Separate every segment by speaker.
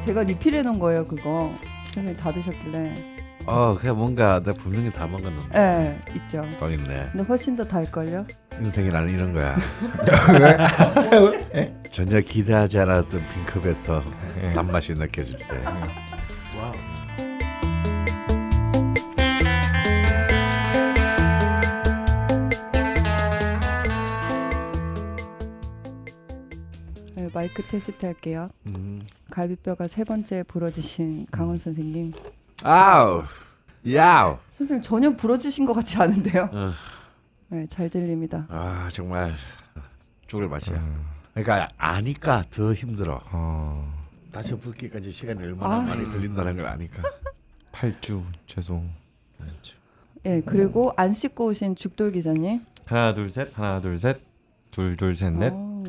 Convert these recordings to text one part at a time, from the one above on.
Speaker 1: 제가 리필해 놓은 거예요 그거. 선생님 다 드셨길래.
Speaker 2: 어, 그냥 뭔가 내가 분명히 다 먹었는데.
Speaker 1: 예, 네, 있죠.
Speaker 2: 또 있네.
Speaker 1: 근데 훨씬 더 달걸요?
Speaker 2: 인생이란 이런 거야. 전혀 기대하지 않았던 빈컵에서 단맛이 느껴질 때.
Speaker 3: 와우.
Speaker 1: 네, 마이크 테스트 할게요.
Speaker 2: 음.
Speaker 1: 갈비뼈가 세 번째 부러지신 강원 선생님.
Speaker 2: 아우, 야우.
Speaker 1: 선생님 전혀 부러지신 것 같지 않은데요?
Speaker 2: 어.
Speaker 1: 네, 잘 들립니다.
Speaker 2: 아 정말 죽을 맛이야. 그러니까 아니까 더 힘들어.
Speaker 3: 어,
Speaker 2: 다시 붙기까지 시간이 얼마나
Speaker 1: 아.
Speaker 2: 많이 걸린다는 걸 아니까.
Speaker 3: 8주 죄송.
Speaker 1: 예, 그리고 안 씻고 오신 죽돌 기자님.
Speaker 3: 하나 둘 셋, 하나 둘 셋, 둘 둘 셋
Speaker 4: 네.
Speaker 3: 넷.
Speaker 1: 어,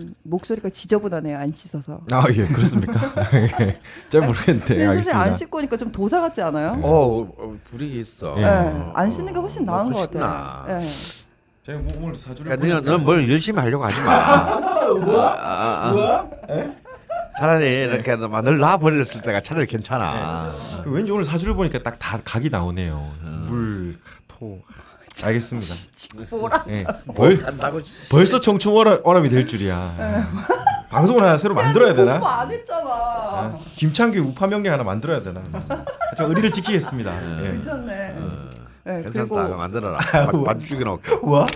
Speaker 1: 목소리가 지저분하네요. 안 씻어서.
Speaker 3: 아 예 그렇습니까? 예, 잘 모르겠는데
Speaker 1: 근데 선생님
Speaker 3: 알겠습니다.
Speaker 1: 안 씻고 오니까 좀 도사 같지 않아요?
Speaker 2: 어, 어 불이 있어.
Speaker 3: 예.
Speaker 1: 예,
Speaker 2: 어,
Speaker 1: 안 씻는 게 훨씬 나은 것
Speaker 2: 훨씬
Speaker 1: 같아요.
Speaker 2: 나아.
Speaker 1: 예.
Speaker 3: 제가 뭐 오늘 사주를
Speaker 2: 그러니까 너는 뭘 열심히 하려고 하지 마. 아, 아, 아. 차라리 이렇게 막널 놔버렸을 때가 차라리 괜찮아.
Speaker 3: 왠지 오늘 사주를 보니까 딱 다 각이 나오네요. 물, 토. 알겠습니다.
Speaker 1: 뭐라?
Speaker 3: 예. 벌,
Speaker 2: 한다고
Speaker 3: 벌써 청춘 어람, 어람이 될 줄이야.
Speaker 1: 음.
Speaker 3: 방송을 하나 새로 만들어야 되나?
Speaker 1: 공부 안 했잖아.
Speaker 4: 네.
Speaker 3: 김창규 우파 명령 하나 만들어야 되나? 저 의리를 지키겠습니다. 예.
Speaker 1: 괜찮네. 예, 그리고
Speaker 2: 괜찮다. 만들어라. 반죽이 넣게.
Speaker 3: 우와.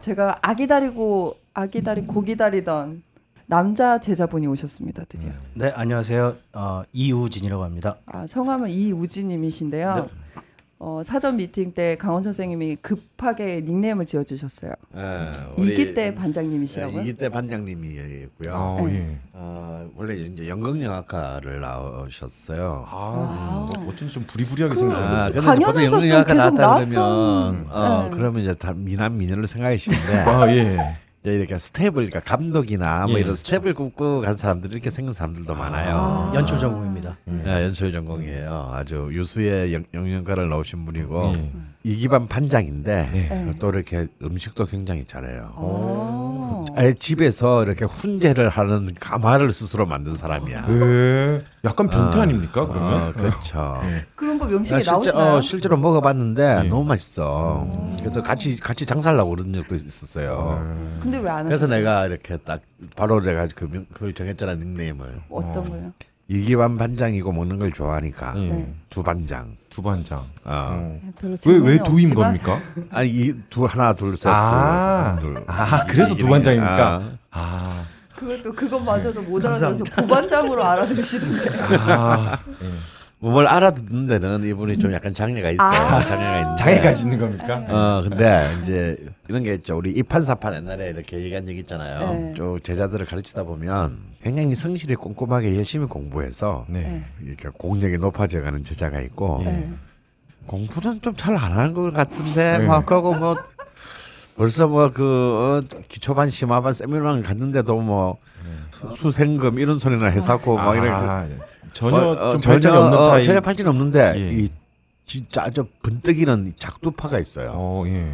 Speaker 1: 제가 아기 다리고 아기 다리 고기 다리던 남자 제자분이 오셨습니다. 드디어.
Speaker 5: 네 안녕하세요 어, 이우진이라고 합니다.
Speaker 1: 아, 성함은 이우지님이신데요.
Speaker 2: 네.
Speaker 1: 어, 사전 미팅 때 강원 선생님이 급하게 닉네임을 지어주셨어요. 이기 때 반장님이시라고요?
Speaker 2: 예. 네, 이기 때 반장님이고요. 네.
Speaker 3: 아, 예.
Speaker 2: 어, 원래 이제 연극영화과를 나오셨어요.
Speaker 3: 아,
Speaker 1: 와우.
Speaker 3: 어쩐지 좀 부리부리하게
Speaker 2: 아,
Speaker 3: 생기셨네.
Speaker 2: 근데
Speaker 1: 강연에서
Speaker 2: 보통
Speaker 1: 좀
Speaker 2: 연극영화과
Speaker 1: 계속
Speaker 2: 나왔다
Speaker 1: 나왔던-
Speaker 2: 그러면 어,
Speaker 1: 네.
Speaker 2: 그러면 이제 다 미남 미녀를 생각하시는데
Speaker 3: 아, 예.
Speaker 2: 이제 이렇게 스텝을 그러니까 감독이나 뭐
Speaker 3: 예,
Speaker 2: 이런 스텝을 꿈꾸고 간 사람들이 이렇게 생긴 사람들도 많아요.
Speaker 5: 연출 전공입니다.
Speaker 3: 예.
Speaker 2: 네, 연출 전공이에요. 아주 유수의 영- 영양과를 넣으신 분이고
Speaker 3: 예.
Speaker 2: 이기반 반장인데
Speaker 1: 예.
Speaker 2: 또 이렇게 음식도 굉장히 잘해요.
Speaker 1: 아.
Speaker 2: 아예 집에서 이렇게 훈제를 하는 가마를 스스로 만든 사람이야.
Speaker 3: 예. 약간 변태 아닙니까,
Speaker 2: 어,
Speaker 3: 그러면? 예.
Speaker 2: 그렇죠.
Speaker 1: 그런 거
Speaker 2: 아,
Speaker 1: 명식이
Speaker 2: 실제-
Speaker 1: 나오시나요?
Speaker 2: 어, 실제로 먹어봤는데 너무 맛있어.
Speaker 3: 음.
Speaker 2: 그래서 같이 같이 장사하려고 그런 적도 있었어요.
Speaker 3: 아.
Speaker 1: 근데 왜 안 하세요?
Speaker 2: 그래서 내가 이렇게 딱 바로 내가 그, 명- 그걸 정했잖아 닉네임을
Speaker 1: 어떤 거요?
Speaker 2: 이기반 반장이고 먹는 걸 좋아하니까
Speaker 3: 예.
Speaker 2: 두 반장.
Speaker 3: 두반장. 음.
Speaker 2: 어.
Speaker 1: 네, 별로
Speaker 3: 왜,
Speaker 1: 재미는
Speaker 3: 왜 두인
Speaker 1: 없지만
Speaker 3: 겁니까?
Speaker 2: 아니 이두 하나 둘셋
Speaker 3: 아,
Speaker 2: 둘.
Speaker 3: 아, 그래서
Speaker 2: 이-
Speaker 3: 두 반장입니까?
Speaker 2: 아.
Speaker 3: 아,
Speaker 1: 그것도 그것마저도 못
Speaker 2: 네,
Speaker 1: 알아들어서 부반장으로 알아들으시던데.
Speaker 3: 아,
Speaker 2: 뭐, 뭘 알아듣는 데는 이분이 좀 약간 장애가 있어요.
Speaker 1: 아.
Speaker 2: 장애가 있는.
Speaker 3: 장애까지 있는 겁니까?
Speaker 2: 어 근데 이제 이런 게 있죠. 우리 이판사판 옛날에 이렇게 얘기한 적 있잖아요.
Speaker 1: 네.
Speaker 2: 쭉 제자들을 가르치다 보면 굉장히 성실히 꼼꼼하게 열심히 공부해서
Speaker 3: 네.
Speaker 2: 이렇게 공력이 높아져가는 제자가 있고
Speaker 1: 네.
Speaker 2: 공부는 좀 잘 안 하는 것 같은데
Speaker 3: 네.
Speaker 2: 막 하고 뭐 벌써 뭐 그 기초반 심화반 세미나를 갔는데도 뭐 수- 수생금 이런 소리나 해사고 막 이런 그-
Speaker 3: 아, 예. 전혀
Speaker 2: 어, 어,
Speaker 3: 좀 발전이 없는
Speaker 2: 어,
Speaker 3: 타입.
Speaker 2: 전혀 발전이 없는데
Speaker 3: 예.
Speaker 2: 이 진짜 아주 번뜩이는 작두파가 있어요.
Speaker 3: 어, 예.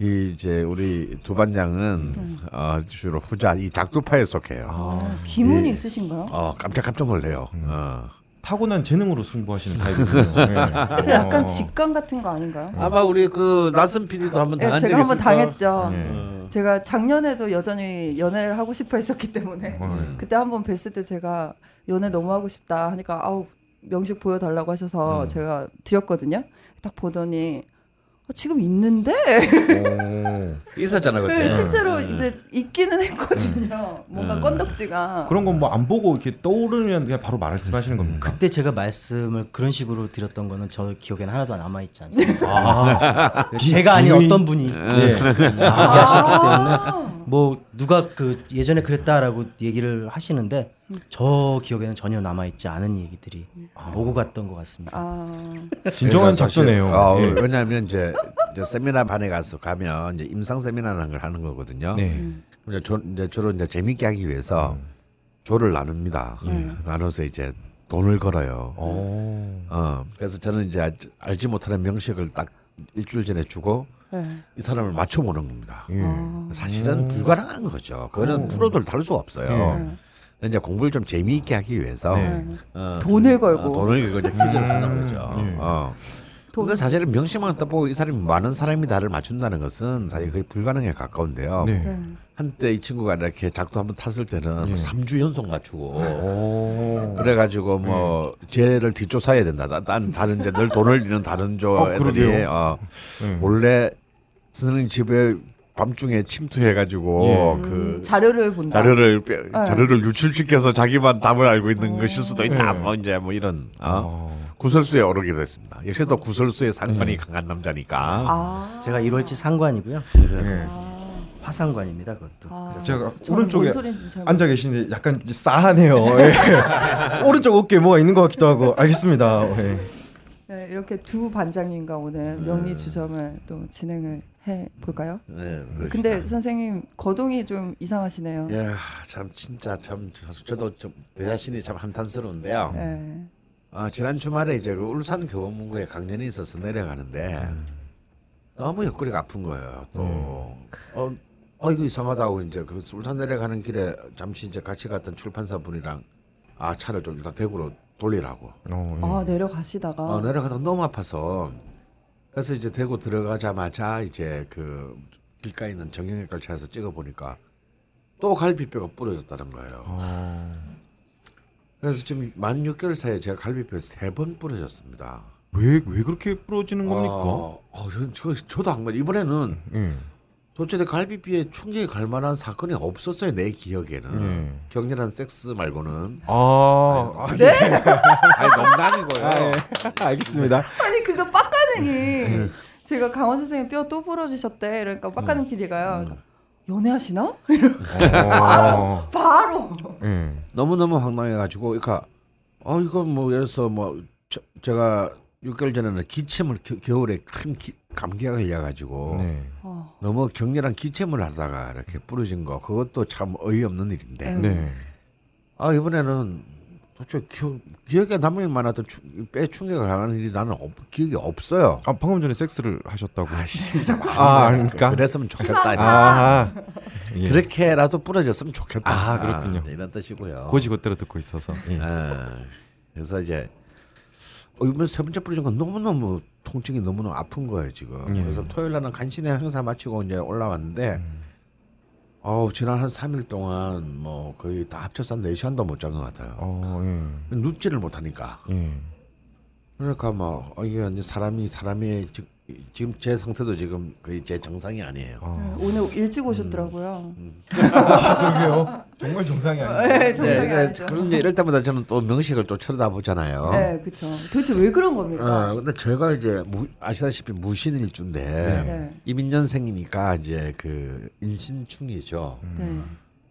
Speaker 2: 이 이제 우리 두 반장은 어, 주로 후자 이 작두파에 속해요.
Speaker 3: 아,
Speaker 1: 기문이 있으신가요?
Speaker 2: 어 깜짝 깜짝 놀래요. 어.
Speaker 3: 타고난 재능으로 승부하시는 타입이군요. 예.
Speaker 2: 아,
Speaker 1: 근데 네, 약간
Speaker 3: 어.
Speaker 1: 직감 같은 거 아닌가요?
Speaker 2: 아마 우리 그 나선 PD도 한번
Speaker 1: 예,
Speaker 2: 당한
Speaker 1: 제가
Speaker 2: 적이
Speaker 1: 한번
Speaker 2: 있을까? 어.
Speaker 1: 당했죠.
Speaker 2: 음.
Speaker 3: 예.
Speaker 1: 제가 작년에도 여전히 연애를 하고 싶어 했었기 때문에
Speaker 3: 음.
Speaker 1: 그때 한번 뵀을 때 제가 연애 너무 하고 싶다 하니까 아우 명식
Speaker 3: 음.
Speaker 1: 보여달라고 하셔서 제가 드렸거든요. 딱 보더니 아, 지금 있는데
Speaker 3: 예.
Speaker 2: 있었잖아 그때.
Speaker 1: 네, 실제로
Speaker 3: 음.
Speaker 1: 이제 있기는 했거든요. 뭔가 건덕지가
Speaker 3: 그런 건 뭐 안 보고 이렇게 떠오르면 그냥 바로 말씀하시는 겁니까?
Speaker 5: 그때 제가 말씀을 그런 식으로 드렸던 거는 저 기억에는 하나도 남아 있지 않습니다. 네, 제가 아닌
Speaker 3: 비위?
Speaker 5: 어떤 분이
Speaker 3: 예.
Speaker 5: 얘기하셨기 때문에 뭐 누가 그 예전에 그랬다라고 얘기를 하시는데 저 기억에는 전혀 남아 있지 않은 얘기들이 오고 갔던 것 같습니다.
Speaker 1: 아
Speaker 3: 진정한
Speaker 2: 그래서 사실-
Speaker 3: 작두네요.
Speaker 2: 어,
Speaker 3: 예.
Speaker 2: 왜냐하면 이제, 이제 세미나 반에 가서 가면 이제 임상 세미나라는 걸 하는 거거든요.
Speaker 3: 네. 음.
Speaker 2: 그럼 이제, 조, 이제 주로 이제 재밌게 하기 위해서 조를 나눕니다.
Speaker 1: 예.
Speaker 2: 나눠서 이제 돈을 걸어요.
Speaker 3: 오.
Speaker 2: 어, 그래서 저는 이제 알- 알지 못하는 명식을 딱 일주일 전에 주고
Speaker 1: 네.
Speaker 2: 이 사람을 맞춰보는 겁니다.
Speaker 1: 어.
Speaker 3: 예. 음.
Speaker 2: 사실은 불가능한 거죠. 그거는 프로들 다룰 수가 없어요. 이제 공부를 좀 재미있게 하기 위해서
Speaker 3: 예. 네.
Speaker 2: 어,
Speaker 1: 돈을 걸고.
Speaker 2: 어, 돈을 걸고 이제 퀴즈를 하는 거죠.
Speaker 3: 예.
Speaker 2: 어.
Speaker 1: 돈.
Speaker 2: 근데 사실은 명심만 떠보고 이 사람이 많은 사람이다를 맞춘다는 것은 사실 거의 불가능에 가까운데요.
Speaker 3: 네.
Speaker 1: 네.
Speaker 2: 한때 이 친구가 이렇게 작도 한번 탔을 때는
Speaker 3: 예.
Speaker 2: 3주 연속 맞추고
Speaker 3: 오.
Speaker 2: 그래가지고 뭐
Speaker 3: 예.
Speaker 2: 쟤를 뒷조사해야 된다. 난- 난 다른 이제 늘 돈을 잃는 다른 조
Speaker 3: 어,
Speaker 2: 애들이
Speaker 3: 그러게요.
Speaker 2: 어,
Speaker 3: 네.
Speaker 2: 원래 스승님 집에 밤중에 침투해가지고
Speaker 3: 예.
Speaker 2: 그
Speaker 1: 음, 자료를 본다.
Speaker 2: 자료를 빼-
Speaker 1: 예.
Speaker 2: 자료를 유출시켜서 자기만 답을 알고 있는
Speaker 1: 음.
Speaker 2: 것일 수도 있다.
Speaker 3: 예.
Speaker 2: 뭐 이제 뭐 이런 어?
Speaker 3: 아.
Speaker 2: 구설수에 오르기도 했습니다. 역시 또 구설수의
Speaker 3: 예.
Speaker 2: 상관이 강한 남자니까.
Speaker 1: 아,
Speaker 5: 제가 1월치 상관이고요. 예,
Speaker 3: 네.
Speaker 5: 화상관입니다 그것도.
Speaker 1: 아.
Speaker 3: 제가
Speaker 1: 저는
Speaker 3: 오른쪽에
Speaker 1: 뭔 소리인지 잘
Speaker 3: 앉아 계시는데 약간 싸하네요.
Speaker 4: 예. 오른쪽 어깨에 뭐가 있는 것 같기도 하고 알겠습니다. 예.
Speaker 1: 네, 이렇게 두 반장님과 오늘
Speaker 3: 음.
Speaker 1: 명리 주점을 또 진행을 해 볼까요?
Speaker 2: 네,
Speaker 1: 근데 선생님 거동이 좀 이상하시네요. 예.
Speaker 2: 야, 참 진짜 참 저- 저도 좀 내 자신이 참 한탄스러운데요. 아, 지난 주말에 이제 그 울산 교원문고에 강연이 있어서 내려가는데 너무 옆구리가 아픈 거예요. 또 어, 어 이거 이상하다고 이제 그 울산 내려가는 길에 잠시 이제 같이 갔던 출판사 분이랑 아 차를 좀 일단 대구로 돌리라고.
Speaker 3: 어,
Speaker 2: 예.
Speaker 1: 아 내려가시다가
Speaker 2: 어, 내려가다 너무 아파서 그래서 이제 대구 들어가자마자 이제 그 길가에 있는 정형외과 차에서 찍어 보니까 또 갈비뼈가 부러졌다는 거예요. 그래서 지금 만 6개월 사이에 제가 갈비뼈 세번 부러졌습니다.
Speaker 3: 왜왜 그렇게 부러지는 겁니까?
Speaker 2: 어, 어, 저, 저, 저도 정말 이번에는
Speaker 3: 예.
Speaker 2: 도대체 갈비뼈에 충격이 갈 만한 사건이 없었어요 내 기억에는
Speaker 3: 예.
Speaker 2: 격렬한 섹스 말고는
Speaker 3: 아, 아,
Speaker 2: 아니 농담이고요.
Speaker 4: 알겠습니다.
Speaker 2: 네.
Speaker 1: 아니 그거
Speaker 2: 예.
Speaker 1: 빡가능이 제가 강원 선생님 뼈 또 부러지셨대 이러니까 빡가능
Speaker 2: 예.
Speaker 1: PD가요. 그러니까 연애하시나?
Speaker 3: 아,
Speaker 1: 바로
Speaker 3: 예.
Speaker 2: 너무 너무 황당해가지고 그러니까 어 이거 뭐 예를 들어서 뭐 저- 제가 6개월 전에는 기침을 겨, 겨울에 큰 기- 감기가 걸려가지고
Speaker 3: 네.
Speaker 1: 어,
Speaker 2: 너무 격렬한 기침을 하다가 이렇게 부러진 거 그것도 참 어이없는 일인데
Speaker 1: 음.
Speaker 3: 네.
Speaker 2: 아 이번에는 도대체 기억, 기억에 남을 만한 충- 뼈 충격을 하는 일이 나는 없- 기억이 없어요.
Speaker 3: 아, 방금 전에 섹스를 하셨다고.
Speaker 2: 진짜
Speaker 4: 아, 그러니까?
Speaker 2: 그랬으면 좋겠다.
Speaker 4: 아,
Speaker 3: 예.
Speaker 2: 그렇게라도 부러졌으면 좋겠다.
Speaker 3: 아, 그렇군요.
Speaker 2: 이런 뜻이고요.
Speaker 3: 고지고대로 듣고 있어서. 예.
Speaker 2: 아, 그래서 이제 어, 이번 세 번째 부러진 건 너무 너무 통증이 너무 너무 아픈 거예요 지금.
Speaker 3: 예.
Speaker 2: 그래서 토요일 날은 간신히 행사 마치고 이제 올라왔는데, 어우 지난 한 3일 동안 뭐 거의 다 합쳐서 한4 시간도 못 잔 것 같아요.
Speaker 3: 어, 예.
Speaker 2: 눕지를 못하니까.
Speaker 3: 예.
Speaker 2: 그러니까 뭐 어, 이게 이제 사람이 사람의 즉, 지금 제 상태도 지금 거의 제 정상이 아니에요.
Speaker 1: 네, 오늘 일찍 오셨더라고요. 음.
Speaker 4: 아, 그러게요. 정말 정상이 아니에요.
Speaker 1: 네, 정상이
Speaker 2: 음. 네,
Speaker 1: 아니죠.
Speaker 2: 그런데 이럴 때마다 저는 또 명식을 또 쳐다보잖아요.
Speaker 1: 네, 그렇죠. 도대체 왜 그런 겁니까?
Speaker 2: 어, 근데 제가 이제 무- 아시다시피 무신일주인데
Speaker 1: 아. 네.
Speaker 2: 이민년생이니까 이제 그 인신충이죠.
Speaker 1: 네.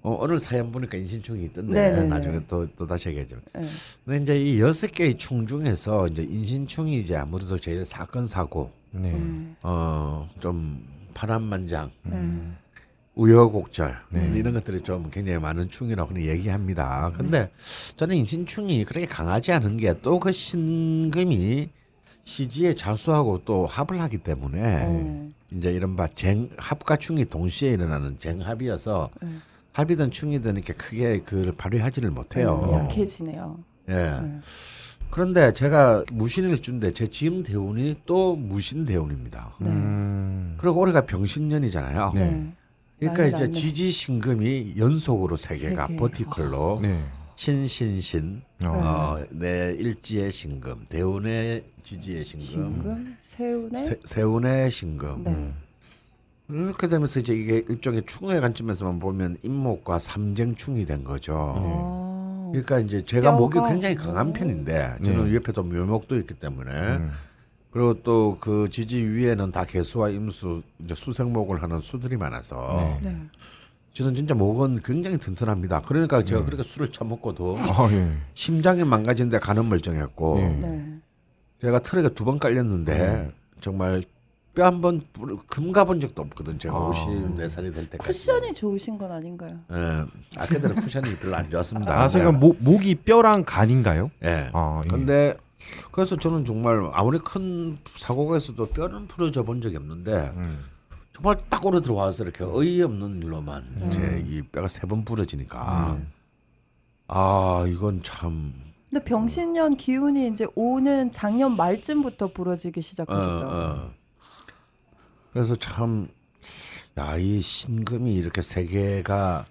Speaker 2: 어, 오늘 사연 보니까 인신충이 있던데
Speaker 1: 네네네.
Speaker 2: 나중에 또, 또 다시 얘기하죠.
Speaker 1: 네.
Speaker 2: 근데 이제 이 여섯 개의 충 중에서 이제 인신충이 이제 아무래도 제일 사건 사고
Speaker 3: 네.
Speaker 2: 음. 어좀 파란만장 음.
Speaker 1: 네.
Speaker 2: 우여곡절 네, 이런 것들이 좀 굉장히 많은 충이라고 는 얘기합니다. 근데 저는 인신충이 그렇게 강하지 않은 게 또 그 신금이 시지에 자수하고 또 합을 하기 때문에
Speaker 1: 네.
Speaker 2: 이제 이른바 쟁합과 충이 동시에 일어나는 쟁합이어서
Speaker 1: 네.
Speaker 2: 합이든 충이든 이렇게 크게 그걸 발휘하지를
Speaker 1: 음,
Speaker 2: 못해요.
Speaker 1: 약해지네요.
Speaker 2: 예.
Speaker 1: 네.
Speaker 2: 그런데 제가 무신일 주인데 제 지음 대운이 또 무신 대운입니다.
Speaker 1: 네.
Speaker 3: 음.
Speaker 2: 그리고 올해가 병신년이잖아요.
Speaker 1: 네.
Speaker 2: 그러니까
Speaker 1: 난리
Speaker 2: 이제
Speaker 1: 났네.
Speaker 2: 지지신금이 연속으로 세
Speaker 1: 세
Speaker 2: 개가
Speaker 1: 개.
Speaker 2: 버티컬로
Speaker 3: 네.
Speaker 2: 신신신 어, 내 일지의 신금 대운의 지지의 신금,
Speaker 1: 신금, 세운의
Speaker 2: 세, 운의 신금 음.
Speaker 1: 네.
Speaker 2: 이렇게 되면서 이제 이게 일종의 충의 관점에서만 보면 임목과 삼쟁충이 된 거죠.
Speaker 1: 어.
Speaker 2: 그러니까 이제 제가 목이
Speaker 1: 뼈가-
Speaker 2: 굉장히 강한 편인데 저는 옆에 또 묘목도 있기 때문에
Speaker 4: 네.
Speaker 3: 음.
Speaker 2: 그리고 또 그 지지 위에는 다 개수와 임수 이제 수생목을 하는 수들이 많아서
Speaker 1: 네.
Speaker 2: 저는 진짜 목은 굉장히 튼튼합니다. 그러니까
Speaker 3: 네.
Speaker 2: 제가 그렇게 술을 처먹고도
Speaker 3: 아, 예.
Speaker 2: 심장이 망가진데 간은 멀쩡했고
Speaker 1: 네.
Speaker 2: 제가 트럭에 두 번
Speaker 3: 네.
Speaker 2: 깔렸는데 정말 뼈 한 번 금가본 적도 없거든. 제가
Speaker 3: 아.
Speaker 2: 54살이 될 때까지.
Speaker 1: 쿠션이 좋으신 건 아닌가요?
Speaker 2: 예. 아 그때는 쿠션이 별로 안 좋았습니다.
Speaker 3: 아, 그러니까 목 목이 뼈랑 간인가요?
Speaker 2: 예.
Speaker 3: 아, 예.
Speaker 2: 근데 그래서 저는 정말 아무리 큰 사고가 있어도 뼈는 풀어져 본 적이 없는데
Speaker 3: 음.
Speaker 2: 정말 딱 오래 음. 네. 들어와서 이렇게 어이없는 일로만 제 이 뼈가 세 번 부러지니까 아 이건 참
Speaker 1: 근데 병신년 기운이 이제 오는 작년 말쯤부터 불어지기
Speaker 2: 어,
Speaker 1: 시작하셨죠.
Speaker 2: 어. 그래서 참, 야, 이 신금이 이렇게 세 개가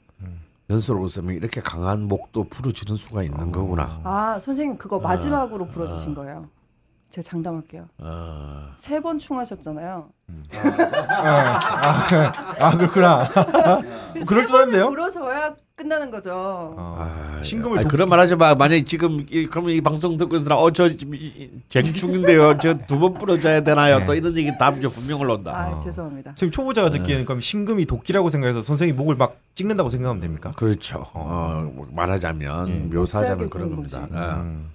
Speaker 2: 연수로 오면 이렇게 강한 목도 부르짖는 수가 있는 거구나.
Speaker 1: 아 선생님 그거 마지막으로 불어주신 거예요. 제가 장담할게요.
Speaker 2: 어.
Speaker 1: 세 번 충하셨잖아요.
Speaker 6: 아 그렇구나. 그럴
Speaker 1: 세 번을
Speaker 6: 듯한데요?
Speaker 1: 불어줘야 끝나는 거죠.
Speaker 4: 어. 네.
Speaker 2: 아,
Speaker 6: 어. 신금을
Speaker 2: 아니,
Speaker 6: 독-
Speaker 2: 그런 말하지 마. 만약 에 지금 이, 그러면 이 방송 듣고 있으나 어저 쟁충인데요. 저 두 번 부러져야 되나요?
Speaker 4: 네.
Speaker 2: 또 이런 얘기 다음 주에 분명 올라온다.
Speaker 1: 아
Speaker 4: 그-
Speaker 1: 죄송합니다.
Speaker 6: 지금 초보자가 듣기에는 그럼 심금이 도끼라고 생각해서 선생님 목을 막 찍는다고 생각하면 됩니까?
Speaker 2: 그렇죠. 어, 뭐 말하자면 묘사하자면
Speaker 1: 쎄게
Speaker 2: 그런
Speaker 1: 부른
Speaker 2: 겁니다.
Speaker 1: 거지.
Speaker 2: 아.
Speaker 4: 음,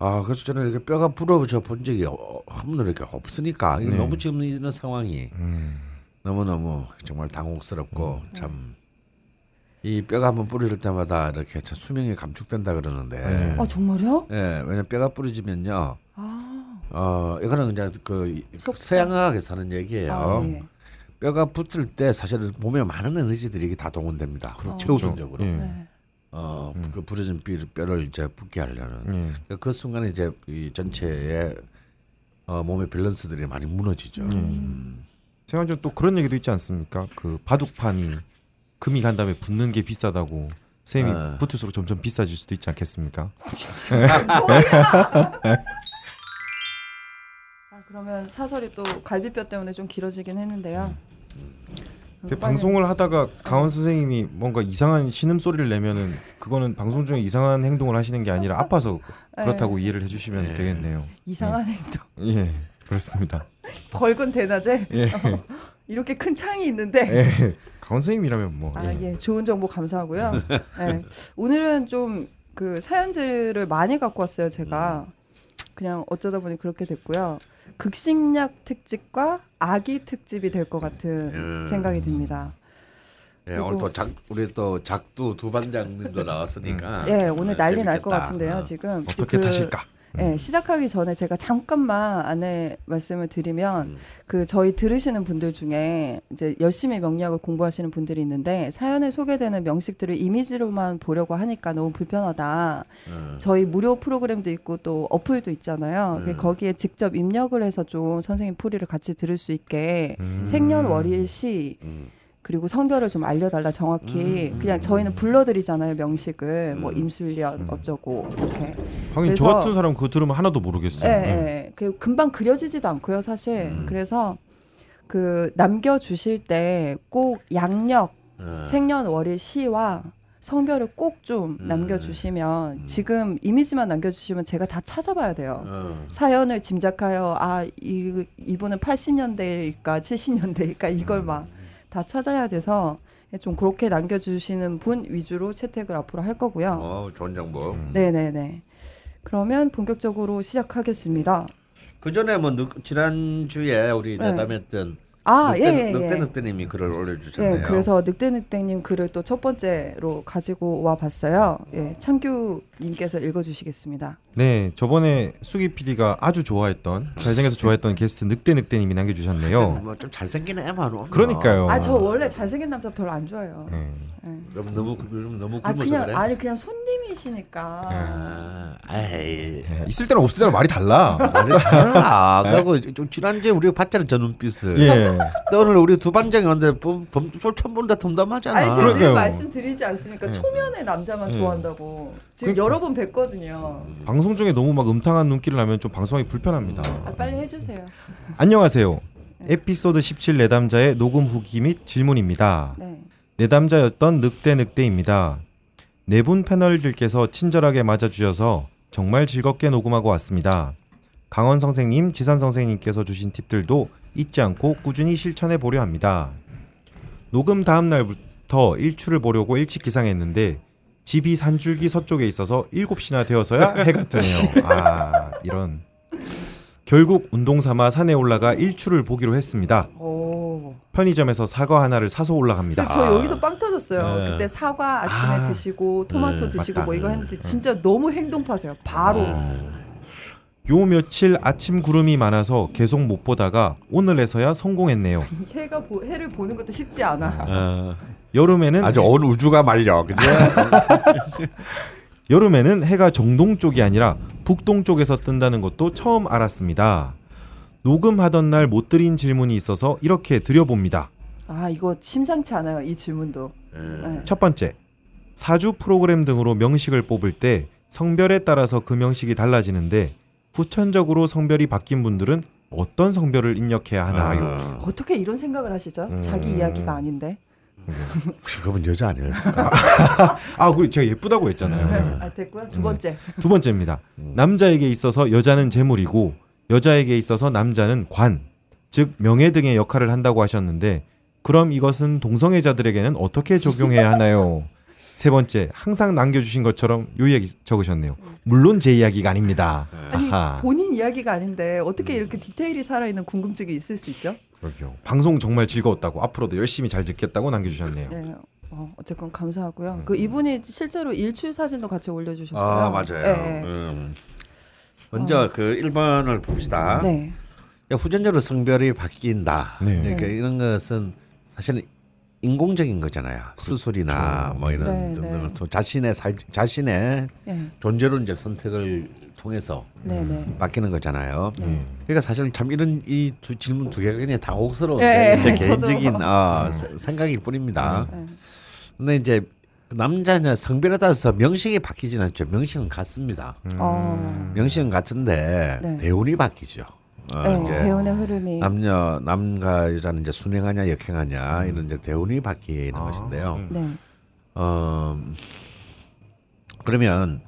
Speaker 2: 아, 그래서 저는 이렇게 뼈가 부러져 본 적이 어- 한 번도 이렇게 없으니까 이게 너무 지금 이런 상황이 너무 너무 정말 당혹스럽고 참 이 뼈가 한번 부러질 때마다 이렇게 참 수명이 감축된다 그러는데
Speaker 1: 아 정말요?
Speaker 2: 예, 왜냐면 뼈가 부러지면요.
Speaker 1: 아,
Speaker 2: 어, 이거는 그냥 그
Speaker 1: 속상.
Speaker 2: 서양학에 사는 얘기예요.
Speaker 1: 아 예.
Speaker 2: 뼈가 붙을 때 사실은 몸에 많은 에너지들이 이게 다 동원됩니다. 그렇죠. 최우선적으로.
Speaker 4: 예.
Speaker 1: 네.
Speaker 2: 어,
Speaker 4: 음.
Speaker 2: 그 부러진 뼈- 뼈를 이제 붙게 하려는
Speaker 4: 예.
Speaker 2: 그러니까 그 순간에 이제 이 전체의 어, 몸의 밸런스들이 많이 무너지죠. 음.
Speaker 4: 제가 좀또 그런 얘기도 있지 않습니까? 그 바둑판이 금이 간 다음에 붙는 게 비싸다고 쌤이
Speaker 6: 네.
Speaker 2: 아.
Speaker 4: 붙을수록 점점 비싸질 수도 있지 않겠습니까?
Speaker 1: 음, 아, 그러면 사설이 또 갈비뼈 때문에 좀 길어지긴 했는데요. 음,
Speaker 4: 근데
Speaker 1: 빨리-
Speaker 4: 방송을 하다가 강원 선생님이 뭔가 이상한 신음 소리를 내면은 그거는 방송 중에 이상한 행동을 하시는 게 아니라 아파서
Speaker 1: 네.
Speaker 4: 그렇다고 이해를 해주시면
Speaker 6: 예.
Speaker 4: 되겠네요.
Speaker 1: 이상한 행동.
Speaker 4: 예, 그렇습니다.
Speaker 1: 벌건 대낮에
Speaker 4: 예,
Speaker 1: 이렇게 큰 창이 있는데
Speaker 4: 예. 강원 선생님이라면 뭐
Speaker 1: 아,
Speaker 4: 예.
Speaker 1: 예. 좋은 정보 감사하고요. 네. 오늘은 좀 그 사연들을 많이 갖고 왔어요,
Speaker 4: 음.
Speaker 1: 제가. 그냥 어쩌다 보니 그렇게 됐고요. 극신약 특집과 아기 특집이 될 것 같은
Speaker 2: 음.
Speaker 1: 생각이 듭니다.
Speaker 2: 예, 오늘 또 작, 우리 또 작두 두 반장님도
Speaker 4: 아,
Speaker 2: 나왔으니까. 아,
Speaker 1: 예, 오늘 난리 날 것
Speaker 2: 재밌겠다.
Speaker 1: 같은데요,
Speaker 2: 어.
Speaker 1: 지금.
Speaker 4: 음. 네, 어떻게
Speaker 1: 그-
Speaker 4: 다실까?
Speaker 1: 예, 시작하기 전에 제가 잠깐만 안에 말씀을 드리면
Speaker 4: 음.
Speaker 1: 그 저희 들으시는 분들 중에 이제 열심히 명리학을 공부하시는 분들이 있는데 사연에 소개되는 명식들을 이미지로만 보려고 하니까 너무 불편하다.
Speaker 2: 음.
Speaker 1: 저희 무료 프로그램도 있고 또 어플도 있잖아요. 그 거기에 직접 입력을 해서 좀 선생님 풀이를 같이 들을 수 있게
Speaker 4: 음.
Speaker 1: 생년월일시
Speaker 2: 음.
Speaker 1: 그리고 성별을 좀 알려달라 정확히 그냥 저희는 불러드리잖아요 명식을 뭐 임술년 어쩌고 이렇게
Speaker 4: 하긴 저
Speaker 1: 그래서-
Speaker 4: 같은 사람 그거 들으면 하나도 모르겠어요.
Speaker 1: 예, 예. 그 금방 그려지지도 않고요, 사실. 그래서 그 남겨 주실 때 꼭 양력,
Speaker 2: 예.
Speaker 1: 생년월일, 시와 성별을 꼭 좀 남겨 주시면 지금 이미지만 남겨 주시면 제가 다 찾아봐야 돼요.
Speaker 2: 어.
Speaker 1: 사연을 짐작하여 아, 이 이분은 80년대일까 70년대일까 이걸 막 다 찾아야 돼서 좀 그렇게 남겨 주시는 분 위주로 채택을 앞으로 할 거고요.
Speaker 2: 어, 좋은 정보.
Speaker 4: 음.
Speaker 1: 네, 네, 네. 그러면 본격적으로 시작하겠습니다.
Speaker 2: 그 전에 뭐 지난 주에 우리
Speaker 1: 네.
Speaker 2: 대담했던
Speaker 1: 아,
Speaker 2: 늑대,
Speaker 1: 예, 예, 예.
Speaker 2: 늑대 늑대님이 글을 올려주셨네요.
Speaker 1: 예, 그래서 늑대늑대님 글을 또 첫 번째로 가지고 와 봤어요. 예, 창규님께서 읽어주시겠습니다.
Speaker 4: 네, 저번에 수기 PD가 아주 좋아했던 잘생겨서 좋아했던 게스트 늑대 늑대님이 남겨주셨네요.
Speaker 2: 뭐좀 잘생긴 애만 오면
Speaker 4: 그러니까요.
Speaker 1: 아, 저 원래 잘생긴 남자 별로 안 좋아해요.
Speaker 2: 네.
Speaker 4: 예.
Speaker 1: 예.
Speaker 2: 그럼 너무 요즘 너무
Speaker 1: 아,
Speaker 2: 굶어서
Speaker 1: 그냥
Speaker 2: 그래.
Speaker 1: 아니 그냥 손님이시니까.
Speaker 2: 아, 에이.
Speaker 4: 예, 있을 때랑 없을 때랑 말이 달라.
Speaker 2: 아, 그리고 좀 지난주에 우리 봤잖아 저 눈빛을.
Speaker 4: 예.
Speaker 2: 근데 오늘 우리 두 반장이 왔는데 처음 보는데 덤덤하잖아.
Speaker 1: 아니 제가 늘
Speaker 4: 그러니까요.
Speaker 1: 말씀드리지 않습니까? 초면의 남자만 좋아한다고 지금 여러 번 뵀거든요.
Speaker 4: 방송 중에 너무 막 음탕한 눈길을 하면 좀 방송하기 불편합니다.
Speaker 1: 아, 빨리 해주세요.
Speaker 4: 안녕하세요. 에피소드 17 내담자의 녹음 후기 및 질문입니다.
Speaker 1: 네.
Speaker 4: 내담자였던 늑대 늑대입니다. 네 분 패널들께서 친절하게 맞아주셔서 정말 즐겁게 녹음하고 왔습니다. 강원 선생님, 지산 선생님께서 주신 팁들도 잊지 않고 꾸준히 실천해 보려 합니다. 녹음 다음 날부터 일출을 보려고 일찍 기상했는데 집이 산줄기 서쪽에 있어서 7시나 되어서야 해가 뜨네요. 아, 이런. 결국 운동 삼아 산에 올라가 일출을 보기로 했습니다.
Speaker 1: 오.
Speaker 4: 편의점에서 사과 하나를 사서 올라갑니다.
Speaker 1: 저 여기서 빵 터졌어요.
Speaker 2: 네.
Speaker 1: 그때 사과 아침에
Speaker 4: 아.
Speaker 1: 드시고 토마토
Speaker 2: 네,
Speaker 1: 드시고
Speaker 2: 맞다.
Speaker 1: 뭐 이거 했는데 진짜 너무 행동파세요. 바로.
Speaker 4: 요 며칠 아침 구름이 많아서 계속 못 보다가 오늘에서야 성공했네요.
Speaker 1: 해가 보, 해를 보는 것도 쉽지 않아.
Speaker 2: 어,
Speaker 4: 여름에는
Speaker 2: 아주 온 우주가 말려. 그죠?
Speaker 4: 여름에는 해가 정동 쪽이 아니라 북동 쪽에서 뜬다는 것도 처음 알았습니다. 녹음하던 날 못 드린 질문이 있어서 이렇게 드려봅니다.
Speaker 1: 아 이거 심상치 않아요 이 질문도. 네.
Speaker 4: 첫 번째, 사주 프로그램 등으로 명식을 뽑을 때 성별에 따라서 그 명식이 달라지는데 후천적으로 성별이 바뀐 분들은 어떤 성별을 입력해야 하나요?
Speaker 2: 아,
Speaker 1: 어떻게 이런 생각을 하시죠? 자기 이야기가 아닌데.
Speaker 2: 혹시 그분 여자 아니었을까?
Speaker 4: 아, 그리고 제가 예쁘다고
Speaker 2: 네.
Speaker 4: 했잖아요.
Speaker 1: 아 됐고요. 두 번째.
Speaker 4: 두 번째입니다. 남자에게 있어서 여자는 재물이고 여자에게 있어서 남자는 관, 즉 명예 등의 역할을 한다고 하셨는데 그럼 이것은 동성애자들에게는 어떻게 적용해야 하나요? 세 번째, 항상 남겨주신 것처럼 요 이야기 적으셨네요. 물론 제 이야기가 아닙니다.
Speaker 1: 아니
Speaker 4: 아하.
Speaker 1: 본인 이야기가 아닌데 어떻게 이렇게 디테일이 살아있는 궁금증이 있을 수 있죠?
Speaker 4: 그러게요. 방송 정말 즐거웠다고 앞으로도 열심히 잘 듣겠다고 남겨주셨네요.
Speaker 1: 예. 어, 어쨌건 감사하고요. 그 이분이 실제로 일출 사진도 같이 올려주셨어요.
Speaker 2: 음. 아 맞아요.
Speaker 1: 예, 예.
Speaker 2: 음. 먼저 그 1번을 봅시다.
Speaker 1: 네.
Speaker 2: 후전적으로 성별이 바뀐다.
Speaker 4: 네.
Speaker 2: 그러니까 이런 것은 사실은 인공적인 거잖아요. 수술이나 뭐 이런
Speaker 1: 네,
Speaker 2: 등등을
Speaker 1: 네.
Speaker 2: 통- 자신의 살, 자신의
Speaker 1: 예.
Speaker 2: 존재로 이제 선택을 통해서
Speaker 1: 네네.
Speaker 2: 바뀌는 거잖아요. 그러니까 사실 참 이런 이 두 질문 두 개가 그냥
Speaker 1: 예,
Speaker 2: 당혹스러운데
Speaker 1: 예,
Speaker 2: 제
Speaker 1: 저도.
Speaker 2: 개인적인 어, 세- 생각일 뿐입니다.
Speaker 1: 네.
Speaker 2: 근데 이제 그 남자는 성별에 따라서 명식이 바뀌진 않죠. 명식은 같습니다.
Speaker 1: 어,
Speaker 2: 명식은 같은데
Speaker 1: 네.
Speaker 2: 대운이 바뀌죠. 어,
Speaker 1: 네,
Speaker 2: 이제
Speaker 1: 대운의 흐름이
Speaker 2: 남녀 남과 여자는 이제 순행하냐 역행하냐 이런 이제 대운이 바뀌는 것인데요.
Speaker 1: 네.
Speaker 2: 어, 그러면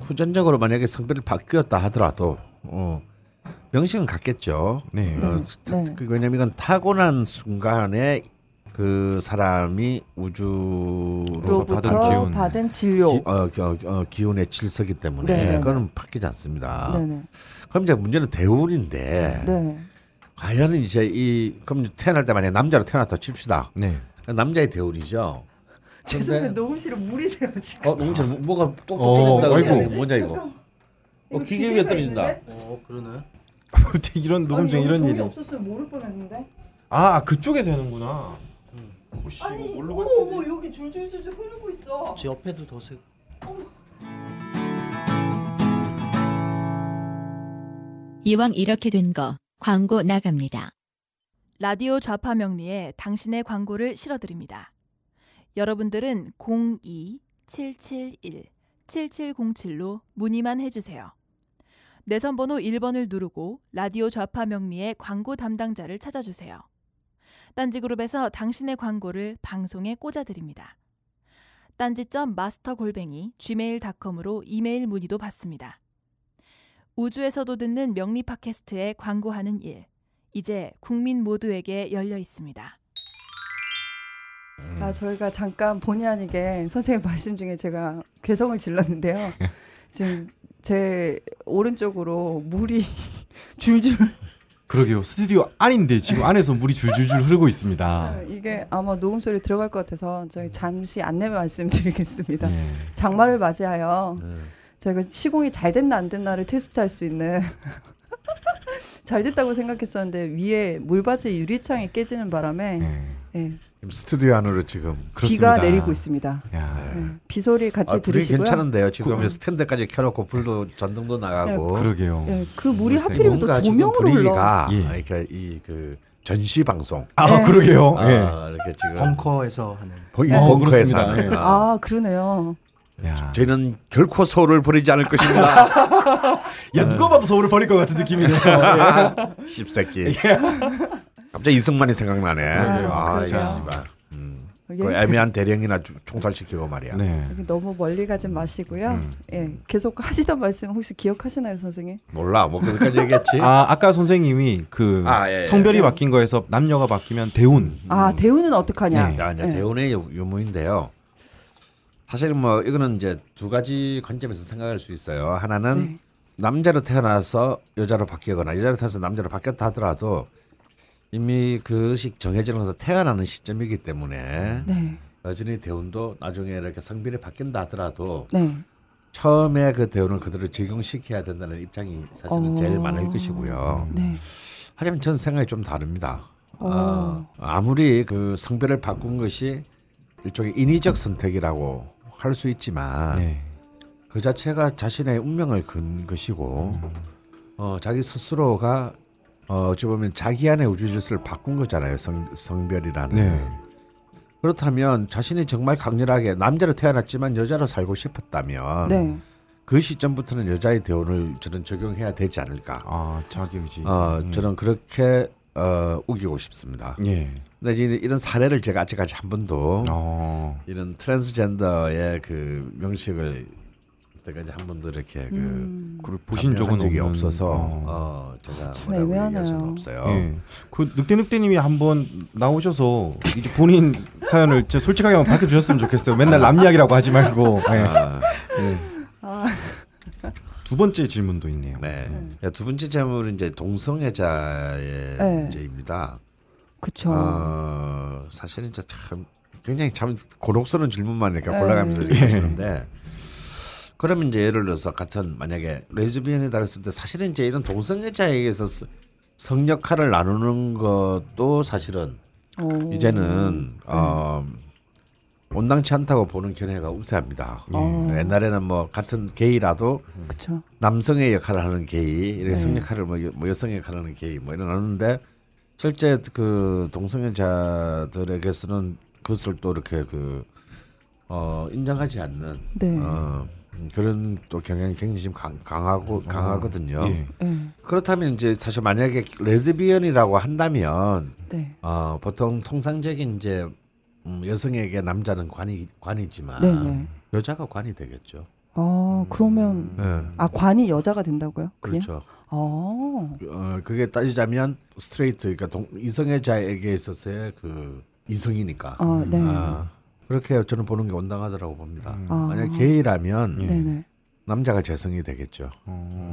Speaker 2: 후전적으로 만약에 성별이 바뀌었다 하더라도 어, 명식은 같겠죠.
Speaker 4: 네.
Speaker 2: 어,
Speaker 1: 네.
Speaker 2: 타-
Speaker 1: 네.
Speaker 2: 그 왜냐면 이건 타고난 순간에 그 사람이 우주로
Speaker 1: 로부터
Speaker 4: 받은 기운.
Speaker 1: 받은 진료.
Speaker 2: 기, 어, 기, 어, 어, 기운의 질서기 때문에
Speaker 1: 네, 네, 네.
Speaker 2: 그거는 바뀌지 않습니다.
Speaker 1: 네네.
Speaker 2: 그럼 이제 문제는 대운인데
Speaker 1: 네.
Speaker 2: 과연 이제 이 그럼 태어날 때 만약 에 남자로 태어났다 칩시다.
Speaker 4: 네.
Speaker 2: 남자의 대운이죠.
Speaker 1: 죄송해요. 녹음실에 물이세요 지금.
Speaker 2: 어, 농철 뭐가
Speaker 4: 어,
Speaker 2: 똑똑해진다.
Speaker 4: 아이고.
Speaker 2: 그러는데 뭐냐 이거? 어, 기계 위에 떨어진다.
Speaker 5: 어 그러네.
Speaker 4: 이런 녹음 중에 이런 일이.
Speaker 1: 없었으면 모를 뻔했는데.
Speaker 4: 아, 그쪽에서 하는구나. 음. 뭐,
Speaker 1: 아니, 어머 뭐 어머 여기 줄줄줄줄 흐르고 있어.
Speaker 5: 제 옆에도 더 세.
Speaker 7: 이왕 이렇게 된 거 광고 나갑니다.
Speaker 8: 라디오 좌파 명리에 당신의 광고를 실어드립니다. 여러분들은 02-771-7707로 문의만 해주세요. 내선 번호 1번을 누르고 라디오 좌파 명리의 광고 담당자를 찾아주세요. 딴지그룹에서 당신의 광고를 방송에 꽂아드립니다. 딴지점 마스터 골뱅이 gmail.com으로 이메일 문의도 받습니다. 우주에서도 듣는 명리 팟캐스트에 광고하는 일. 이제 국민 모두에게 열려 있습니다.
Speaker 2: 음.
Speaker 1: 아 저희가 잠깐 본의 아니게 선생님 말씀 중에 제가 괴성을 질렀는데요. 지금 제 오른쪽으로 물이 줄줄
Speaker 4: 그러게요. 스튜디오 안인데 지금 안에서 물이 줄줄줄 흐르고 있습니다.
Speaker 1: 이게 아마 녹음 소리 들어갈 것 같아서 저희 잠시 안내 말씀드리겠습니다.
Speaker 2: 예.
Speaker 4: 네.
Speaker 1: 장마를 맞이하여
Speaker 2: 네.
Speaker 1: 저희가 시공이 잘 됐나 안 됐나를 테스트할 수 있는 잘 됐다고 생각했었는데 위에 물받이 유리창이 깨지는 바람에
Speaker 4: 네.
Speaker 1: 예,
Speaker 2: 스튜디오 안으로 지금 네.
Speaker 1: 비가 내리고 있습니다.
Speaker 4: 야,
Speaker 1: 예, 비 소리 같이
Speaker 2: 아, 불이
Speaker 1: 들으시고요.
Speaker 2: 괜찮은데요. 지금 이제 스탠드까지 켜놓고 불도 전등도 나가고
Speaker 4: 그- 네, 그러게요.
Speaker 1: 예, 그 물이 하필이면 또
Speaker 2: 뭐 뭔가 지금
Speaker 1: 조명으로 흘러.
Speaker 2: 분위기가
Speaker 4: 흘러.
Speaker 2: 그러니까 이그 전시 방송
Speaker 4: 아, 그러게요.
Speaker 2: 아,
Speaker 4: 예.
Speaker 2: 이렇게 지금
Speaker 5: 벙커에서 하는.
Speaker 2: 거의
Speaker 4: 어,
Speaker 2: 벙커에서
Speaker 4: 그렇습니다.
Speaker 2: 하는
Speaker 4: 예.
Speaker 2: 아,
Speaker 1: 네. 아 그러네요.
Speaker 4: 야.
Speaker 2: 저희는 결코 서울을 버리지 않을 것입니다.
Speaker 4: 야, 누가 봐도 서울을 버릴 것 같은 느낌이네요. 아, 예.
Speaker 2: 십새끼. 갑자기 이승만이 생각나네. 아,
Speaker 1: 그러게요.
Speaker 2: 씨발.
Speaker 1: 그렇죠. 예,
Speaker 2: 그 애매한 대령이나 주- 총살시키고 말이야.
Speaker 4: 네.
Speaker 1: 너무 멀리 가진 마시고요.
Speaker 2: 음.
Speaker 1: 예, 계속 하시던 말씀 혹시 기억하시나요, 선생님?
Speaker 2: 몰라. 뭐 그까지 얘기했지.
Speaker 4: 아, 아까 선생님이 그
Speaker 2: 아, 예, 음. 예.
Speaker 4: 성별이 바뀐 거에서 남녀가 바뀌면 대운.
Speaker 1: 아 대우는 어떡하냐?
Speaker 2: 야, 이제
Speaker 1: 예.
Speaker 2: 대운의 유- 유무인데요. 사실 뭐 이거는 이제 두 가지 관점에서 생각할 수 있어요. 하나는
Speaker 1: 네.
Speaker 2: 남자로 태어나서 여자로 바뀌거나 여자로 태어나서 남자로 바뀌었다 하더라도 이미 그것이 정해지는 것서 태어나는 시점이기 때문에
Speaker 1: 네,
Speaker 2: 여전히 대운도 나중에 이렇게 성별이 바뀐다 하더라도
Speaker 1: 네.
Speaker 2: 처음에 그 대운을 그대로 적용시켜야 된다는 입장이 사실은
Speaker 1: 어.
Speaker 2: 제일 많을 것이고요.
Speaker 1: 네.
Speaker 2: 하지만 전 생각이 좀 다릅니다.
Speaker 1: 어.
Speaker 2: 어, 아무리 그 성별을 바꾼 것이 일종의 인위적 선택이라고 할 수 있지만
Speaker 3: 네.
Speaker 2: 그 자체가 자신의 운명을 건 것이고 어, 자기 스스로가 어, 어찌 보면 자기 안의 우주 질서를 바꾼 거잖아요 성, 성별이라는
Speaker 3: 네.
Speaker 2: 그렇다면 자신이 정말 강렬하게 남자로 태어났지만 여자로 살고 싶었다면
Speaker 1: 네.
Speaker 2: 그 시점부터는 여자의 대원을 저는 적용해야 되지 않을까
Speaker 3: 아 자기 의지.
Speaker 2: 어,
Speaker 4: 음.
Speaker 3: 예.
Speaker 2: 저는 그렇게 어, 우기고 싶습니다
Speaker 3: 예.
Speaker 2: 근데 이제 이런 사례를 제가 아직까지 한 번도
Speaker 3: 어.
Speaker 2: 이런 트랜스젠더의 그 명식을 그때까지 한 번도 이렇게 그
Speaker 1: 음.
Speaker 3: 그걸 보신 적은
Speaker 2: 답변한 적이
Speaker 3: 없는-
Speaker 2: 없어서
Speaker 3: 어.
Speaker 2: 어, 제가
Speaker 1: 아, 참
Speaker 2: 뭐라고 얘기할 수는
Speaker 1: 애매하네요.
Speaker 2: 없어요.
Speaker 3: 예. 그 늑대 늑대님이 한번 나오셔서 이제 본인 사연을 진짜 솔직하게 한번 밝혀주셨으면 좋겠어요. 맨날 남 이야기라고 하지 말고. 예. 예.
Speaker 1: 아.
Speaker 3: 두 번째 질문도 있네요.
Speaker 2: 네. 야, 두 번째 제목은 이제 동성애자의
Speaker 1: 음. 네.
Speaker 2: 문제입니다.
Speaker 1: 그쵸.
Speaker 2: 어, 사실은 진짜 참 굉장히 참 고독스러운 질문만 이렇게
Speaker 1: 네.
Speaker 2: 골라가면서 얘기하시는데 그러면 이제 예를 들어서 같은 만약에 레즈비언이다 했을 때 사실은 이제 이런 동성애자에게서 스- 성 역할을 나누는 것도 사실은
Speaker 1: 오. 네.
Speaker 2: 이제는 어, 온당치 않다고 보는 견해가 우세합니다.
Speaker 1: 어.
Speaker 2: 옛날에는 뭐 같은 게이라도
Speaker 1: 그쵸.
Speaker 2: 남성의 역할을 하는 게이, 이렇게
Speaker 1: 네.
Speaker 2: 성 역할을 뭐 여- 뭐 여성의 역할을 하는 게이 뭐 이러는데 실제 그 동성애자들에게서는 그것을 또 이렇게 그 어, 인정하지 않는
Speaker 1: 네.
Speaker 2: 어, 그런 또 경향이 굉장히 지금 강, 강하고 강하거든요.
Speaker 3: 예.
Speaker 1: 네.
Speaker 2: 그렇다면 이제 사실 만약에 레즈비언이라고 한다면
Speaker 1: 네.
Speaker 2: 어, 보통 통상적인 이제 음, 여성에게 남자는 관이 관이지만
Speaker 1: 네. 네.
Speaker 2: 여자가 관이 되겠죠.
Speaker 1: 아 그러면 아 관이 여자가 된다고요? 그냥?
Speaker 2: 음. 네. 그렇죠.
Speaker 1: 어.
Speaker 2: 어, 그게 따지자면 스트레이트 그러니까 동, 이성애자에게 있어서의 그 이성이니까
Speaker 1: 아 네.
Speaker 2: 아, 그렇게 저는 보는 게 온당하다라고 봅니다.
Speaker 3: 음.
Speaker 1: 아.
Speaker 2: 만약 게이라면
Speaker 1: 네네.
Speaker 2: 남자가 재성이 되겠죠. 음.
Speaker 3: 어.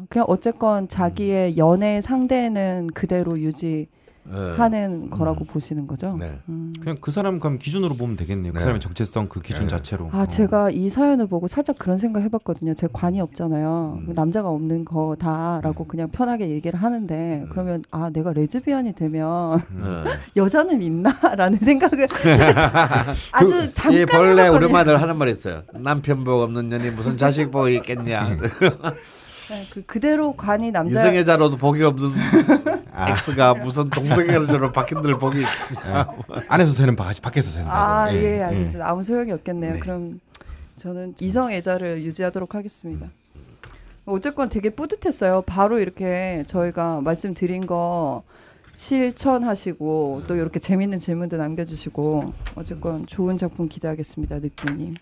Speaker 1: 아 그냥 어쨌건 자기의 연애 상대는 그대로 유지하는
Speaker 2: 예.
Speaker 1: 거라고 보시는 거죠?
Speaker 2: 네.
Speaker 1: 음.
Speaker 3: 그냥 그 사람 그럼 기준으로 보면 되겠네요. 그
Speaker 2: 네.
Speaker 3: 사람의 정체성 그 기준
Speaker 2: 네.
Speaker 3: 자체로.
Speaker 1: 아,
Speaker 3: 어.
Speaker 1: 제가 이 사연을 보고 살짝 그런 생각 해봤거든요. 제 관이 없잖아요.
Speaker 2: 음.
Speaker 1: 남자가 없는 거다라고 그냥 편하게 얘기를 하는데,
Speaker 2: 음.
Speaker 1: 그러면, 아, 내가 레즈비언이 되면
Speaker 2: 음.
Speaker 1: 여자는 있나라는 생각을 살짝 아주 잠깐.
Speaker 2: 예, 본래
Speaker 1: 해봤거든요.
Speaker 2: 우리 엄마들 하는 말이 있어요. 남편 복 없는 년이 무슨 자식 복이
Speaker 3: 음.
Speaker 2: 있겠냐.
Speaker 1: 네, 그 그대로 관이 남자.
Speaker 2: 이성애자로도 복이 없는 X가 무슨 동성애자로 바뀐들 복이 있겠냐.
Speaker 3: 어. 예. 안에서 새는 바가지 밖에서 새는
Speaker 1: 아,
Speaker 3: 바가지.
Speaker 1: 예, 알겠습니다. 아무 소용이 없겠네요.
Speaker 3: 네.
Speaker 1: 그럼 저는 이성애자를 유지하도록 하겠습니다. 어쨌건 되게 뿌듯했어요. 바로 이렇게 저희가 말씀드린 거 실천하시고 또 이렇게 재밌는 질문도 남겨주시고 어쨌건 좋은 작품 기대하겠습니다, 늑대님.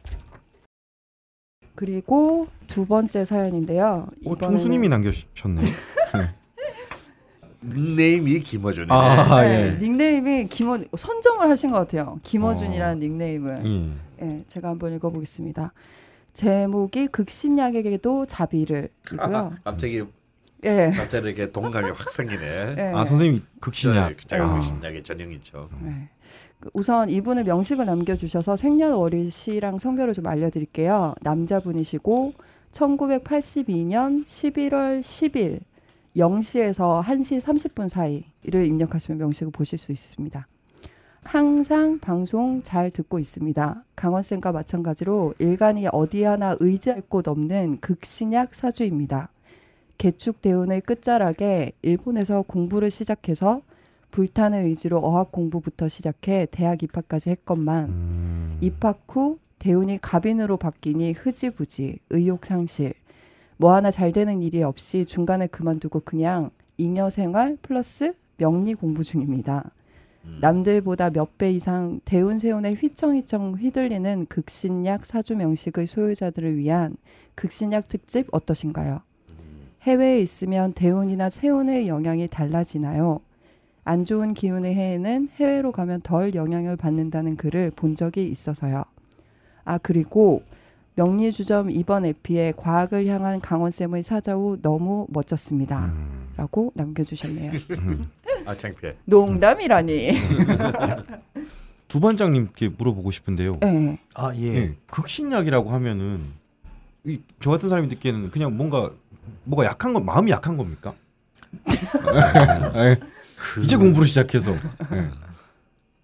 Speaker 1: 그리고 두 번째 사연인데요.
Speaker 3: 어,
Speaker 1: 이번에는-
Speaker 3: 총수님이 남겨주셨네요.
Speaker 2: 닉네임이 김어준이네.
Speaker 3: 아,
Speaker 1: 네,
Speaker 3: 예.
Speaker 1: 닉네임이 김어 선정을 하신 것 같아요. 김어준이라는 닉네임을.
Speaker 3: 예.
Speaker 1: 예, 제가 한번 읽어보겠습니다. 제목이 극신약에게도 자비를이고요.
Speaker 2: 갑자기
Speaker 1: 예.
Speaker 2: 갑자기 이렇게 동감이 확 생기네.
Speaker 1: 예.
Speaker 3: 아 선생님이 극신약.
Speaker 2: 제가
Speaker 3: 아.
Speaker 2: 신약의 전형이죠.
Speaker 1: 네. 그 우선 이분의 명식을 남겨주셔서 생년월일시랑 성별을 좀 알려드릴게요. 남자분이시고 1982년 11월 10일 0시에서 1시 30분 사이를 입력하시면 명식을 보실 수 있습니다. 항상 방송 잘 듣고 있습니다. 강원쌤과 마찬가지로 일간이 어디 하나 의지할 곳 없는 극신약 사주입니다. 개축대운의 끝자락에 일본에서 공부를 시작해서 불타는 의지로 어학 공부부터 시작해 대학 입학까지 했건만 입학 후 대운이 갑인으로 바뀌니 흐지부지 의욕 상실 뭐 하나 잘 되는 일이 없이 중간에 그만두고 그냥 잉여 생활 플러스 명리 공부 중입니다. 남들보다 몇 배 이상 대운 세운에 휘청휘청 휘둘리는 극신약 사주 명식의 소유자들을 위한 극신약 특집 어떠신가요? 해외에 있으면 대운이나 세운의 영향이 달라지나요? 안 좋은 기운의 해에는 해외로 가면 덜 영향을 받는다는 글을 본 적이 있어서요. 아 그리고 명리주점 2번 에피에 과학을 향한 강원쌤의 사자우 너무 멋졌습니다. 라고 남겨주셨네요.
Speaker 2: 아 창피해.
Speaker 1: 농담이라니.
Speaker 3: 두 반장님께 물어보고 싶은데요.
Speaker 1: 네.
Speaker 5: 아 예.
Speaker 3: 예. 극신약이라고 하면은 이, 저 같은 사람이 듣기에는 그냥 뭔가 뭐가 약한 건 마음이 약한 겁니까? 예. 이제 공부를 시작해서. 예.
Speaker 5: 그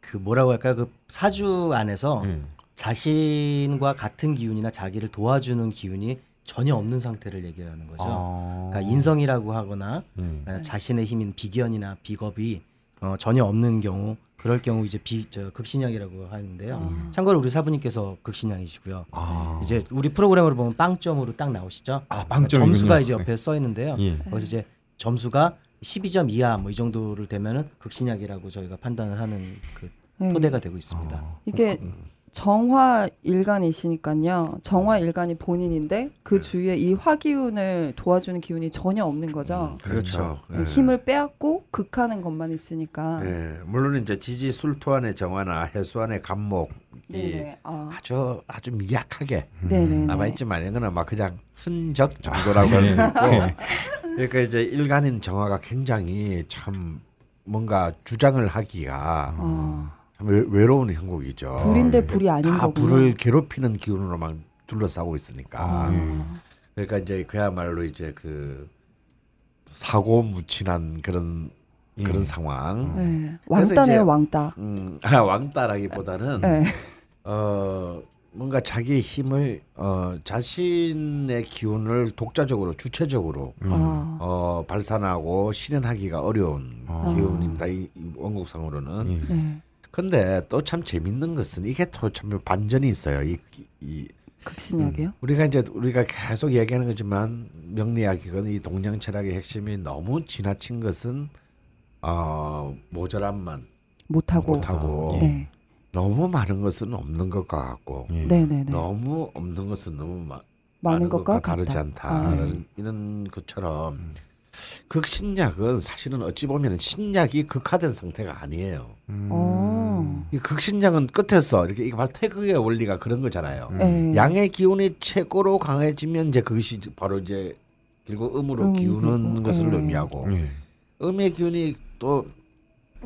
Speaker 5: 그 뭐라고 할까 그 사주 안에서
Speaker 3: 음.
Speaker 5: 자신과 같은 기운이나 자기를 도와주는 기운이 전혀 없는 상태를 얘기하는 거죠.
Speaker 3: 아.
Speaker 5: 그러니까 인성이라고 하거나
Speaker 3: 음.
Speaker 5: 어, 자신의 힘인 비견이나 비겁이 어, 전혀 없는 경우 그럴 경우 이제 비, 저, 극신양이라고 하는데요. 참고로 우리 사부님께서 극신양이시고요.
Speaker 3: 아.
Speaker 5: 이제 우리 프로그램으로 보면 빵점으로 딱 나오시죠.
Speaker 3: 아, 빵점이군요.
Speaker 5: 그러니까 점수가 이제 옆에 써 있는데요.
Speaker 3: 예.
Speaker 2: 네.
Speaker 5: 거기서 이제 점수가 12점 이하 뭐 이 정도를 되면은 극신약이라고 저희가 판단을 하는 그
Speaker 1: 네.
Speaker 5: 토대가 되고
Speaker 4: 어.
Speaker 5: 있습니다.
Speaker 1: 이게 정화 일간이시니까요. 정화 일간이 본인인데 그 주위에 이 화기운을 도와주는 기운이 전혀 없는 거죠.
Speaker 2: 그렇죠. 예.
Speaker 1: 음. 힘을 빼앗고 극하는 것만 있으니까.
Speaker 2: 예. 물론 이제 지지 술토안의 정화나 해수안의 감목이
Speaker 1: 네네. 음. 아,
Speaker 2: 아주 아주 미약하게
Speaker 1: 네네.
Speaker 2: 남아있지만 이거는 막 그냥 흔적
Speaker 1: 아,
Speaker 2: 정도라고
Speaker 1: 네.
Speaker 2: 할 수 있고 그러니까 이제 일간인 정화가 굉장히 참 뭔가 주장을 하기가
Speaker 1: 아,
Speaker 2: 참 외- 외로운 형국이죠.
Speaker 1: 불인데 불이 아닌
Speaker 2: 다
Speaker 1: 거구나.
Speaker 2: 불을 괴롭히는 기운으로 막 둘러싸고 있으니까
Speaker 1: 아.
Speaker 2: 그러니까 이제 그야말로 이제 그 사고 무친한 그런 그런 상황.
Speaker 1: 네.
Speaker 2: 그래서 이제-
Speaker 1: 왕따네요, 왕따.
Speaker 2: 음, 아, 왕따라기보다는
Speaker 1: 네.
Speaker 2: 어 뭔가 자기의 힘을 어 자신의 기운을 독자적으로 주체적으로
Speaker 1: 아,
Speaker 2: 어 발산하고 실현하기가 어려운 기운입니다. 이, 이 원국상으로는.
Speaker 3: 음,
Speaker 1: 네.
Speaker 2: 근데 또 참 재밌는 것은 이게 또 참 반전이 있어요. 이, 이
Speaker 1: 극신약이요?
Speaker 2: 우리가 이제 우리가 계속 얘기하는 거지만 명리학이건 이 동양 철학의 핵심이 너무 지나친 것은 어 모자란만
Speaker 1: 못하고.
Speaker 2: 음. 못하고
Speaker 1: 네.
Speaker 2: 너무 많은 것은 없는 것과
Speaker 3: 예,
Speaker 2: 같고
Speaker 1: 네네네.
Speaker 2: 음. 너무 없는 것은 너무 마,
Speaker 1: 많은 것과 같다.
Speaker 2: 다르지 음. 않다
Speaker 1: 아, 음.
Speaker 2: 이런- 이런 것처럼 극신약은 사실은 어찌 보면 신약이 극화된 상태가 아니에요.
Speaker 5: 음.
Speaker 1: 어.
Speaker 2: 이 극신약은 끝에서 이렇게 이게 바로 태극의 원리가 그런 거잖아요.
Speaker 1: 네.
Speaker 2: 양의 기운이 최고로 강해지면 이제 그것이 이제 바로 이제 결국 음으로
Speaker 1: 음이
Speaker 2: 기우는
Speaker 1: 되고,
Speaker 2: 것을
Speaker 1: 예.
Speaker 2: 의미하고
Speaker 4: 음.
Speaker 2: 음의 기운이 또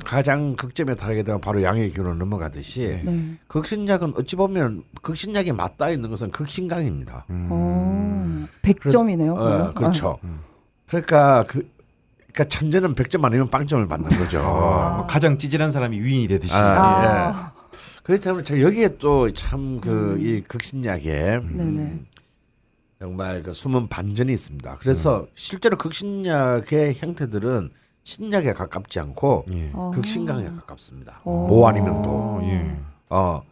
Speaker 2: 가장 극점에 달하게 되면 바로 양의 기운으로 넘어가듯이
Speaker 1: 네.
Speaker 2: 극신약은 어찌 보면 극신약에 맞닿아 있는 것은 극신강입니다.
Speaker 5: 음.
Speaker 1: 어. 100점이네요.
Speaker 2: 어, 음. 그렇죠. 그러니까 그 그러니까 천재는 100점 아니면 빵점을 받는 거죠.
Speaker 3: 아,
Speaker 4: 뭐 가장 찌질한 사람이 위인이 되듯이.
Speaker 1: 아,
Speaker 2: 아,
Speaker 1: 아.
Speaker 2: 예. 그렇기 때문에 참 여기에 또 참 그 이 극신약에 음,
Speaker 1: 음. 네네.
Speaker 2: 정말 그 숨은 반전이 있습니다.
Speaker 1: 음.
Speaker 2: 그래서 실제로 극신약의 형태들은 신약에 가깝지 않고
Speaker 3: 예.
Speaker 1: 어.
Speaker 2: 예. 극신강에 가깝습니다.
Speaker 1: 어.
Speaker 2: 뭐 아니면 도.
Speaker 4: 예.
Speaker 2: 어.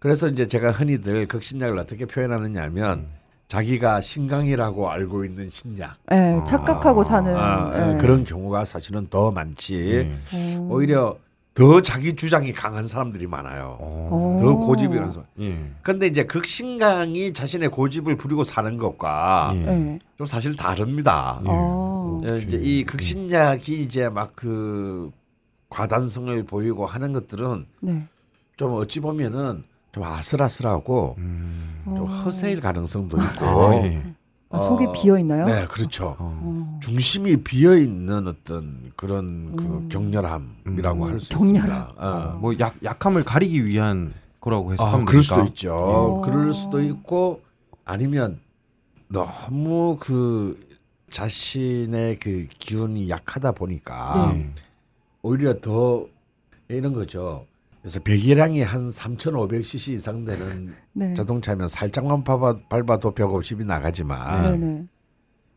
Speaker 2: 그래서 이제 제가 흔히들 극신약을 어떻게 표현하느냐면
Speaker 1: 음.
Speaker 2: 자기가 신강이라고 알고 있는 신약
Speaker 1: 네, 착각하고 사는
Speaker 2: 아, 예,
Speaker 1: 네.
Speaker 2: 그런 경우가 사실은 더
Speaker 5: 예.
Speaker 2: 많지.
Speaker 3: 예.
Speaker 1: 어.
Speaker 2: 오히려 더 자기 주장이 강한 사람들이 많아요. 더
Speaker 1: 어.
Speaker 2: 고집이라는 사람.
Speaker 4: 예.
Speaker 2: 근데 이제 극신강이 자신의 고집을 부리고 사는
Speaker 5: 아.
Speaker 2: 것과
Speaker 4: 예.
Speaker 1: 네.
Speaker 2: 좀 사실 다릅니다.
Speaker 1: 어.
Speaker 2: 예, 이제 이 극신약이 이제 막 그 과단성을 보이고 하는 것들은
Speaker 1: 네.
Speaker 2: 음, 좀 어찌 보면은 좀 아슬아슬하고
Speaker 3: 예.
Speaker 2: 좀
Speaker 1: 음.
Speaker 2: 허세일 가능성도 있고.
Speaker 5: 어.
Speaker 4: 예.
Speaker 1: 어. 아, 속이
Speaker 2: 어,
Speaker 1: 비어 있나요?
Speaker 2: 네, 그렇죠.
Speaker 1: 어.
Speaker 2: 중심이 비어 있는 어떤 그런 그 격렬함이라고 할 수
Speaker 1: 격렬함.
Speaker 2: 있습니다. 어.
Speaker 4: 뭐 약, 약함을 가리기 위한 거라고 해서
Speaker 2: 아,
Speaker 4: 하면
Speaker 2: 그럴
Speaker 4: 되니까. 음.
Speaker 2: 수도 있죠. 그럴 수도 있고 아니면 너무 그 자신의 그 기운이 약하다
Speaker 4: 아.
Speaker 2: 보니까
Speaker 4: 네.
Speaker 1: 네.
Speaker 2: 오히려 더 이런 거죠. 그래서 배기량이 한 3,500cc 이상 되는
Speaker 1: 네.
Speaker 2: 자동차면 살짝만 밟아, 밟아도 150이 나가지만
Speaker 1: 네, 네.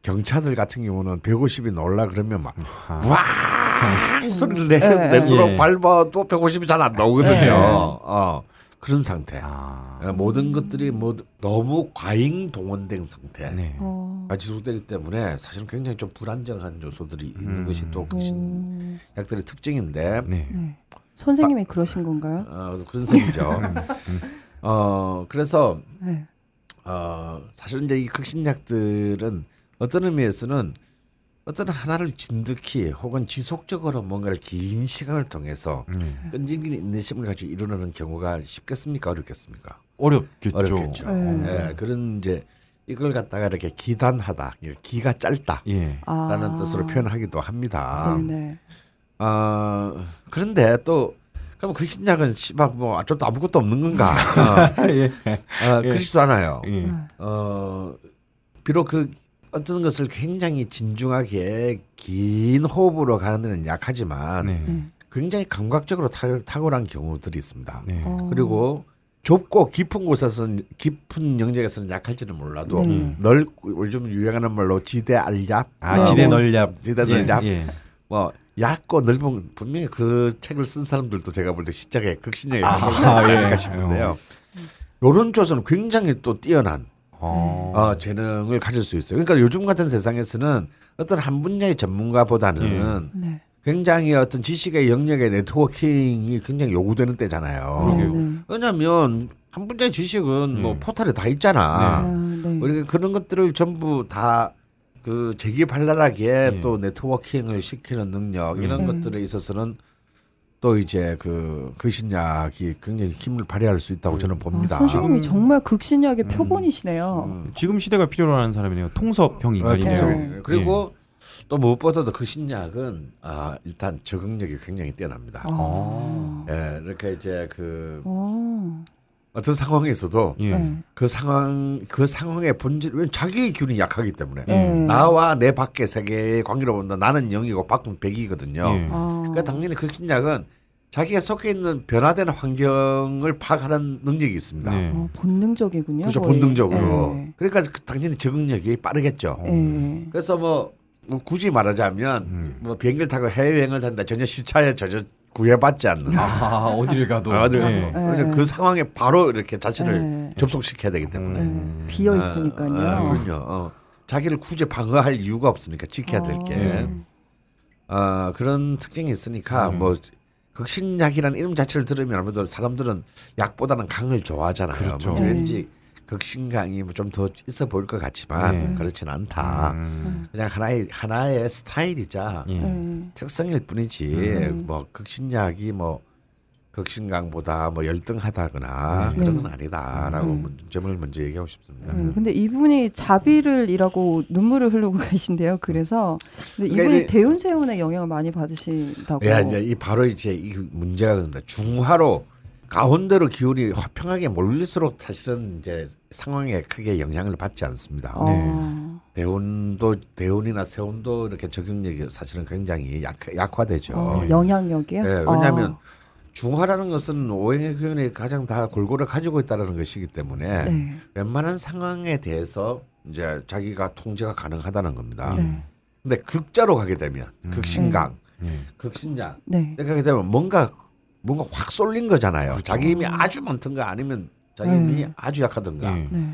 Speaker 2: 경차들 같은 경우는 150이 놀라 그러면 막
Speaker 4: 아.
Speaker 2: 우와 소리를 내, 내도록
Speaker 4: 네. 예. 네.
Speaker 2: 밟아도 150이 잘 안 나오거든요.
Speaker 1: 예.
Speaker 2: 어, 그런 상태.
Speaker 4: 아.
Speaker 2: 어, 모든 것들이 뭐 너무 과잉 동원된 상태.
Speaker 4: 네.
Speaker 1: 어.
Speaker 2: 가 지속되기 때문에 사실은 굉장히 좀 불안정한 요소들이 있는 것이 또 극신 아.
Speaker 1: 음.
Speaker 2: 약들의 특징인데
Speaker 4: 음. 네.
Speaker 1: 네. 선생님이 그러신 건가요?
Speaker 2: 어, 그런 셈이죠.
Speaker 4: 음.
Speaker 2: 어 그래서
Speaker 1: 네.
Speaker 2: 어, 사실은 이제 이 극신약들은 어떤 의미에서는 어떤 하나를 진득히 혹은 지속적으로 뭔가를 긴 시간을 통해서
Speaker 4: 네.
Speaker 2: 끈질긴 인내심을 가지고 이루는 경우가 쉽겠습니까? 어렵겠습니까?
Speaker 4: 어렵겠죠.
Speaker 2: 어렵겠죠.
Speaker 1: 네.
Speaker 2: 예, 그런 이제 이걸 갖다가 이렇게 기단하다, 이게 기가 짧다.
Speaker 4: 예.
Speaker 1: 아.
Speaker 2: 라는 뜻으로 표현하기도 합니다.
Speaker 1: 네네.
Speaker 2: 아 그런데 또 그럼 극신약은 씨발 뭐 아무것도 아무것도 없는 건가? 어,
Speaker 1: 예.
Speaker 2: 어, 음. 그렇지도 않아요.
Speaker 4: 예.
Speaker 2: 어 비록 그 어떤 것을 굉장히 진중하게 긴 호흡으로 가는 데는 약하지만
Speaker 1: 음.
Speaker 4: 네.
Speaker 2: 굉장히 감각적으로 탁- 탁월한 경우들이 있습니다.
Speaker 4: 네.
Speaker 1: 어.
Speaker 2: 그리고 좁고 깊은 곳에서는 깊은 영역에서는 약할지는 몰라도
Speaker 1: 네.
Speaker 2: 넓 요즘 유행하는 말로 지대 알약,
Speaker 3: 아
Speaker 1: 네.
Speaker 3: 지대
Speaker 1: 뭐,
Speaker 3: 널렵.
Speaker 2: 어. 지대 넓약,
Speaker 3: 예.
Speaker 2: 뭐 얕고 넓은 분명히 그 책을 쓴 사람들도 제가 볼 때 시작에 극신력이
Speaker 3: 아, 예.
Speaker 2: 아닐까 싶은데요. 요런 쪽에서는 굉장히 또 뛰어난
Speaker 3: 어.
Speaker 2: 어, 재능을 가질 수 있어요. 그러니까 요즘 같은 세상에서는 어떤 한 분야의 전문가보다는
Speaker 1: 네.
Speaker 2: 굉장히 어떤 지식의 영역의 네트워킹이 굉장히 요구되는 때잖아요.
Speaker 1: 네,
Speaker 4: 그러게요.
Speaker 1: 네.
Speaker 2: 왜냐하면 한 분야의 지식은 뭐
Speaker 4: 네.
Speaker 2: 포털에 다 있잖아.
Speaker 1: 아, 네.
Speaker 2: 우리가 그런 것들을 전부 다 그 재기발랄하게
Speaker 4: 네.
Speaker 2: 또 네트워킹을 시키는 능력 이런
Speaker 1: 음.
Speaker 2: 것들에 있어서는 또 이제 그 그신약이 굉장히 힘을 발휘할 수 있다고 저는
Speaker 1: 아,
Speaker 2: 봅니다.
Speaker 1: 선생님이
Speaker 4: 음.
Speaker 1: 정말 극신약의 표본이시네요.
Speaker 2: 음.
Speaker 4: 지금 시대가 필요로 하는 사람이네요.
Speaker 2: 어,
Speaker 4: 통섭형 인간이네요. 예.
Speaker 1: 통섭형.
Speaker 2: 동성애. 그리고 또 무엇보다도 그신약은 아, 일단 적응력이 굉장히 뛰어납니다.
Speaker 1: 아.
Speaker 2: 예, 이렇게 이제 그
Speaker 1: 어.
Speaker 2: 어떤 상황에서도
Speaker 4: 예. 예.
Speaker 1: 네.
Speaker 2: 그 상황 그 상황의 본질 왜 자기의 기운이 약하기 때문에 음.
Speaker 1: 네.
Speaker 2: 나와 내 밖의 세계의 관계로 본다 나는 0이고 밖은 100이거든요.
Speaker 4: 예.
Speaker 1: 아.
Speaker 2: 그러니까 당연히 그 신약은 자기가 속해 있는 변화되는 환경을 파악하는 능력이 있습니다.
Speaker 4: 네.
Speaker 1: 어, 본능적이군요.
Speaker 2: 그렇죠
Speaker 1: 거의.
Speaker 2: 본능적으로.
Speaker 1: 네.
Speaker 2: 그러니까 그 당연히 적응력이 빠르겠죠.
Speaker 4: 어.
Speaker 1: 네.
Speaker 2: 그래서 뭐, 뭐 굳이 말하자면
Speaker 4: 음.
Speaker 2: 뭐 비행기를 타고 해외여행을 다니다 전혀 시차에 전혀 구애받지 않는
Speaker 4: 아 어디를 가도.
Speaker 2: 아, 어디를
Speaker 4: 예.
Speaker 1: 가도.
Speaker 2: 왜냐면 그 상황에 바로 이렇게 자신을
Speaker 1: 네.
Speaker 2: 접속시켜야 되기 때문에
Speaker 1: 네. 비어 있으니까요.
Speaker 2: 아, 아, 그럼요. 어. 자기를 굳이 방어할 이유가 없으니까 지켜야 될 게.
Speaker 1: 어.
Speaker 4: 네. 음.
Speaker 2: 아, 그런 특징이 있으니까 뭐 극신약이라는 이름 자체를 들으면 아무래도 사람들은 약보다는 강을 좋아하잖아요.
Speaker 4: 그렇죠.
Speaker 2: 뭐 왠지 극신강이 뭐 좀 더 있어 보일 것 같지만
Speaker 4: 네.
Speaker 2: 그렇진 않다.
Speaker 4: 음.
Speaker 2: 그냥 하나의 하나의 스타일이자
Speaker 4: 예. 음.
Speaker 1: 네.
Speaker 2: 특성일 뿐이지 뭐 극신약이 뭐 극신강보다 뭐
Speaker 4: 네.
Speaker 2: 열등하다거나 그런
Speaker 4: 음.
Speaker 2: 건 아니다라고 점을 먼저 얘기하고 싶습니다.
Speaker 1: 네, 근데 이분이 자비를 일하고 눈물을 흘리고 계신데요. 그래서 근데
Speaker 2: 그러니까
Speaker 1: 이분이
Speaker 2: 이제-
Speaker 1: 대운세운의 영향을 많이 받으신다고.
Speaker 2: 야 예, 이제 이 바로 이제 이 문제가 된다. 중화로 가운데로 기운이 화평하게 몰릴수록 사실은 이제 상황에 크게 영향을 받지 않습니다.
Speaker 1: 어.
Speaker 2: 네. 대운도 대운이나 세운도 이렇게 적용력이 사실은 굉장히 약, 약화되죠.
Speaker 1: 어, 영향력이요?
Speaker 2: 예, 왜냐하면 중화라는 것은 오행의 기운이 가장 다 골고루 가지고 있다는 것이기 때문에
Speaker 1: 어, 네.
Speaker 2: 웬만한 상황에 대해서 이제 자기가 통제가 가능하다는 겁니다.
Speaker 1: 네. 음.
Speaker 2: 근데 극자로 가게 되면 극신강,
Speaker 4: 예.
Speaker 2: 극신약
Speaker 1: 네.
Speaker 2: 생각하게 되면 그러니까 뭔가 뭔가 확 쏠린 거잖아요.
Speaker 4: 그렇죠.
Speaker 2: 자기 힘이 아주 많든가 아니면 자기 힘이
Speaker 1: 네.
Speaker 2: 아주 약하든가
Speaker 4: 예.
Speaker 1: 네.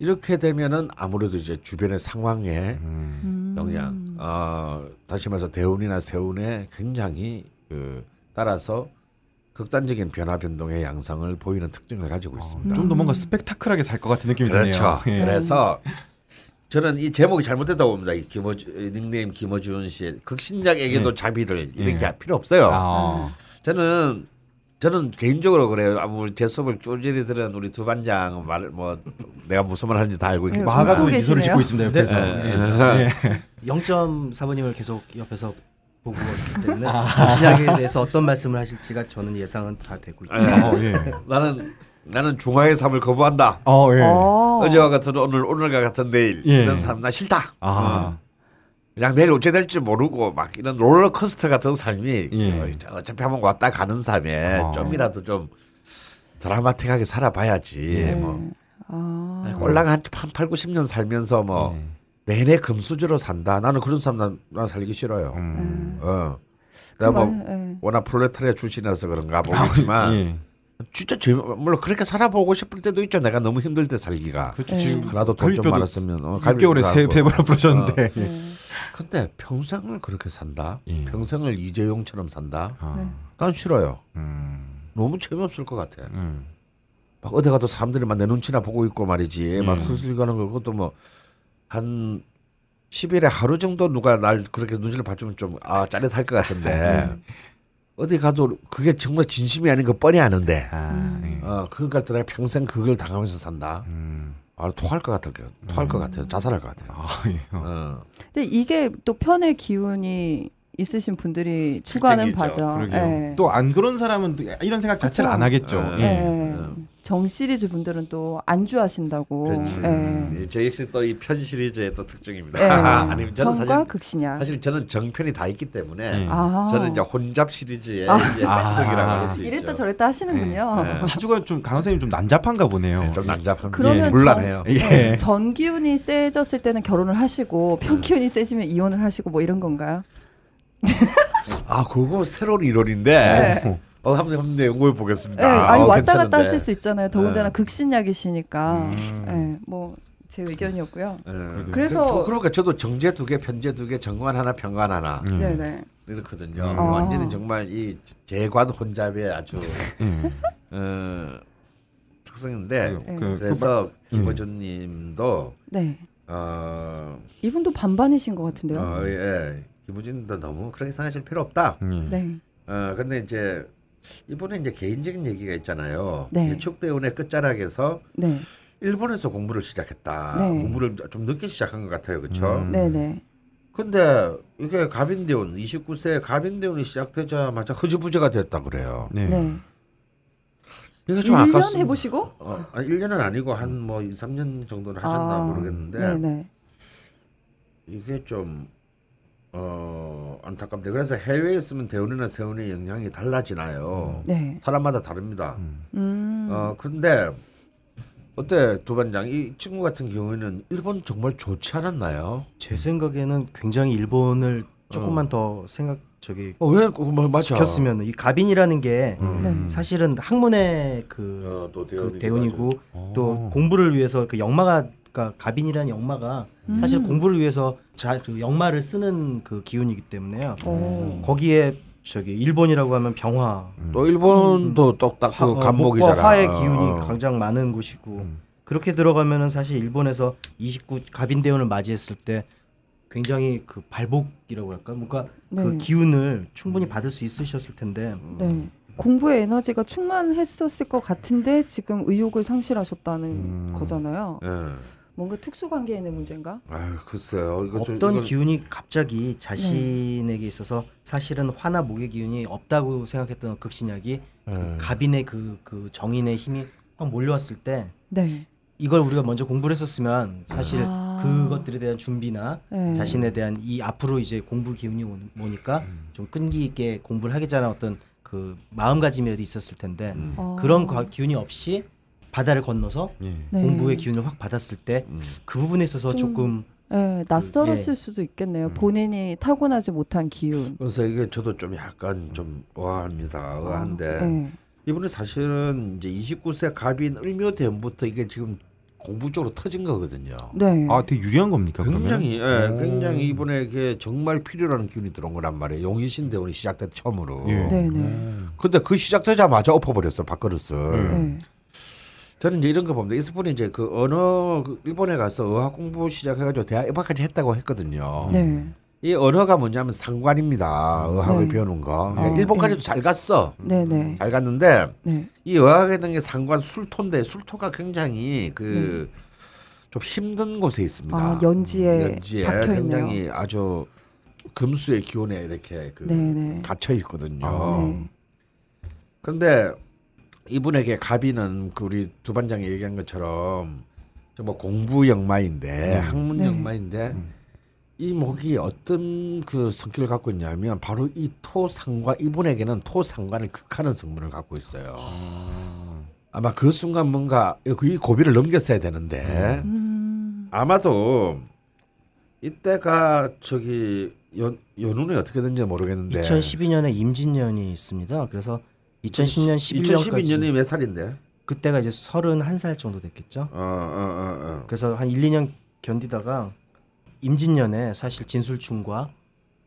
Speaker 2: 이렇게 되면은 아무래도 이제 주변의 상황에
Speaker 4: 음.
Speaker 1: 음.
Speaker 2: 영향, 어, 다시 말해서 대운이나 세운에 굉장히 그 따라서 극단적인 변화 변동의 양상을 보이는 특징을 가지고 있습니다.
Speaker 4: 어, 좀 더
Speaker 1: 음.
Speaker 4: 뭔가 스펙타클하게 살 것 같은 느낌이
Speaker 2: 그렇죠.
Speaker 4: 드네요. 예.
Speaker 2: 그래서 저는 이 제목이 잘못됐다고 봅니다. 이 김어주, 이 닉네임 김어준 씨 극신작에게도
Speaker 4: 네.
Speaker 2: 자비를
Speaker 4: 예.
Speaker 2: 이런 게 필요 없어요. 음.
Speaker 4: 아.
Speaker 2: 저는 저는 개인적으로 그래요. 아무리 제 수업을 쫄질이 들은 우리 두 반장 말 뭐 내가 무슨 말 하는지 다 알고 있기
Speaker 1: 네,
Speaker 2: 때문에
Speaker 1: 마가-
Speaker 4: 마하가서
Speaker 1: 웃고
Speaker 4: 이 소리를
Speaker 1: 계시네요.
Speaker 4: 짓고 있습니다. 옆에서.
Speaker 2: 네.
Speaker 4: 있습니다. 예.
Speaker 5: 0.4번님을 계속 옆에서 보고 있기 때문에
Speaker 2: 아.
Speaker 5: 확실하게 대해서 어떤 말씀을 하실지가 저는 예상은 다 되고 있죠.
Speaker 1: 네.
Speaker 4: 어, 예.
Speaker 2: 나는 나는 중화의 삶을 거부한다.
Speaker 4: 어, 예.
Speaker 1: 어.
Speaker 2: 어제와 같은 오늘 오늘과 같은 내일
Speaker 4: 예.
Speaker 2: 이런 삶 나 싫다.
Speaker 1: 어.
Speaker 4: 아.
Speaker 2: 그냥 내일 어째 될지 모르고 막 이런 롤러코스터 같은 삶이
Speaker 4: 예.
Speaker 2: 어, 어차피 한번 왔다 가는 삶에
Speaker 4: 어.
Speaker 2: 좀이라도 좀 드라마틱하게 살아봐야지.
Speaker 4: 예.
Speaker 2: 뭐
Speaker 1: 네.
Speaker 2: 네,
Speaker 1: 아.
Speaker 2: 꼴랑 한, 한 8, 90년 살면서 뭐
Speaker 4: 예.
Speaker 2: 내내 금수저로 산다. 나는 그런 사람 난, 난 살기 싫어요.
Speaker 4: 음.
Speaker 2: 어. 내가 뭐
Speaker 1: 네. 그만- 예.
Speaker 2: 워낙 프롤레타리아 출신이라서 그런가 보겠지만
Speaker 4: 예.
Speaker 2: 진짜 재 물론 그렇게 살아보고 싶을 때도 있죠. 내가 너무 힘들 때 살기가.
Speaker 4: 그렇죠.
Speaker 1: 예.
Speaker 4: 지금
Speaker 2: 하나도 돈 좀
Speaker 4: 갈비뼈도
Speaker 2: 많았으면 어, 갈비뼈도
Speaker 4: 6개월에 세,
Speaker 2: 하고.
Speaker 4: 세번 부르셨는데.
Speaker 2: 어.
Speaker 4: 예.
Speaker 2: 근데 평생을 그렇게 산다.
Speaker 4: 예.
Speaker 2: 평생을 이재용처럼 산다.
Speaker 1: 네.
Speaker 4: 아.
Speaker 2: 난 싫어요.
Speaker 4: 음.
Speaker 2: 너무 재미없을 것 같아.
Speaker 4: 음.
Speaker 2: 막 어디 가도 사람들이 막 내 눈치나 보고 있고 말이지. 막 슬슬 가는 거 그것도 뭐 한 10일에 하루 정도 누가 날 그렇게 눈치를 봐주면 좀 아 짜릿할 것 같은데 어디 가도 그게 정말 진심이 아닌 거 뻔히 아는데
Speaker 4: 아.
Speaker 1: 음.
Speaker 4: 예.
Speaker 2: 어 그러니까 내가 평생 그걸 당하면서 산다.
Speaker 4: 음.
Speaker 2: 아 토할 것 같아요. 토할 것 음. 같아요. 자살할 것 같아요.
Speaker 4: 아, 예. 어.
Speaker 2: 어.
Speaker 1: 근데 이게 또 편의 기운이 있으신 분들이 추가는
Speaker 2: 일정이죠.
Speaker 1: 바죠.
Speaker 2: 그러게요.
Speaker 1: 예.
Speaker 4: 또 안 그런 사람은 또 이런 생각 자체를
Speaker 1: 그쵸.
Speaker 4: 안 하겠죠.
Speaker 2: 예.
Speaker 1: 예.
Speaker 2: 예.
Speaker 1: 정 시리즈 분들은 또 안주하신다고.
Speaker 2: 그렇지.
Speaker 1: 예.
Speaker 2: 예, 저 역시 또 이 편 시리즈의 또 특징입니다.
Speaker 1: 예.
Speaker 2: 아니
Speaker 1: 편과
Speaker 2: 저는 사실
Speaker 1: 극신이야.
Speaker 2: 사실 저는 정편이 다 있기 때문에
Speaker 4: 예.
Speaker 1: 아.
Speaker 2: 저는 이제 혼잡 시리즈의
Speaker 1: 아.
Speaker 2: 이제 특성이라고 할 수 있죠.
Speaker 1: 이랬다 저랬다 하시는군요.
Speaker 2: 예.
Speaker 4: 사주가 좀 강선생님 좀 난잡한가 보네요.
Speaker 2: 좀 난잡합니다.
Speaker 1: 그러면
Speaker 2: 예, 물란해요.
Speaker 1: 전, 예. 전 기운이 세졌을 때는 결혼을 하시고
Speaker 2: 예.
Speaker 1: 편 기운이 세지면 이혼을 하시고 뭐 이런 건가요?
Speaker 2: 아 그거 새로운 이론인데. 어 한번 한번 연구해 보겠습니다.
Speaker 1: 예, 아니
Speaker 2: 아,
Speaker 1: 왔다 갔다
Speaker 2: 괜찮은데. 음.
Speaker 1: 하실 수 있잖아요. 더군다나
Speaker 2: 예.
Speaker 1: 극신약이시니까. 예, 뭐제 의견이었고요.
Speaker 2: 예.
Speaker 1: 그래서-
Speaker 2: 저- 그러니까 저도 정제 두 개, 편제 두 개, 정관 하나, 병관 하나
Speaker 1: 음. 네네.
Speaker 2: 이렇거든요.
Speaker 4: 음.
Speaker 2: 완전히
Speaker 1: 아.
Speaker 2: 정말 이 재관 혼잡의 아주 어, 특성인데
Speaker 4: 그- 그-
Speaker 2: 그래서 김호준님도
Speaker 1: 네.
Speaker 2: 어,
Speaker 1: 이분도 반반이신 것 같은데요.
Speaker 2: 어, 예. 김우진도 너무 그렇게 생각하실 필요 없다.
Speaker 4: 음.
Speaker 1: 네.
Speaker 2: 어, 근데 이제 이번에 이제 개인적인 얘기가 있잖아요.
Speaker 1: 네.
Speaker 2: 개축대운의 끝자락에서
Speaker 1: 네.
Speaker 2: 일본에서 공부를 시작했다.
Speaker 1: 네.
Speaker 2: 공부를 좀 늦게 시작한 것 같아요, 그렇죠?
Speaker 4: 음.
Speaker 1: 네네.
Speaker 2: 근데 이게 가빈대운 29세 가빈대운이 시작되자마자 흐지부지가 됐다 그래요.
Speaker 4: 네.
Speaker 1: 네.
Speaker 2: 이게 좀
Speaker 1: 1년
Speaker 2: 아깝습니다.
Speaker 1: 해보시고?
Speaker 2: 어, 아니, 1년은 아니고 한 뭐 2, 3년 정도는 하셨나
Speaker 1: 아,
Speaker 2: 모르겠는데
Speaker 1: 네네.
Speaker 2: 이게 좀 어, 안타깝네. 그래서 해외에 있으면 대운이나 세운의 영향이 달라지나요?
Speaker 1: 네.
Speaker 2: 사람마다 다릅니다.
Speaker 1: 음.
Speaker 2: 어 근데 어때 도반장 이 친구 같은 경우에는 일본 정말 좋지 않았나요?
Speaker 5: 제 생각에는 굉장히 일본을
Speaker 4: 어.
Speaker 5: 조금만 더 생각 저기
Speaker 2: 어왜
Speaker 5: 뭐
Speaker 2: 맞아?
Speaker 5: 시켰으면 이 가빈이라는 게
Speaker 4: 음.
Speaker 1: 네.
Speaker 5: 사실은 학문의 그,
Speaker 2: 어, 또
Speaker 5: 그
Speaker 2: 대운이
Speaker 5: 대운이고 또
Speaker 2: 아.
Speaker 5: 공부를 위해서 그 영마가 그러니까 가빈이라는 영마가 사실 공부를 위해서 자, 그 영마를 쓰는 그 기운이기 때문에요.
Speaker 2: 네.
Speaker 1: 오.
Speaker 5: 거기에 저기 일본이라고 하면 병화,
Speaker 2: 음. 또 일본도 똑딱
Speaker 5: 화,
Speaker 2: 그
Speaker 5: 어,
Speaker 2: 감목이잖아.
Speaker 5: 목과 화의 기운이
Speaker 2: 그 어. 음.
Speaker 5: 가장 많은 곳이고 그렇게 들어가면은 사실 일본에서 29 가빈대운을 맞이했을 때 굉장히 그 발복이라고 할까 뭔가 그
Speaker 1: 네.
Speaker 5: 기운을
Speaker 2: 음.
Speaker 5: 충분히 받을 수 있으셨을 텐데
Speaker 1: 네. 공부의 에너지가 충만했었을 것 같은데 지금 의욕을 상실하셨다는 거잖아요.
Speaker 2: 예.
Speaker 1: 뭔가 특수 관계에 있는 문제인가?
Speaker 2: 아유 글쎄요. 이거 좀
Speaker 5: 없던
Speaker 2: 이건-
Speaker 5: 기운이 갑자기 자신에게 있어서 사실은 화나 목의 기운이 없다고 생각했던 극신약이
Speaker 2: 네.
Speaker 5: 그 가빈의 그, 그 정인의 힘이 확 몰려왔을 때
Speaker 1: 네.
Speaker 5: 이걸 우리가 먼저 공부를 했었으면 사실
Speaker 1: 아.
Speaker 5: 그것들에 대한 준비나
Speaker 1: 네.
Speaker 5: 자신에 대한 이 앞으로 이제 공부 기운이 오- 오니까
Speaker 2: 음.
Speaker 5: 좀 끈기 있게 공부를 하겠다는 어떤 그 마음가짐이라도 있었을 텐데
Speaker 1: 어.
Speaker 5: 그런 과- 기운이 없이 바다를 건너서
Speaker 2: 예.
Speaker 1: 네.
Speaker 5: 공부의 기운을 확 받았을 때
Speaker 2: 음.
Speaker 5: 그 부분에 있어서
Speaker 1: 좀-
Speaker 5: 조금
Speaker 1: 네,
Speaker 2: 그,
Speaker 1: 낯설었을
Speaker 5: 예.
Speaker 1: 수도 있겠네요.
Speaker 2: 음.
Speaker 1: 본인이 타고나지 못한 기운.
Speaker 2: 그래서 이게 저도 좀 약간 좀 의아합니다. 의아한데
Speaker 1: 네.
Speaker 2: 이분은 사실은 이제 29세 갑인 을묘대운부터 이게 지금 공부적으로 터진 거거든요.
Speaker 1: 네.
Speaker 4: 아 되게 유리한 겁니까? 그러면?
Speaker 2: 굉장히 예,
Speaker 4: 오.
Speaker 2: 굉장히 이번에 이게 정말 필요라는 기운이 들어온 거란 말이에요. 용인신 대운이 시작된 처음으로.
Speaker 4: 예.
Speaker 1: 네네.
Speaker 2: 근데 그 시작되자마자 엎어버렸어 밥그릇을.
Speaker 4: 예.
Speaker 2: 음.
Speaker 1: 네.
Speaker 2: 저는 이제 이런 거 봅니다. 이스푼이 이제 그 언어 그 일본에 가서 어학 공부 시작해가지고 대학 입학까지 했다고 했거든요.
Speaker 1: 네.
Speaker 2: 이 언어가 뭐냐면 상관입니다. 어학을
Speaker 1: 네.
Speaker 2: 배우는 거. 예,
Speaker 1: 아,
Speaker 2: 일본까지도
Speaker 1: 네.
Speaker 2: 잘 갔어.
Speaker 1: 네. 네.
Speaker 2: 잘 갔는데
Speaker 1: 네.
Speaker 2: 이 어학에 대한 게 상관 술토인데 술토가 굉장히 그 좀 힘든 곳에 있습니다.
Speaker 1: 네. 아, 연지에
Speaker 2: 연지에
Speaker 1: 박혀 있네요.
Speaker 2: 굉장히 아주 금수의 기운에 이렇게 그 아.
Speaker 1: 네네.
Speaker 2: 갇혀 있거든요.
Speaker 1: 네.
Speaker 2: 그런데 이분에게 가비는 그 우리 두 반장이 얘기한 것처럼 정말 공부 영마인데 학문
Speaker 1: 네.
Speaker 2: 영마인데 이 목이 어떤 그 성격을 갖고 있냐면 바로 이 토상관 이분에게는 토상관을 극하는 성분을 갖고 있어요.
Speaker 1: 아.
Speaker 2: 아마 그 순간 뭔가 그 이 고비를 넘겼어야 되는데
Speaker 1: 음.
Speaker 2: 아마도 이때가 저기 연 연운이 어떻게 된지 모르겠는데
Speaker 5: 2012년에 임진년이 있습니다. 그래서 2010년 11년까지
Speaker 2: 2012년이 몇 살인데?
Speaker 5: 그때가 이제 31살 정도 됐겠죠.
Speaker 2: 어, 어, 어, 어.
Speaker 5: 그래서 한 1, 2년 견디다가 임진년에 사실 진술충과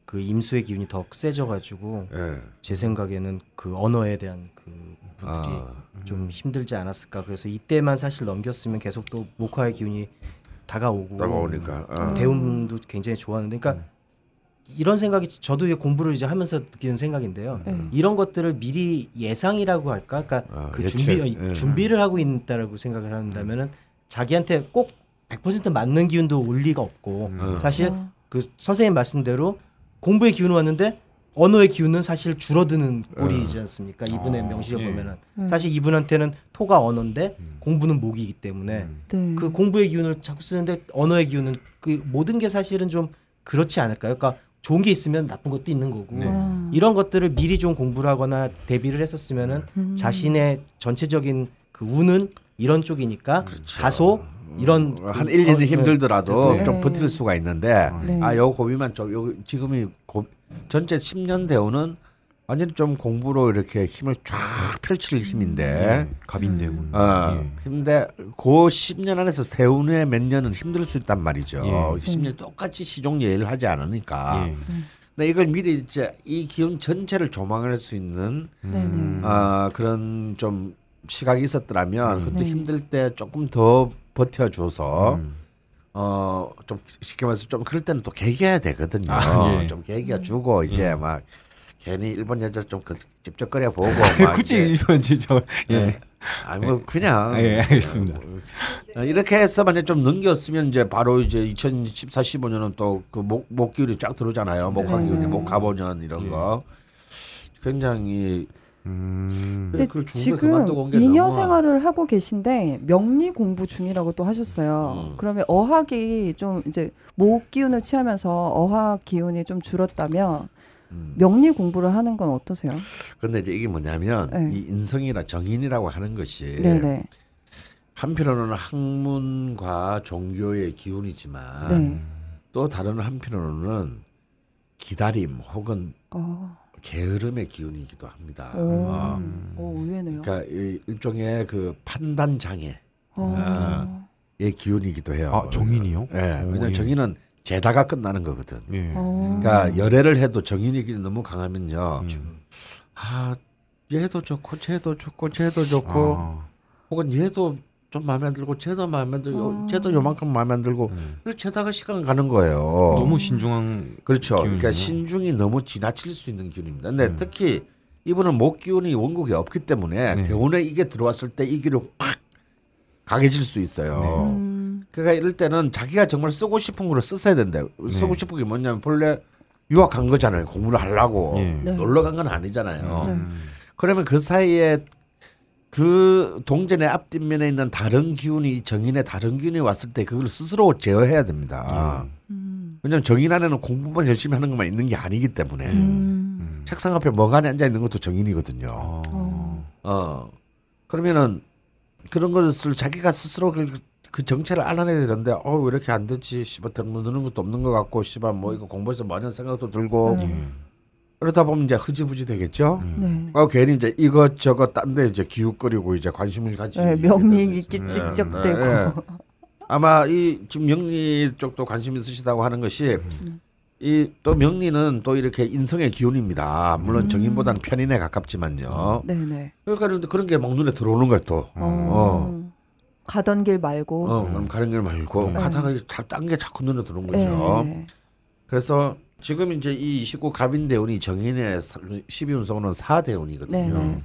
Speaker 5: 그 임수의 기운이 더 세져 가지고
Speaker 2: 예.
Speaker 5: 제 생각에는 그 언어에 대한 그 분들이
Speaker 2: 아.
Speaker 5: 좀 힘들지 않았을까. 그래서 이때만 사실 넘겼으면 계속 또 목화의 기운이 다가오고
Speaker 2: 다가오니까. 아. 음.
Speaker 5: 대음도 굉장히 좋았는데 그러니까 이런 생각이 저도 이제 공부를 이제 하면서 느끼는 생각인데요.
Speaker 1: 음.
Speaker 5: 이런 것들을 미리 예상이라고 할까? 그러니까
Speaker 2: 아,
Speaker 5: 그
Speaker 2: 예측.
Speaker 5: 준비
Speaker 2: 예.
Speaker 5: 준비를 하고 있다라고 생각을 한다면은 자기한테 꼭
Speaker 2: 음.
Speaker 5: 100% 맞는 기운도 올 리가 없고 사실
Speaker 1: 아.
Speaker 5: 그 선생님 말씀대로 공부의 기운은 왔는데 언어의 기운은 사실 줄어드는
Speaker 2: 음.
Speaker 5: 꼴이지 않습니까? 이분의
Speaker 2: 아,
Speaker 5: 명시를
Speaker 4: 예.
Speaker 5: 보면은
Speaker 1: 네.
Speaker 5: 사실 이분한테는 토가 언어인데
Speaker 2: 음.
Speaker 5: 공부는 목이기 때문에
Speaker 1: 네.
Speaker 5: 그 공부의 기운을 자꾸 쓰는데 언어의 기운은 그 모든 게 사실은 좀 그렇지 않을까요? 그러니까 좋은 게 있으면 나쁜 것도 있는 거고
Speaker 2: 예. 네.
Speaker 1: 아.
Speaker 5: 이런 것들을 미리 좀 공부를 하거나 대비를 했었으면은
Speaker 1: 음.
Speaker 5: 자신의 전체적인 그 운은 이런 쪽이니까 다소 이런
Speaker 2: 그렇죠. 음, 한
Speaker 5: 그-
Speaker 2: 1, 2년
Speaker 5: 어,
Speaker 2: 힘들더라도
Speaker 1: 네.
Speaker 2: 좀 버틸 수가 있는데
Speaker 1: 네.
Speaker 2: 아, 요 고민만 좀 요, 지금이 고, 전체 10년 대우는 완전히 좀 공부로 이렇게 힘을 쫙 펼칠
Speaker 5: 음.
Speaker 2: 힘인데
Speaker 4: 예.
Speaker 1: 음.
Speaker 4: 갑인대군.
Speaker 2: 어,
Speaker 4: 예.
Speaker 2: 근데 그 10년 안에서 세운의 몇 년은 힘들 수 있단 말이죠.
Speaker 4: 예.
Speaker 2: 10년 똑같이 시종 예의를 하지 않으니까.
Speaker 4: 예.
Speaker 2: 근데 이걸 미리 이제 이 기운 전체를 조망할 수 있는
Speaker 1: 네,
Speaker 4: 음.
Speaker 1: 네.
Speaker 2: 아, 그런 좀 시각이 있었더라면 그것도
Speaker 1: 네.
Speaker 2: 힘들 때 조금 더 버텨줘서
Speaker 4: 음.
Speaker 2: 어 좀 쉽게 말해서 좀 그럴 때는 또 개겨야 되거든요.
Speaker 4: 아, 예.
Speaker 2: 좀
Speaker 1: 네.
Speaker 2: 개겨 주고 이제 막 괜히 일본 여자 좀 그, 집적거려 보고 막
Speaker 4: 굳이
Speaker 2: 이제
Speaker 4: 일본 지정. 예.
Speaker 2: 아뭐 그냥
Speaker 4: 네. 아, 예, 알겠습니다.
Speaker 1: 네.
Speaker 2: 어, 이렇게 해서 만약 좀 넘겼으면 이제 바로 이제 2014, 15년은 또 그 목 목 기운이 쫙 들어오잖아요. 목화
Speaker 1: 네.
Speaker 2: 기운이 목가보년 이런 거 굉장히
Speaker 4: 음.
Speaker 1: 근데
Speaker 2: 그걸 중국에
Speaker 1: 지금
Speaker 2: 그만두고 온게
Speaker 1: 잉여
Speaker 2: 너무-
Speaker 1: 생활을 하고 계신데 명리 공부 중이라고 또 하셨어요.
Speaker 2: 음.
Speaker 1: 그러면 어학이 좀 이제 목 기운을 취하면서 어학 기운이 좀 줄었다면
Speaker 2: 음.
Speaker 1: 명리 공부를 하는 건 어떠세요?
Speaker 2: 근데 이제 이게 뭐냐면
Speaker 1: 네.
Speaker 2: 이 인성이나 정인이라고 하는 것이
Speaker 1: 네, 네,
Speaker 2: 한편으로는 학문과 종교의 기운이지만
Speaker 1: 네.
Speaker 2: 또 다른 한편으로는 기다림 혹은
Speaker 1: 어,
Speaker 2: 게으름의 기운이기도 합니다.
Speaker 1: 오,
Speaker 2: 어,
Speaker 1: 오 의외네요.
Speaker 2: 그러니까 이- 일종의 그 판단 장애의
Speaker 1: 어.
Speaker 2: 아. 기운이기도 해요.
Speaker 4: 아 정인이요?
Speaker 2: 예, 왜냐면
Speaker 4: 오, 예.
Speaker 2: 정인은 재다가 끝나는 거거든.
Speaker 4: 예.
Speaker 1: 어.
Speaker 2: 그러니까 열애를 해도 정인의 기운이 너무 강하면요.
Speaker 4: 음.
Speaker 2: 아 얘도 좋고 쟤도 좋고 쟤도 좋고
Speaker 4: 아,
Speaker 2: 혹은 얘도 좀 마음에 안 들고 쟤도 마음에 안 들고
Speaker 1: 어.
Speaker 2: 쟤도 요만큼 마음에 안 들고 그래서 쟤다가 시간 가는 거예요.
Speaker 4: 너무 신중한
Speaker 2: 그렇죠. 그러니까
Speaker 4: 기운이네요.
Speaker 2: 신중이 너무 지나칠 수 있는 기운입니다. 근데
Speaker 4: 음.
Speaker 2: 특히 이분은 목 기운이 원국에 없기 때문에
Speaker 4: 네.
Speaker 2: 대원에 이게 들어왔을 때 이 기운이 확 강해질 수
Speaker 4: 네.
Speaker 2: 있어요.
Speaker 1: 음.
Speaker 2: 그러니까 이럴 때는 자기가 정말 쓰고 싶은 거를 쓰셔야 된다.
Speaker 4: 네.
Speaker 2: 쓰고 싶은 게 뭐냐면 본래 유학 간 거잖아요. 공부를 하려고
Speaker 4: 예. 음.
Speaker 1: 네.
Speaker 2: 놀러 간 건 아니잖아요.
Speaker 1: 네.
Speaker 2: 그러면 그 사이에 그 동전의 앞뒷면에 있는 다른 기운이 정인의 다른 기운이 왔을 때 그걸 스스로 제어해야 됩니다.
Speaker 1: 음.
Speaker 2: 왜냐면 정인 안에는 공부만 열심히 하는 것만 있는 게 아니기 때문에
Speaker 1: 음.
Speaker 4: 음.
Speaker 2: 책상 앞에 멍하니 앉아 있는 것도 정인이거든요.
Speaker 4: 아.
Speaker 1: 어.
Speaker 2: 어 그러면은 그런 것을 자기가 스스로 그, 그 정체를 알아내야 되는데 어 왜 이렇게 안 되지? 씨발 뭐 느는 것도 없는 것 같고 씨발 뭐 이거 공부해서 뭐하는 생각도 들고
Speaker 4: 예,
Speaker 1: 네.
Speaker 2: 그러다 보면 이제 흐지부지
Speaker 4: 아.
Speaker 2: 되겠죠.
Speaker 1: 네.
Speaker 2: 어 괜히 이제 이것저것 딴 데 이제 기웃거리고 이제 관심을 가지.
Speaker 1: 네, 명리
Speaker 2: 네,
Speaker 1: 찝찝적대고.
Speaker 2: 네. 아마 이 지금 명리 쪽도 관심 있으시다고 하는 것이 이 또 명리는 또 이렇게 인성의 기운입니다.
Speaker 1: 음.
Speaker 2: 물론 정인보다는 편인에 가깝지만요.
Speaker 1: 네, 네.
Speaker 2: 그러니까 그런데 그런 게 막 눈에 들어오는 거예요 또.
Speaker 1: 어.
Speaker 2: 어.
Speaker 1: 가던 길 말고.
Speaker 2: 어, 그럼 가는 길 말고
Speaker 1: 네.
Speaker 4: 음.
Speaker 2: 가다가 딴게 자꾸 눈에 들어오는
Speaker 1: 예.
Speaker 2: 거죠. 그래서 지금 이제 이 29 갑인 대운이 정인의 12운성으로는 4대운이거든요. 음.
Speaker 1: 네, 네.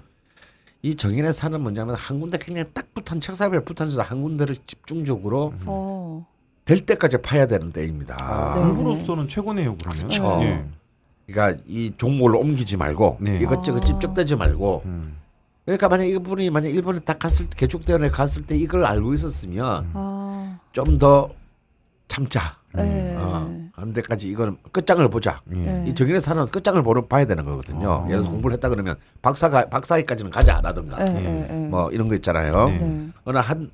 Speaker 2: 이 정인의 사는 뭐냐면 한 군데 그냥 딱 붙은 책사에 붙어서 한 군데를 집중적으로
Speaker 1: 어.
Speaker 2: 될 때까지 파야 되는 때입니다.
Speaker 1: 아, 네.
Speaker 4: 공부로서는 최고네요 그러면.
Speaker 2: 그렇죠.
Speaker 4: 예.
Speaker 2: 그러니까 이 종목을 옮기지 말고
Speaker 4: 네.
Speaker 2: 이것저것
Speaker 1: 아.
Speaker 2: 집적대지 말고
Speaker 4: 음.
Speaker 2: 그러니까 만약 이분이 만약 일본에 딱 갔을 때 개축대원에 갔을 때 이걸 알고 있었으면
Speaker 1: 아.
Speaker 2: 좀 더 참자
Speaker 1: 네.
Speaker 2: 어, 한 데까지 이거는 끝장을 보자
Speaker 4: 예.
Speaker 1: 네.
Speaker 2: 이 정인의 사는 끝장을 보러 봐야 되는 거거든요
Speaker 4: 아.
Speaker 2: 예를 들어서 공부를 했다 그러면 박사가 박사위까지는 가자라든가
Speaker 1: 네, 네, 네.
Speaker 2: 뭐 이런 거 있잖아요
Speaker 4: 네.
Speaker 1: 네.
Speaker 2: 어느 한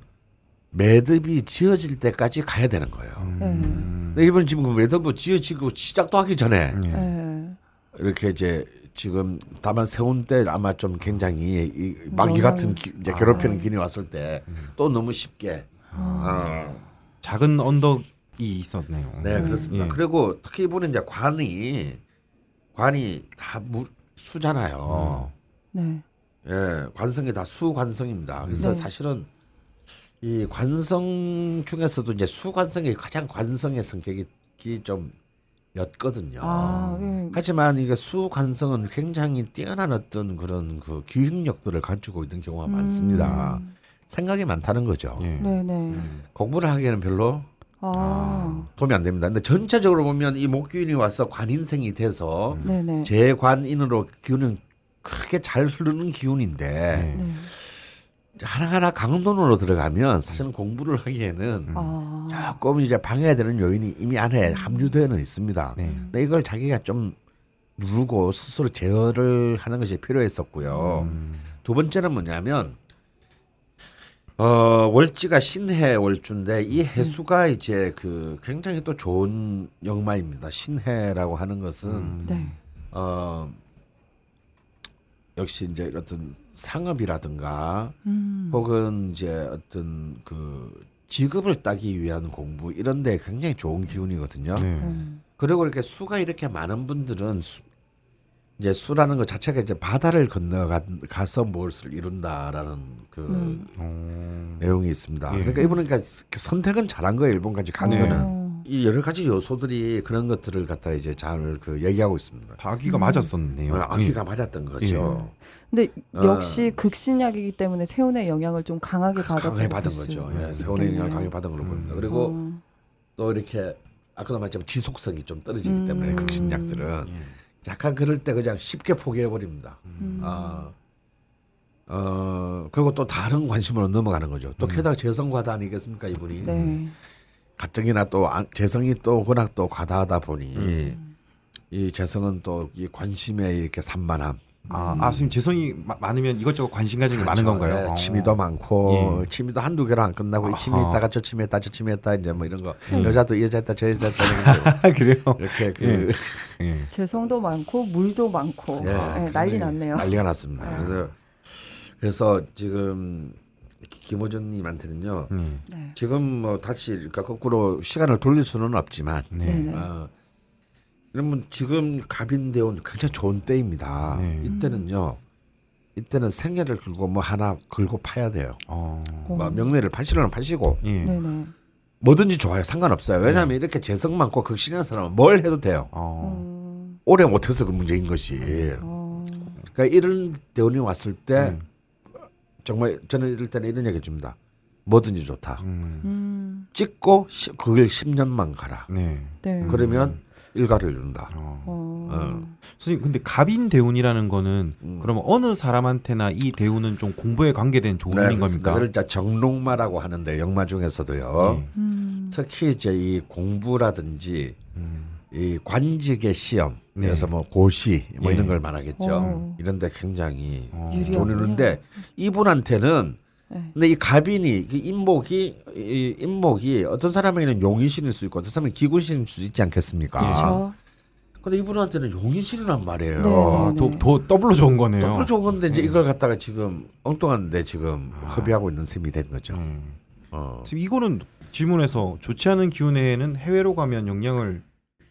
Speaker 2: 매듭이 지어질 때까지 가야 되는 거예요
Speaker 4: 음.
Speaker 2: 근데 이분 지금 그 매듭도 지어지고 시작도 하기 전에
Speaker 4: 예.
Speaker 1: 네.
Speaker 2: 이렇게 이제 지금 다만 세운 때 아마 좀 굉장히 이 마귀
Speaker 1: 너무-
Speaker 2: 같은 기, 이제
Speaker 4: 아.
Speaker 2: 괴롭히는 기운이 왔을
Speaker 4: 음.
Speaker 2: 때 또 너무 쉽게
Speaker 1: 아.
Speaker 2: 어,
Speaker 4: 작은 언덕이 있었네요.
Speaker 2: 네 그렇습니다.
Speaker 4: 예.
Speaker 2: 그리고 특히 이분은 이제 관이 관이 다 무, 수잖아요.
Speaker 1: 네.
Speaker 2: 예 관성이 다 수관성입니다. 그래서
Speaker 1: 네.
Speaker 2: 사실은 이 관성 중에서도 이제 수관성이 가장 관성의 성격이 좀 였거든요.
Speaker 1: 아,
Speaker 2: 음.
Speaker 1: 네.
Speaker 2: 하지만 이게 수관성은 굉장히 뛰어난 어떤 그런 그 기획력들을 갖추고 있는 경우가
Speaker 1: 음.
Speaker 2: 많습니다. 생각이 많다는 거죠.
Speaker 4: 예.
Speaker 2: 음.
Speaker 1: 네, 네.
Speaker 2: 공부를 하기에는 별로
Speaker 1: 아,
Speaker 2: 도움이 안 됩니다. 근데 전체적으로 보면 이 목기운이 와서 관인생이 돼서
Speaker 1: 네네.
Speaker 2: 재관인으로 기운은 크게 잘 흐르는
Speaker 4: 예.
Speaker 2: 기운인데
Speaker 1: 네.
Speaker 2: 하나하나 강론으로 들어가면 사실은 공부를 하기에는
Speaker 1: 아,
Speaker 2: 조금 이제 방해되는 요인이 이미 안에 함유되어는 있습니다. 근데 이걸 자기가 좀 누르고 스스로 제어를 하는 것이 필요했었고요. 두 번째는 뭐냐면 어, 월지가 신해 월주인데 이 해수가 이제 그 굉장히 또 좋은 역마입니다. 신해라고 하는 것은
Speaker 1: 네.
Speaker 2: 어, 역시 이제 어떤 상업이라든가
Speaker 1: 음.
Speaker 2: 혹은 이제 어떤 그 직업을 따기 위한 공부 이런 데 굉장히 좋은 기운이거든요.
Speaker 4: 네.
Speaker 1: 음.
Speaker 2: 그리고 이렇게 수가 이렇게 많은 분들은 수, 이제 수라는 것 자체가 이제 바다를 건너가서 무엇을 이룬다라는 그
Speaker 4: 어.
Speaker 2: 내용이 있습니다. 그러니까 이분은 그러니까 선택은 잘한 거예요. 일본까지 간 거는.
Speaker 1: 어.
Speaker 2: 이 여러 가지 요소들이 그런 것들을 갖다 이제 잘 그 얘기하고 있습니다.
Speaker 4: 아기가 맞았었네요.
Speaker 2: 어, 악기가 맞았던 거죠.
Speaker 1: 근데
Speaker 2: 어.
Speaker 1: 역시 극신약이기 때문에 세운의 영향을 좀 강하게 받았던
Speaker 2: 강하게 받은
Speaker 1: 것일
Speaker 2: 거죠.
Speaker 1: 수
Speaker 2: 예, 세월의 영향을
Speaker 1: 있겠네요.
Speaker 2: 강하게 받은 걸로 보입니다. 그리고
Speaker 1: 어.
Speaker 2: 또 이렇게 아까도 말했지만 지속성이 좀 떨어지기
Speaker 1: 음.
Speaker 2: 때문에 그
Speaker 4: 아,
Speaker 2: 극신약들은
Speaker 4: 예.
Speaker 2: 약간 그럴 때 그냥 쉽게 포기해 버립니다.
Speaker 1: 음.
Speaker 2: 아, 어, 그리고 또 다른 관심으로 넘어가는 거죠. 또 게다가 재성 과다 아니겠습니까 이분이
Speaker 1: 네.
Speaker 2: 가뜩이나 또 안- 재성이 또 워낙 또 과다하다 보니 이 재성은 또 이 관심에 이렇게 산만함.
Speaker 4: 아, 아 선생님 재성이 마- 많으면 이것저것 관심 가지는 게 많은
Speaker 2: 그렇죠.
Speaker 4: 건가요?
Speaker 2: 예,
Speaker 4: 아.
Speaker 2: 취미도 많고 취미도 한두 개로 안 끝나고 이 취미
Speaker 4: 아하. 음.
Speaker 2: 했다가 저 취미 했다 저 취미 했다 이제 뭐 이런 거 여자도 이 여자 했다 저 여자 했다
Speaker 4: 아, 그래요.
Speaker 2: 이렇게 그
Speaker 4: 예.
Speaker 1: 재성도 많고 물도 많고
Speaker 2: 예,
Speaker 1: 예,
Speaker 4: 아,
Speaker 1: 난리 났네요. 아.
Speaker 2: 난리가 났습니다. 그래서 그래서 지금 기- 김호준님한테는요.
Speaker 4: 음.
Speaker 1: 네.
Speaker 2: 지금 뭐 다시 그러니까 거꾸로 시간을 돌릴 수는 없지만
Speaker 1: 네. 네.
Speaker 2: 아, 그러면 지금 갑인대운 굉장히 좋은 때입니다.
Speaker 4: 네.
Speaker 2: 이때는요. 이때는 생애를 걸고 뭐 하나 걸고 파야 돼요.
Speaker 4: 어.
Speaker 2: 뭐 명례를 파시려면 파시고
Speaker 4: 예.
Speaker 1: 네네.
Speaker 2: 뭐든지 좋아요. 상관없어요. 왜냐하면 이렇게 재성 많고 극신한 사람은 뭘 해도 돼요.
Speaker 4: 어.
Speaker 1: 음,
Speaker 2: 오래 못해서 그 문제인 것이.
Speaker 1: 어,
Speaker 2: 그러니까 이런 대운이 왔을 때
Speaker 4: 네.
Speaker 2: 정말 저는 이럴 때는 이런 얘기 줍니다. 뭐든지 좋다.
Speaker 4: 음.
Speaker 1: 음,
Speaker 2: 찍고 시- 그걸 10년만 가라.
Speaker 4: 네.
Speaker 1: 네.
Speaker 2: 그러면 일가를 이룬다.
Speaker 4: 어.
Speaker 1: 어,
Speaker 4: 선생님 근데 갑인 대운이라는 거는
Speaker 2: 음.
Speaker 4: 그러면 어느 사람한테나 이 대운은 좀 공부에 관계된
Speaker 2: 네,
Speaker 4: 조언인
Speaker 2: 그렇습니다.
Speaker 4: 겁니까?
Speaker 2: 그걸 이제 정록마라고 하는데 영마 중에서도요.
Speaker 4: 예.
Speaker 1: 음,
Speaker 2: 특히 이제 이 공부라든지
Speaker 4: 음.
Speaker 2: 이 관직의 시험
Speaker 4: 네.
Speaker 2: 그래서 뭐 고시 뭐
Speaker 4: 예.
Speaker 2: 이런 걸 말하겠죠.
Speaker 1: 어.
Speaker 2: 이런데 굉장히
Speaker 4: 어.
Speaker 1: 유리하군요.
Speaker 2: 좋은데 이분한테는
Speaker 1: 네.
Speaker 2: 근데 이 갑인이 그 인목이 이 인목이 어떤 사람에게는 용인신일 수 있고 어떤 사람에게 기구신일 수 있지
Speaker 4: 예.
Speaker 2: 않겠습니까?
Speaker 1: 그렇죠.
Speaker 2: 근데 이분한테는 용인신이란 말이에요.
Speaker 1: 네, 네.
Speaker 4: 아, 더, 더 더블로 좋은 거네요.
Speaker 2: 너무 좋은 건데
Speaker 4: 예.
Speaker 2: 이제 이걸 갖다가 지금 엉뚱한데 지금
Speaker 4: 아.
Speaker 2: 허비하고 있는 셈이 된 거죠.
Speaker 4: 음.
Speaker 2: 어.
Speaker 4: 지금 이거는 질문에서 좋지 않은 기운에는 해외로 가면 영향을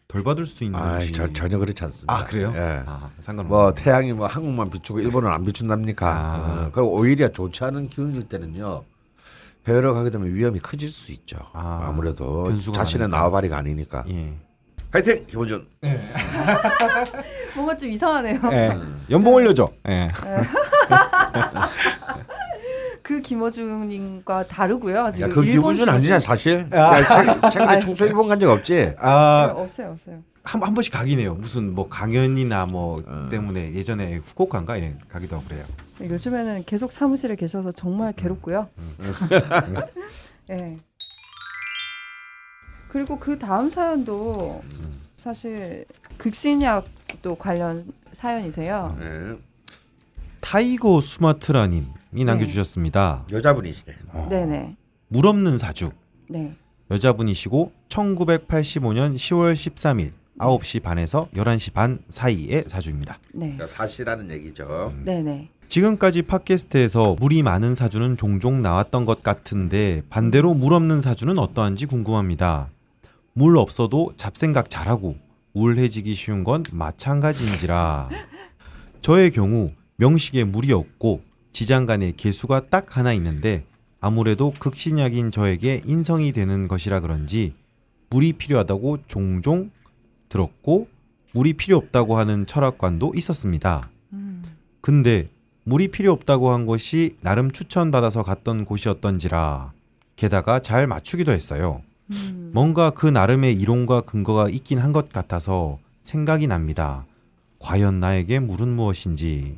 Speaker 4: 덜 받을 수 있는
Speaker 2: 아,
Speaker 4: 건지.
Speaker 2: 저, 전혀 그렇지 않습니다.
Speaker 4: 아 그래요?
Speaker 2: 예.
Speaker 4: 아, 상관없.
Speaker 2: 뭐 태양이 뭐 한국만 비추고 일본은 안 비춘답니까?
Speaker 4: 아.
Speaker 2: 어, 그리고 오히려 좋지 않은 기운일 때는요. 해외로 가게 되면 위험이 커질 수 있죠.
Speaker 4: 아,
Speaker 2: 아, 무래도
Speaker 4: 변수가
Speaker 2: 자신의
Speaker 4: 많으니까.
Speaker 2: 나와바리가 아니니까.
Speaker 4: 예.
Speaker 2: 화이팅 김원준.
Speaker 1: 뭔가 좀 이상하네요.
Speaker 4: 예. 연봉 올려줘. 예.
Speaker 1: 그 김어준님과 다르고요. 지금
Speaker 2: 야, 그
Speaker 1: 일본
Speaker 2: 김원준 아니냐 사실? 야, 최- 최근에 청소 일본 간 적 없지?
Speaker 1: 네,
Speaker 4: 아한 한
Speaker 1: 없어요, 없어요.
Speaker 4: 번씩 가긴 해요. 무슨 뭐 강연이나 뭐
Speaker 2: 음.
Speaker 4: 때문에 예전에 후쿠오카인가 예 가기도 하고 그래요.
Speaker 1: 네, 요즘에는 계속 사무실에 계셔서 정말 괴롭고요.
Speaker 2: 음.
Speaker 1: 네. 그리고 그 다음 사연도 사실 극신약도 관련 사연이세요.
Speaker 2: 네.
Speaker 4: 타이거 수마트라님이 남겨주셨습니다.
Speaker 2: 여자분이시네.
Speaker 1: 네네.
Speaker 4: 물 없는 사주
Speaker 1: 네.
Speaker 4: 여자분이시고 1985년 10월 13일 9시 반에서 11시 반 사이의 사주입니다.
Speaker 1: 네.
Speaker 2: 그러니까 사시라는 얘기죠.
Speaker 1: 네네.
Speaker 4: 지금까지 팟캐스트에서 물이 많은 사주는 종종 나왔던 것 같은데 반대로 물 없는 사주는 어떠한지 궁금합니다. 물 없어도 잡생각 잘하고 우울해지기 쉬운 건 마찬가지인지라. 저의 경우 명식에 물이 없고 지장간에 개수가 딱 하나 있는데 아무래도 극신약인 저에게 인성이 되는 것이라 그런지 물이 필요하다고 종종 들었고 물이 필요 없다고 하는 철학관도 있었습니다.
Speaker 1: 음.
Speaker 4: 근데 물이 필요 없다고 한 것이 나름 추천받아서 갔던 곳이었던지라 게다가 잘 맞추기도 했어요.
Speaker 1: 음.
Speaker 4: 뭔가 그 나름의 이론과 근거가 있긴 한 것 같아서 생각이 납니다. 과연 나에게 물은 무엇인지.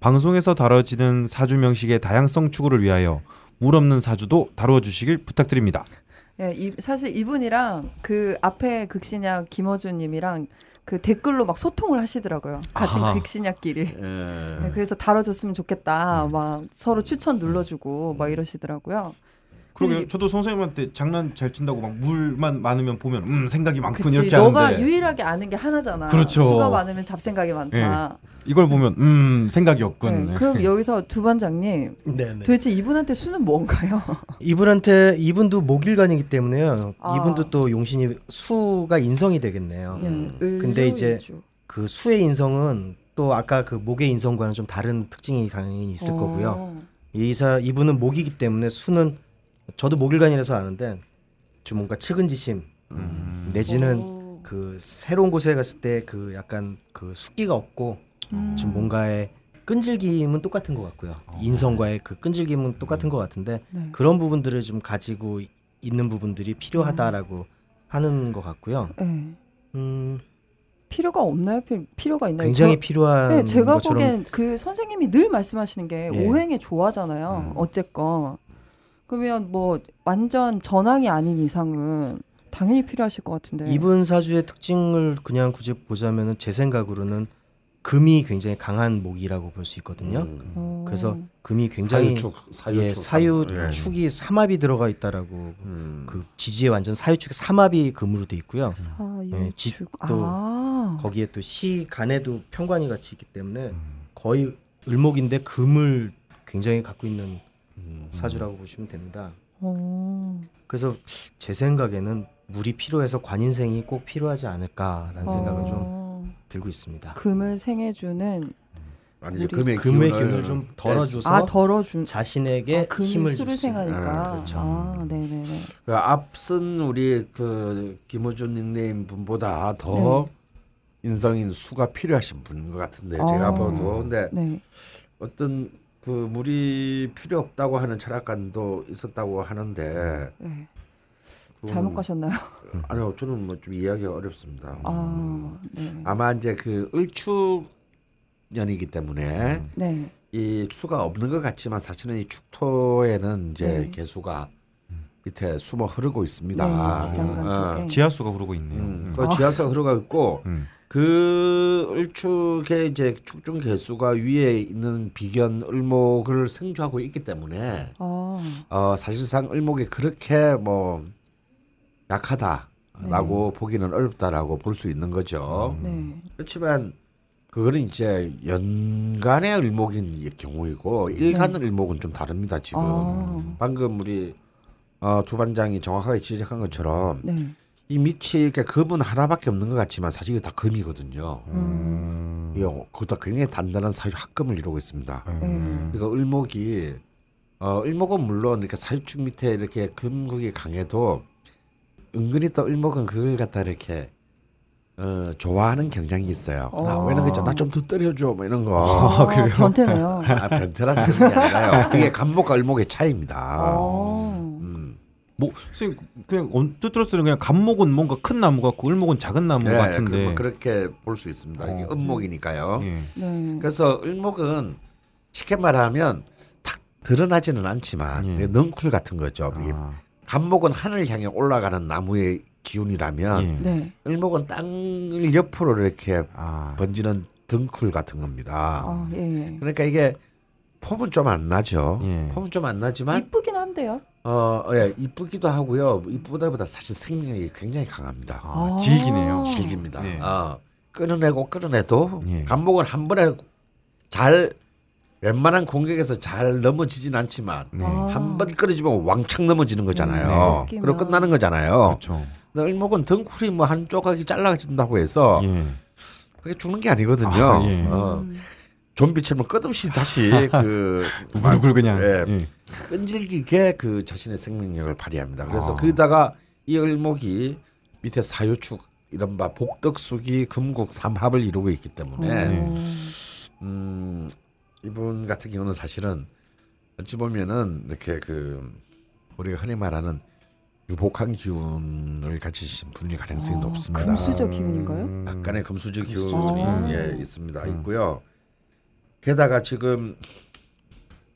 Speaker 4: 방송에서 다뤄지는 사주 명식의 다양성 추구를 위하여 물 없는 사주도 다루어 주시길 부탁드립니다.
Speaker 1: 예, 이, 사실 이분이랑 그 앞에 극신약 김어준님이랑 그 댓글로 막 소통을 하시더라고요. 같은
Speaker 4: 아하.
Speaker 1: 극신약끼리.
Speaker 2: 예.
Speaker 1: 네, 그래서 다뤄줬으면 좋겠다. 막 서로 추천 눌러주고 막 이러시더라고요.
Speaker 4: 그러게 저도 선생님한테 장난 잘 친다고 막 물만 많으면 보면 음 생각이 많군
Speaker 1: 그치,
Speaker 4: 이렇게
Speaker 1: 너가
Speaker 4: 하는데
Speaker 1: 유일하게 아는 게 하나잖아.
Speaker 4: 그렇죠. 예,
Speaker 1: 수가 많으면 잡생각이 많다.
Speaker 4: 이걸 보면 음 생각이 없군.
Speaker 1: 네, 그럼 여기서 두 반장님
Speaker 5: 네네.
Speaker 1: 도대체 이분한테 수는 뭔가요?
Speaker 5: 이분한테 이분도 목일간이기 때문에요.
Speaker 1: 아.
Speaker 5: 이분도 또 용신이 수가 인성이 되겠네요.
Speaker 1: 예,
Speaker 5: 음, 근데 이제
Speaker 1: 의료인주.
Speaker 5: 그 수의 인성은 또 아까 그 목의 인성과는 좀 다른 특징이 당연히 있을
Speaker 1: 어.
Speaker 5: 거고요. 이사 이분은 목이기 때문에 수는 저도 목일간이라서 아는데 좀 뭔가 측은지심 내지는
Speaker 1: 어.
Speaker 5: 그 새로운 곳에 갔을 때 그 약간 그 숙기가 없고
Speaker 1: 음.
Speaker 5: 지금 뭔가의 끈질김은 똑같은 것 같고요. 인성과의 그 끈질김은 똑같은 것 같은데
Speaker 1: 네.
Speaker 5: 그런 부분들을 좀 가지고 있는 부분들이 필요하다라고
Speaker 1: 음.
Speaker 5: 하는 것 같고요.
Speaker 1: 예.
Speaker 5: 음,
Speaker 1: 필요가 없나요? 필- 필요가 있나요?
Speaker 5: 굉장히
Speaker 1: 저-
Speaker 5: 필요한
Speaker 1: 네, 제가
Speaker 5: 것처럼
Speaker 1: 보기엔 그 선생님이 늘 말씀하시는 게
Speaker 5: 예. 음.
Speaker 1: 오행에 좋아잖아요. 어쨌건 그러면 뭐 완전 전황이 아닌 이상은 당연히 필요하실 것 같은데.
Speaker 5: 이분 사주의 특징을 그냥 굳이 보자면은 제 생각으로는 금이 굉장히 강한 목이라고 볼 수 있거든요.
Speaker 1: 어.
Speaker 5: 그래서 금이 굉장히
Speaker 2: 음. 사유축 네.
Speaker 5: 예, 사유축이 삼합이 들어가 있다라고
Speaker 2: 음.
Speaker 5: 그 지지에 완전 사유축 삼합이 금으로 돼 있고요.
Speaker 1: 사유축.
Speaker 5: 예, 지- 또
Speaker 1: 아.
Speaker 5: 거기에 또 시간에도 편관이 같이 있기 때문에
Speaker 2: 음.
Speaker 5: 거의 을목인데 금을 굉장히 갖고 있는
Speaker 2: 음.
Speaker 5: 사주라고 보시면 됩니다.
Speaker 1: 어.
Speaker 5: 그래서 제 생각에는 물이 필요해서 관인생이 꼭 필요하지 않을까라는 생각은 좀
Speaker 1: 어.
Speaker 5: 들고 있습니다.
Speaker 1: 금을 생해주는
Speaker 2: 아니죠
Speaker 1: 우리
Speaker 2: 금의,
Speaker 5: 금의
Speaker 2: 네, 기운을,
Speaker 5: 기운을 좀 덜어줘서
Speaker 1: 아 덜어준
Speaker 5: 자신에게
Speaker 1: 아, 금이
Speaker 5: 힘을
Speaker 1: 수를
Speaker 5: 줄수 있는.
Speaker 1: 생하니까.
Speaker 2: 아,
Speaker 5: 그렇죠.
Speaker 1: 아, 네네네.
Speaker 2: 그 앞선 우리 그 김호준 닉네임 분보다 더
Speaker 1: 네.
Speaker 2: 인성인 수가 필요하신 분인 것 같은데 제가
Speaker 1: 아.
Speaker 2: 봐도 근데
Speaker 1: 네.
Speaker 2: 어떤 그 물이 필요 없다고 하는 철학관도 있었다고 하는데
Speaker 1: 네.
Speaker 2: 그건-
Speaker 1: 잘못 가셨나요?
Speaker 2: 아니요 저는 뭐 좀 이해하기가 어렵습니다. 음.
Speaker 1: 아, 네.
Speaker 2: 아마 이제 그 을축년이기 때문에
Speaker 1: 네.
Speaker 2: 이 수가 없는 것 같지만 사실은 이 축토에는 이제
Speaker 1: 네.
Speaker 2: 개수가 밑에 숨어 흐르고 있습니다.
Speaker 1: 네, 지장간
Speaker 5: 아,
Speaker 1: 속에.
Speaker 4: 지하수가 흐르고 있네요.
Speaker 2: 음,
Speaker 4: 음.
Speaker 2: 그 지하수가 흐르고 있고
Speaker 4: 음.
Speaker 2: 그 을축의 이제 축중 개수가 위에 있는 비견 을목을 생주하고 있기 때문에
Speaker 1: 아,
Speaker 2: 어, 사실상 을목이 그렇게 뭐 약하다라고 보기는 어렵다라고 볼 수 있는 거죠.
Speaker 1: 네.
Speaker 2: 그렇지만 그거는 이제 연간의 을목인 경우이고 일간 을목은 좀 다릅니다 지금
Speaker 1: 아.
Speaker 2: 방금 우리 어, 두 반장이 정확하게 지적한 것처럼
Speaker 1: 네.
Speaker 2: 이 밑이 이렇게 금은 하나밖에 없는 것 같지만 사실 이게 다 금이거든요.
Speaker 1: 음.
Speaker 2: 이 그것도 굉장히 단단한 사유 합금을 이루고 있습니다.
Speaker 1: 네.
Speaker 2: 그러니까 을목이 어, 을목은 물론 이렇게 사유축 밑에 이렇게 금국이 강해도 은근히 또 을목은 그걸 갖다 이렇게 어, 좋아하는 경향이 있어요.
Speaker 1: 어.
Speaker 2: 나 왜는 그죠? 나좀 더 때려줘 뭐 이런 거.
Speaker 1: 아, 그래요? 변태네요.
Speaker 2: 아, 변태라서 그런 게 아니라요. 그게 간목과 을목의 차이입니다.
Speaker 1: 어.
Speaker 2: 음.
Speaker 4: 뭐 선생님 그냥 언뜻 들었을 때 그냥 감목은 뭔가 큰 나무 같고 을목은 작은 나무
Speaker 2: 네, 그,
Speaker 4: 같은데.
Speaker 2: 뭐 그렇게 볼 수 있습니다. 이게
Speaker 4: 어.
Speaker 2: 은목이니까요.
Speaker 4: 예.
Speaker 1: 네.
Speaker 2: 그래서 을목은 쉽게 말하면 탁 드러나지는 않지만
Speaker 4: 예.
Speaker 2: 되게 넝쿨 같은 거죠. 이게
Speaker 4: 아,
Speaker 2: 감목은 하늘 향해 올라가는 나무의 기운이라면
Speaker 4: 예.
Speaker 1: 네.
Speaker 2: 을목은 땅을 옆으로 이렇게
Speaker 4: 아.
Speaker 2: 번지는 등쿨 같은 겁니다.
Speaker 1: 아, 예, 예.
Speaker 2: 그러니까 이게 폼은 좀 안 나죠.
Speaker 4: 예.
Speaker 2: 폼은 좀 안 나지만
Speaker 1: 이쁘긴 한데요.
Speaker 2: 어, 예, 이쁘기도 하고요. 이쁘다보다 사실 생명력이 굉장히 강합니다.
Speaker 4: 아,
Speaker 1: 아.
Speaker 4: 질기네요.
Speaker 1: 질-
Speaker 2: 질깁니다.
Speaker 4: 네.
Speaker 2: 어, 끊어내고 끊어내도
Speaker 4: 예.
Speaker 2: 감목은 한 번에 잘 웬만한 공격에서 잘 넘어지진 않지만
Speaker 4: 네.
Speaker 1: 아.
Speaker 2: 한 번 끊어지면 왕창 넘어지는 거잖아요.
Speaker 1: 음, 네.
Speaker 2: 그리고 끝나는 거잖아요.
Speaker 4: 그렇죠.
Speaker 2: 근데 을목은 등쿨이 뭐 한 조각이 잘라진다고 해서
Speaker 4: 예.
Speaker 2: 그게 죽는 게 아니거든요.
Speaker 4: 아, 예.
Speaker 2: 어,
Speaker 1: 음.
Speaker 2: 좀비처럼 끝없이 다시 그
Speaker 4: 우글우글 그냥.
Speaker 2: 예,
Speaker 4: 예.
Speaker 2: 끈질기게 그 자신의 생명력을 발휘합니다. 그래서
Speaker 4: 아.
Speaker 2: 거기다가 이 을목이 밑에 사유축 이른바 복덕숙이 금국 삼합을 이루고 있기 때문에
Speaker 1: 어.
Speaker 2: 음, 이분 같은 경우는 사실은 어찌 보면은 이렇게 그 우리가 흔히 말하는 유복한 기운을 가지신 분이 가능성이
Speaker 1: 아,
Speaker 2: 높습니다. 음.
Speaker 1: 금수저 기운인가요?
Speaker 2: 약간의 금수저 기운이
Speaker 1: 음. 아.
Speaker 2: 예, 있습니다. 있고요. 게다가 지금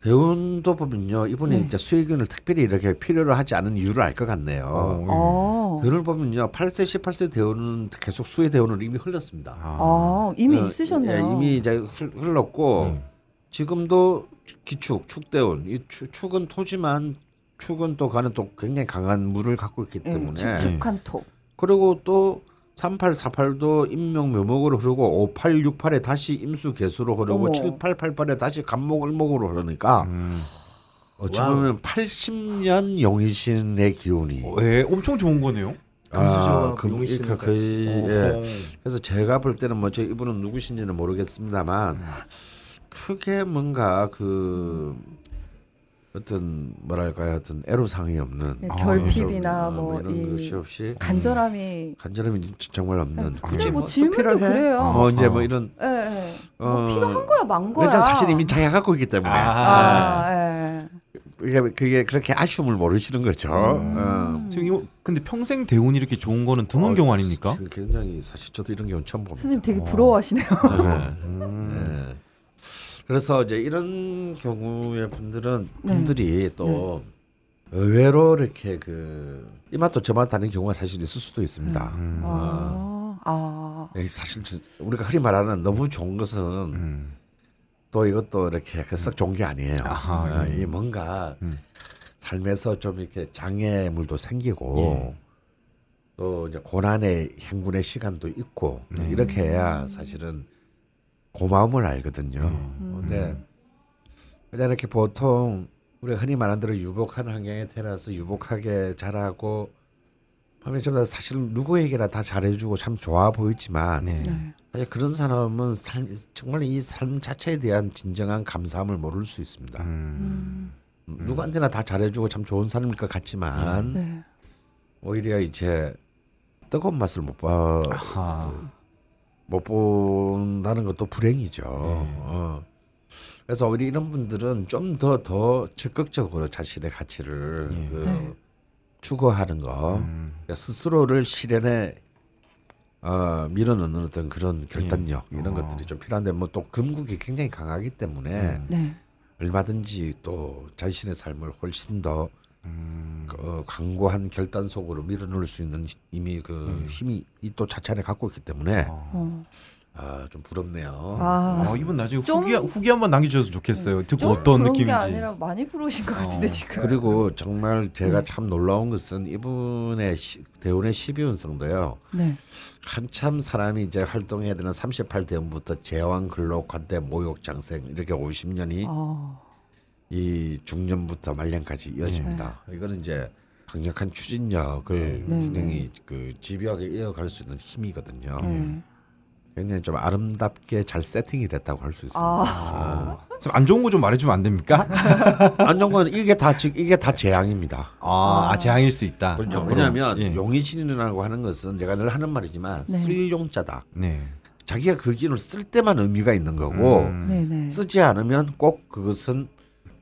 Speaker 2: 대운도 보면요, 이분이
Speaker 1: 네.
Speaker 2: 이제 수의 기운을 특별히 이렇게 필요로 하지 않은 이유를 알 것 같네요.
Speaker 1: 아,
Speaker 2: 대운을 보면요, 8세, 18세 대운은 계속 수의 대운을 이미 흘렸습니다.
Speaker 1: 아, 이미
Speaker 2: 어,
Speaker 1: 있으셨네요. 네.
Speaker 2: 예, 이미 이제 흘-
Speaker 4: 어.
Speaker 2: 흘렀고
Speaker 4: 예.
Speaker 2: 지금도 기축, 축대운. 이 추- 축은 토지만 축은 또 가는 또 굉장히 강한 물을 갖고 있기 때문에
Speaker 1: 예, 네, 축축한 토.
Speaker 2: 그리고 또 3848도 임명 묘목으로 흐르고 5868에 다시 임수 개수로 흐르고
Speaker 1: 어머.
Speaker 2: 7888에 다시 간목 을목으로
Speaker 4: 아.
Speaker 2: 흐르니까
Speaker 4: 음.
Speaker 2: 어찌 보면 80년 용의신의 기운이
Speaker 4: 예, 엄청 좋은 거네요.
Speaker 5: 금수저하고
Speaker 2: 아, 금-
Speaker 5: 용의신까지.
Speaker 2: 거의,
Speaker 4: 어,
Speaker 2: 예.
Speaker 4: 어.
Speaker 2: 그래서 제가 볼 때는 뭐 저 이분은 누구신지는 모르겠습니다만 크게 뭔가 그 어떤 뭐랄까요 어떤 애로사항이 없는
Speaker 1: 예,
Speaker 2: 아,
Speaker 1: 결핍이나
Speaker 2: 좀, 어,
Speaker 1: 뭐
Speaker 2: 이런
Speaker 1: 이-
Speaker 2: 것이 없이
Speaker 1: 간절함이.
Speaker 2: 간절함이 정말 없는
Speaker 1: 근데 뭐
Speaker 2: 음. 또
Speaker 1: 질문도
Speaker 2: 필요해?
Speaker 1: 그래요.
Speaker 2: 뭐 이제 뭐 이런
Speaker 1: 예, 예.
Speaker 2: 어,
Speaker 1: 뭐 필요한 거야, 만 거야.
Speaker 2: 왜냐면 사실 이미 네. 자기가 갖고 있기
Speaker 5: 어.
Speaker 2: 때문에
Speaker 1: 아, 예.
Speaker 2: 그게, 그게 그렇게 아쉬움을 모르시는 거죠.
Speaker 4: 음.
Speaker 1: 음.
Speaker 2: 어.
Speaker 4: 지금 이거 근데 평생 대운이 이렇게 좋은 거는 드문
Speaker 2: 어,
Speaker 4: 경우 아닙니까?
Speaker 2: 굉장히 사실 저도 이런 경우 처음 봅니다.
Speaker 1: 선생님 되게 부러워하시네요.
Speaker 4: 음.
Speaker 2: 네. 그래서 이제 이런 경우의 분들은
Speaker 1: 네.
Speaker 2: 분들이 또 의외로 이렇게 그 이맛도 저맛 다른 경우가 사실 있을 수도 있습니다.
Speaker 4: 음.
Speaker 1: 아,
Speaker 2: 어.
Speaker 1: 아.
Speaker 2: 예, 사실 저- 우리가 흔히 말하는 너무 좋은 것은
Speaker 4: 음.
Speaker 2: 또 이것도 이렇게 그썩 좋은 게 아니에요. 아, 이 뭔가 삶에서 좀 이렇게 장애물도 생기고 또 이제 고난의 행군의 시간도 있고 이렇게 해야 사실은 고마움을 알거든요. 근데 그냥 이렇게 보통 우리가 흔히 말하는 대로 유복한 환경에 태어나서 유복하게 자라고 하면 전부 다 사실 누구에게나 다 잘해주고 참 좋아 보이지만
Speaker 1: 네.
Speaker 2: 사실 그런 사람은 삶, 정말 이 삶 자체에 대한 진정한 감사함을 모를 수
Speaker 4: 음.
Speaker 1: 음.
Speaker 2: 있습니다. 음. 누구한테나 다 잘해주고 참 좋은 사람일 것 같지만
Speaker 1: 네.
Speaker 2: 오히려 이제 뜨거운 맛을 못 봐. 못 본다는 것도
Speaker 1: 네.
Speaker 2: 불행이죠. 어. 그래서 오히려 이런 분들은 좀 더 더 적극적으로 자신의 가치를 그
Speaker 1: 네. 음.
Speaker 2: 추구하는
Speaker 4: 어?
Speaker 2: 거,
Speaker 4: 음.
Speaker 2: 그러니까 스스로를 실현에 어, 밀어넣는 어떤 그런 결단력 이런 것들이 좀 필요한데 뭐 또 금국이 굉장히 강하기 때문에
Speaker 1: 네.
Speaker 2: 얼마든지 또 자신의 삶을 훨씬 더
Speaker 4: 음.
Speaker 2: 그, 어, 강고한 결단 속으로 밀어넣을 수 있는 시- 이미 그 힘이 이 또 자체 안에 갖고 있기
Speaker 4: 네.
Speaker 2: 때문에
Speaker 1: 어.
Speaker 2: 아, 좀 부럽네요.
Speaker 1: 아.
Speaker 4: 아, 이분 나중에
Speaker 1: 좀-
Speaker 4: 후기 후기 한번 남겨주셔서 좋겠어요. 듣고
Speaker 1: 좀
Speaker 4: 어떤
Speaker 1: 그런
Speaker 4: 느낌인지.
Speaker 1: 게 아니라 많이 부러우신 것 같은데 지금.
Speaker 2: 어. 그리고 정말 제가 참 놀라운 것은 이분의 시- 대운의 12운성도요.
Speaker 1: 네.
Speaker 2: 한참 사람이 이제 활동해야 되는 38대운부터 제왕, 근록, 관대, 모욕, 장생 이렇게 50년이
Speaker 1: 어.
Speaker 2: 이 중년부터 말년까지 이어집니다. 이거는 이제 강력한 추진력을
Speaker 1: 네,
Speaker 2: 굉장히 그 집요하게 이어갈 수 있는 힘이거든요.
Speaker 1: 네.
Speaker 2: 굉장히 좀 아름답게 잘 세팅이 됐다고 할 수 있습니다.
Speaker 1: 아,
Speaker 4: 아. 선생님, 안 좋은 거 좀 말해주면 안 됩니까?
Speaker 2: 안정권 이게 다 즉 이게 다 재앙입니다.
Speaker 4: 아, 아, 재앙일 수 있다.
Speaker 2: 그렇죠.
Speaker 4: 아,
Speaker 2: 왜냐하면
Speaker 4: 예.
Speaker 2: 용의신이라고 하는 것은 내가 늘 하는 말이지만
Speaker 1: 네.
Speaker 2: 쓸 용자다.
Speaker 4: 네.
Speaker 2: 자기가 그 기운을 쓸 때만 의미가 있는 거고
Speaker 4: 음.
Speaker 1: 네, 네.
Speaker 2: 쓰지 않으면 꼭 그것은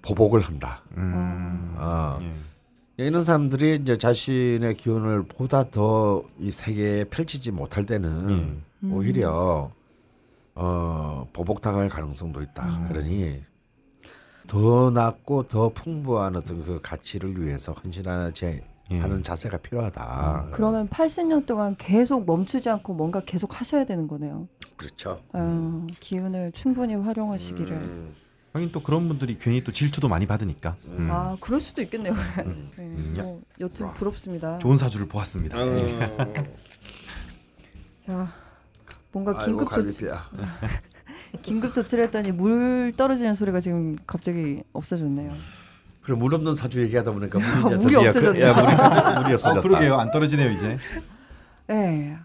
Speaker 2: 보복을 한다.
Speaker 1: 음.
Speaker 2: 어.
Speaker 4: 예.
Speaker 2: 이런 사람들이 이제 자신의 기운을 보다 더 이 세계에 펼치지 못할 때는 오히려 어, 보복당할 가능성도 있다. 그러니 더 낫고 더 풍부한 어떤 그 가치를 위해서 헌신하는
Speaker 4: 예.
Speaker 2: 자세가 필요하다.
Speaker 1: 그러면 80년 동안 계속 멈추지 않고 뭔가 계속 하셔야 되는 거네요.
Speaker 2: 그렇죠. 음.
Speaker 1: 어, 기운을 충분히 활용하시기를.
Speaker 4: 하긴 또 그런 분들이 괜히 또 질투도 많이 받으니까. 음.
Speaker 1: 아, 그럴 수도 있겠네요.
Speaker 2: 음.
Speaker 1: 네. 뭐, 여튼 부럽습니다.
Speaker 4: 좋은 사주를 보았습니다.
Speaker 2: 아,
Speaker 4: 예.
Speaker 1: 자, 뭔가
Speaker 2: 아이고
Speaker 1: 긴급 조치,
Speaker 2: 갈비뼈야.
Speaker 1: 긴급 조치를 했더니 물 떨어지는 소리가 지금 갑자기 없어졌네요.
Speaker 2: 그럼 물 없는 사주 얘기하다 보니까 물이,
Speaker 1: 아,
Speaker 2: 그,
Speaker 1: 물이 없어졌네요.
Speaker 2: 물이, 물이
Speaker 4: 아,
Speaker 2: 없어졌다.
Speaker 4: 그러게요. 안 떨어지네요 이제.
Speaker 1: 네.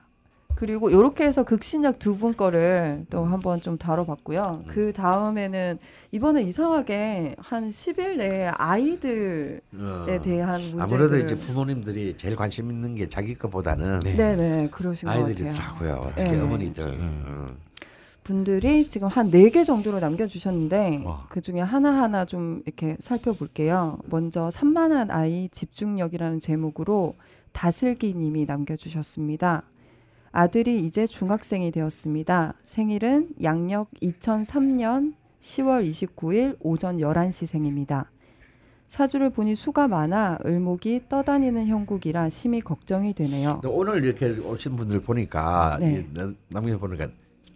Speaker 1: 그리고 이렇게 해서 극신약 두 분 거를 또 한번 좀 다뤄봤고요.
Speaker 2: 네.
Speaker 1: 그 다음에는 이번에 이상하게 한 10일 내에 아이들에
Speaker 2: 어.
Speaker 1: 대한 네, 문제들
Speaker 2: 아무래도 이제 네. 부모님들이 제일 관심 있는 게 자기 것보다는
Speaker 1: 네, 네네 그러신 것 같아요.
Speaker 2: 아이들이더라고요. 특히
Speaker 1: 네.
Speaker 2: 어머니들. 음.
Speaker 1: 분들이 지금 한 네 개 정도로 남겨주셨는데
Speaker 4: 와.
Speaker 1: 그 중에 하나하나 좀 이렇게 살펴볼게요. 먼저 산만한 아이 집중력이라는 제목으로 다슬기님이 남겨주셨습니다. 아들이 이제 중학생이 되었습니다. 생일은 양력 2003년 10월 29일 오전 11시 생입니다. 사주를 보니 수가 많아 을목이 떠다니는 형국이라 심히 걱정이 되네요.
Speaker 2: 근데 오늘 이렇게 오신 분들 보니까
Speaker 1: 네.
Speaker 2: 이 남- 남겨 보니까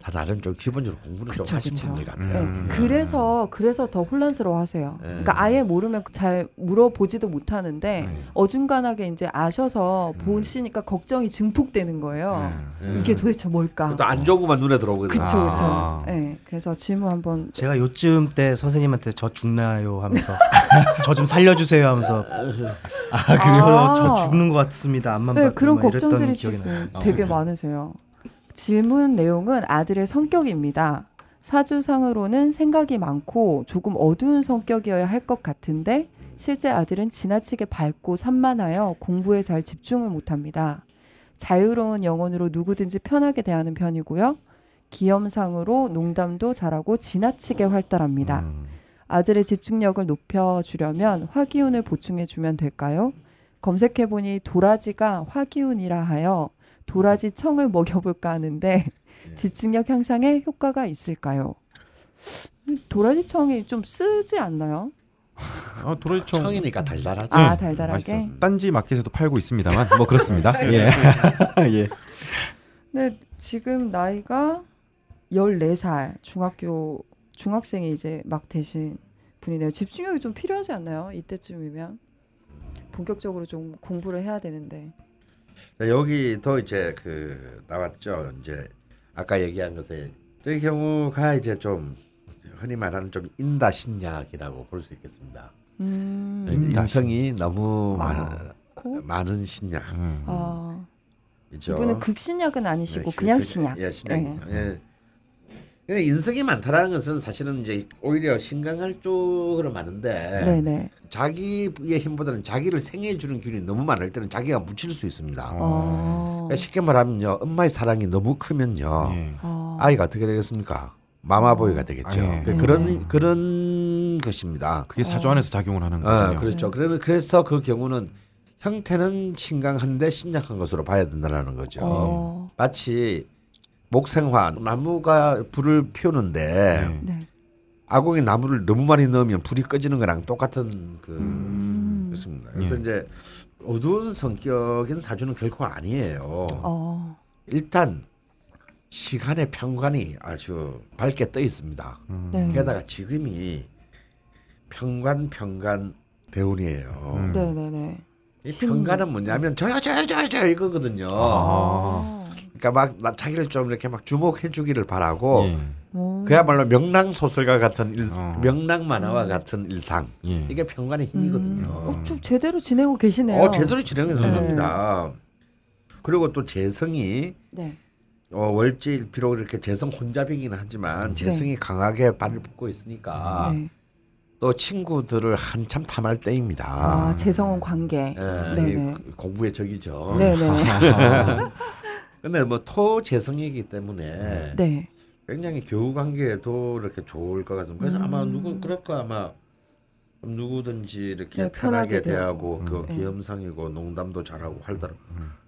Speaker 2: 다 나름 좀 기본적으로 공부를
Speaker 1: 그쵸,
Speaker 2: 좀 하신
Speaker 1: 그쵸.
Speaker 2: 분들
Speaker 1: 네,
Speaker 2: 같아요.
Speaker 1: 그래서 그래서 더 혼란스러워하세요.
Speaker 2: 네.
Speaker 1: 그러니까 아예 모르면 잘 물어보지도 못하는데 어중간하게 이제 아셔서 보시니까 걱정이 증폭되는 거예요. 이게 도대체 아. 뭘까?
Speaker 2: 또안 좋고만 눈에 들어오거든요.
Speaker 1: 그쵸 그쵸. 네, 그래서 질문 한번
Speaker 5: 제가 요쯤 때 선생님한테 저 죽나요 하면서 저 좀 살려주세요 하면서 아 그죠
Speaker 1: 아.
Speaker 5: 저 죽는 것 같습니다 안만
Speaker 1: 네,
Speaker 5: 봐도
Speaker 1: 그런
Speaker 5: 막 이랬던
Speaker 1: 걱정들이
Speaker 5: 기억이 나요. 아, 그렇죠.
Speaker 1: 지금 되게 많으세요. 질문 내용은 아들의 성격입니다. 사주상으로는 생각이 많고 조금 어두운 성격이어야 할 것 같은데 실제 아들은 지나치게 밝고 산만하여 공부에 잘 집중을 못합니다. 자유로운 영혼으로 누구든지 편하게 대하는 편이고요. 기염상으로 농담도 잘하고 지나치게 활달합니다.
Speaker 5: 음.
Speaker 1: 아들의 집중력을 높여주려면 화기운을 보충해주면 될까요? 검색해보니 도라지가 화기운이라 하여 도라지 청을 먹여볼까 하는데 집중력 향상에 효과가 있을까요? 음, 도라지 청이 좀 쓰지 않나요?
Speaker 4: 아, 도라지청.
Speaker 2: 청이니까 달달하죠.
Speaker 1: 아
Speaker 4: 네. 맛있어.
Speaker 1: 달달하게.
Speaker 3: 딴지 마켓에도 팔고 있습니다만 뭐 그렇습니다. 예. 예.
Speaker 1: 근데 지금 나이가 14살 중학교 중학생이 이제 막 되신 분이네요. 집중력이 좀 필요하지 않나요? 이때쯤이면 본격적으로 좀 공부를 해야 되는데.
Speaker 2: 네, 여기도 이제 그 나왔죠. 이제 아까 얘기한 것에 저희 경우가 이제 좀 흔히 말하는 좀 인다신약이라고 볼 수 있겠습니다.
Speaker 1: 음.
Speaker 4: 네.
Speaker 2: 인성이 너무
Speaker 1: 아.
Speaker 2: 많, 많은 신약이죠.
Speaker 1: 아, 이분은 극신약은 아니시고
Speaker 2: 네,
Speaker 1: 그냥
Speaker 2: 그-
Speaker 1: 신약. 네.
Speaker 2: 예, 신약. 예. 근데 인성이 많다라는 것은 사실은 이제 오히려 신강할 쪽으로 많은데
Speaker 1: 네, 네.
Speaker 2: 자기의 힘보다는 자기를 생해 주는 기운이 너무 많을 때는 자기가 묻힐 수 있습니다.
Speaker 1: 어.
Speaker 2: 그러니까 쉽게 말하면요, 엄마의 사랑이 너무 크면요,
Speaker 4: 예.
Speaker 1: 어.
Speaker 2: 아이가 어떻게 되겠습니까? 마마보이가 되겠죠.
Speaker 4: 아, 예.
Speaker 2: 그-
Speaker 1: 네.
Speaker 2: 그런 그런 것입니다.
Speaker 3: 그게 사주
Speaker 1: 어.
Speaker 3: 안에서 작용을 하는
Speaker 2: 아,
Speaker 3: 거예요.
Speaker 2: 그렇죠. 그래- 그래서 그 경우는 형태는 신강한데 신약한 것으로 봐야 된다라는 거죠.
Speaker 1: 어.
Speaker 2: 마치 목생화 나무가 불을
Speaker 4: 예.
Speaker 2: 피우는데
Speaker 1: 네.
Speaker 2: 아궁에 나무를 너무 많이 넣으면 불이 꺼지는 거랑 똑같은 그
Speaker 1: 음.
Speaker 2: 그렇습니다. 그래서 이제 어두운 성격인 사주는 결코 아니에요.
Speaker 1: 어.
Speaker 2: 일단 시간의 평관이 아주 밝게 떠 있습니다.
Speaker 1: 네.
Speaker 2: 음. 게다가 지금이 평관 평관 대운이에요.
Speaker 1: 네, 네, 네.
Speaker 2: 이 평관은 뭐냐면 저요 저요 저요 저요 이거거든요.
Speaker 1: 어.
Speaker 2: 그러니까 막 나- 자기를 좀 이렇게 막 주목해주기를 바라고
Speaker 4: 예.
Speaker 1: 오.
Speaker 2: 그야말로 명랑 소설가 같은 일,
Speaker 4: 어.
Speaker 2: 명랑 만화와 같은 일상
Speaker 4: 예.
Speaker 2: 이게 평관의
Speaker 1: 음.
Speaker 2: 힘이거든요.
Speaker 1: 어, 좀 제대로 지내고 계시네요.
Speaker 2: 어 제대로 진행해서
Speaker 1: 네.
Speaker 2: 합니다. 그리고 또 재성이
Speaker 1: 네.
Speaker 2: 어, 월지일 비록 이렇게 재성 혼잡이긴 하지만 재성이 강하게 발을 붓고 있으니까
Speaker 1: 네.
Speaker 2: 또 친구들을 한참 탐할 때입니다.
Speaker 1: 아, 재성은 관계.
Speaker 2: 예,
Speaker 1: 네,
Speaker 2: 이
Speaker 1: 네.
Speaker 2: 공부의 적이죠.
Speaker 1: 네, 네.
Speaker 4: 예.
Speaker 2: 근데 뭐 토재성이기 때문에
Speaker 1: 네.
Speaker 2: 굉장히 교우 관계에도 이렇게 좋을 것 같습니다. 그래서 아마
Speaker 1: 음.
Speaker 2: 누구 그럴까 아마 누구든지 이렇게
Speaker 1: 네, 편하게
Speaker 2: 편하게 대하고 그
Speaker 1: 네.
Speaker 2: 기염상이고 농담도 잘하고 활달.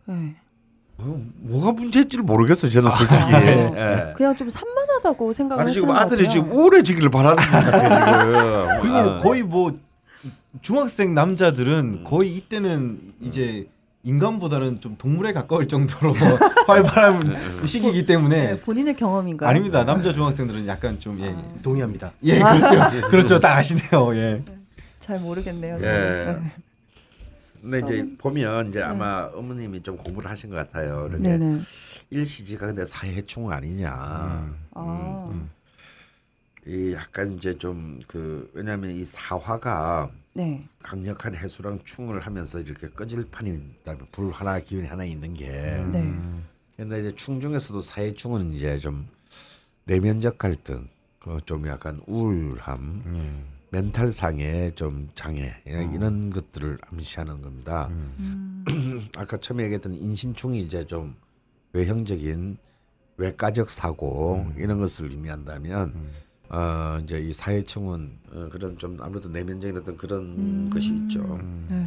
Speaker 1: 네.
Speaker 2: 어, 뭐가 문제인지 를 모르겠어요.
Speaker 4: 아.
Speaker 2: 저는 솔직히.
Speaker 1: 어.
Speaker 2: 예.
Speaker 1: 그냥 좀 산만하다고 생각을
Speaker 2: 아니
Speaker 1: 하시는
Speaker 2: 지금
Speaker 1: 거구나.
Speaker 2: 아들이 지금 우울해지기를 바라는 것 같아요. 지금.
Speaker 3: 그리고
Speaker 2: 아.
Speaker 3: 거의 뭐 중학생
Speaker 4: 음.
Speaker 3: 남자들은 거의 이때는 이제 인간보다는 좀 동물에 가까울 정도로
Speaker 4: 네,
Speaker 3: 활발한 시기이기 때문에
Speaker 1: 네, 본인의 경험인가요?
Speaker 3: 아닙니다. 남자 중학생들은 약간 좀 예. 예.
Speaker 5: 동의합니다
Speaker 3: 예,
Speaker 1: 아.
Speaker 3: 그렇죠. 그렇죠. 다 아시네요. 예.
Speaker 1: 잘 모르겠네요.
Speaker 2: 예.
Speaker 1: 저는.
Speaker 2: 근데 이제 보면 이제 아마 어머님이 좀 공부를 하신 것 같아요. 이렇게
Speaker 1: 네, 네.
Speaker 2: 일시지가 근데 사회충 아니냐.
Speaker 3: 음.
Speaker 1: 아.
Speaker 2: 음, 이 약간 이제 좀 그 왜냐하면 이 사화가
Speaker 1: 네.
Speaker 2: 강력한 해수랑 충을 하면서 이렇게 꺼질 판이 있다면 불 하나 기운이 하나 있는 게
Speaker 1: 네.
Speaker 4: 음,
Speaker 2: 근데 이제 충 중에서도 사회충은 이제 좀 내면적 갈등, 그 좀 약간 우울함, 멘탈 상해, 좀 장애 이런 것들을 암시하는 겁니다. 아까 처음에 얘기했던 인신충이 이제 좀 외형적인 외과적 사고 이런 것을 의미한다면 어, 이제 이 사회충은 어, 그런 좀 아무래도 내면적인 어떤 그런
Speaker 1: 음.
Speaker 2: 것이 있죠.
Speaker 1: 네.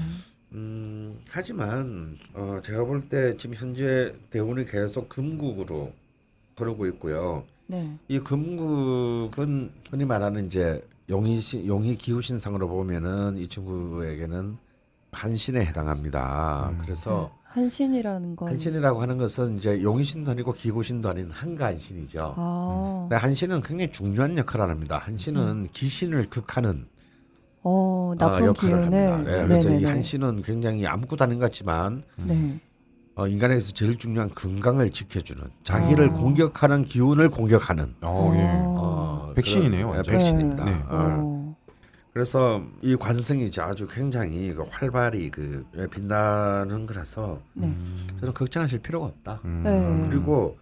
Speaker 2: 음, 하지만 어, 제가 볼 때 지금 현재 대운이 계속 금국으로 흐르고 있고요.
Speaker 1: 네.
Speaker 2: 이 금국은 흔히 말하는 이제 용희 시- 용희 기후신상으로 보면은 이 친구에게는 한신에 해당합니다. 그래서
Speaker 1: 음. 한신이라는 건
Speaker 2: 한신이라고 하는 것은 이제 용의신도 아니고 기구신도 아닌 한가한신이죠.
Speaker 1: 아.
Speaker 2: 근데 한신은 굉장히 중요한 역할을 합니다. 한신은 기신을 극하는
Speaker 1: 음. 어,
Speaker 2: 아,
Speaker 1: 나쁜
Speaker 2: 역할을
Speaker 1: 기운을
Speaker 2: 합니다. 네, 그래서 이 한신은 굉장히 아무것도 아닌 것 같지만
Speaker 1: 네.
Speaker 2: 어, 인간에게서 제일 중요한 건강을 지켜주는 자기를
Speaker 1: 어.
Speaker 2: 공격하는 기운을 공격하는
Speaker 4: 어, 예.
Speaker 2: 어,
Speaker 4: 백신이네요,
Speaker 2: 그런,
Speaker 4: 완전.
Speaker 2: 네, 백신입니다.
Speaker 1: 네.
Speaker 2: 어.
Speaker 1: 어.
Speaker 2: 그래서 이 관성이 이제 아주 굉장히 그 활발히 그 빛나는 거라서
Speaker 1: 네.
Speaker 2: 저는 걱정하실 필요가 없다.
Speaker 4: 음.
Speaker 1: 네.
Speaker 2: 그리고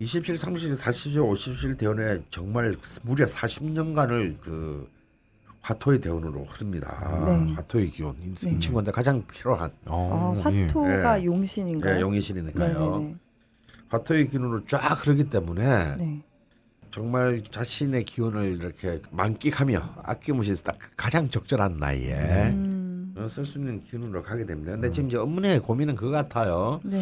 Speaker 2: 27, 30, 40, 50실 대원에 정말 무려 40년간을 그 화토의 대원으로 흐릅니다.
Speaker 1: 네.
Speaker 2: 화토의 기운 이,
Speaker 1: 네.
Speaker 2: 이 친구한테 가장 필요한
Speaker 4: 어,
Speaker 1: 아,
Speaker 4: 예.
Speaker 1: 화토가 용신인가요?
Speaker 2: 음, 예, 용의신이니까요.
Speaker 1: 네네네.
Speaker 2: 화토의 기운으로 쫙 흐르기 때문에
Speaker 1: 네.
Speaker 2: 정말 자신의 기운을 이렇게 만끽하며 아낌없이 딱 가장 적절한 나이에 어,
Speaker 1: 음.
Speaker 2: 쓸 수 있는 기운으로 가게 됩니다. 근데 지금 이제 업무의 고민은 그거 같아요.
Speaker 1: 네.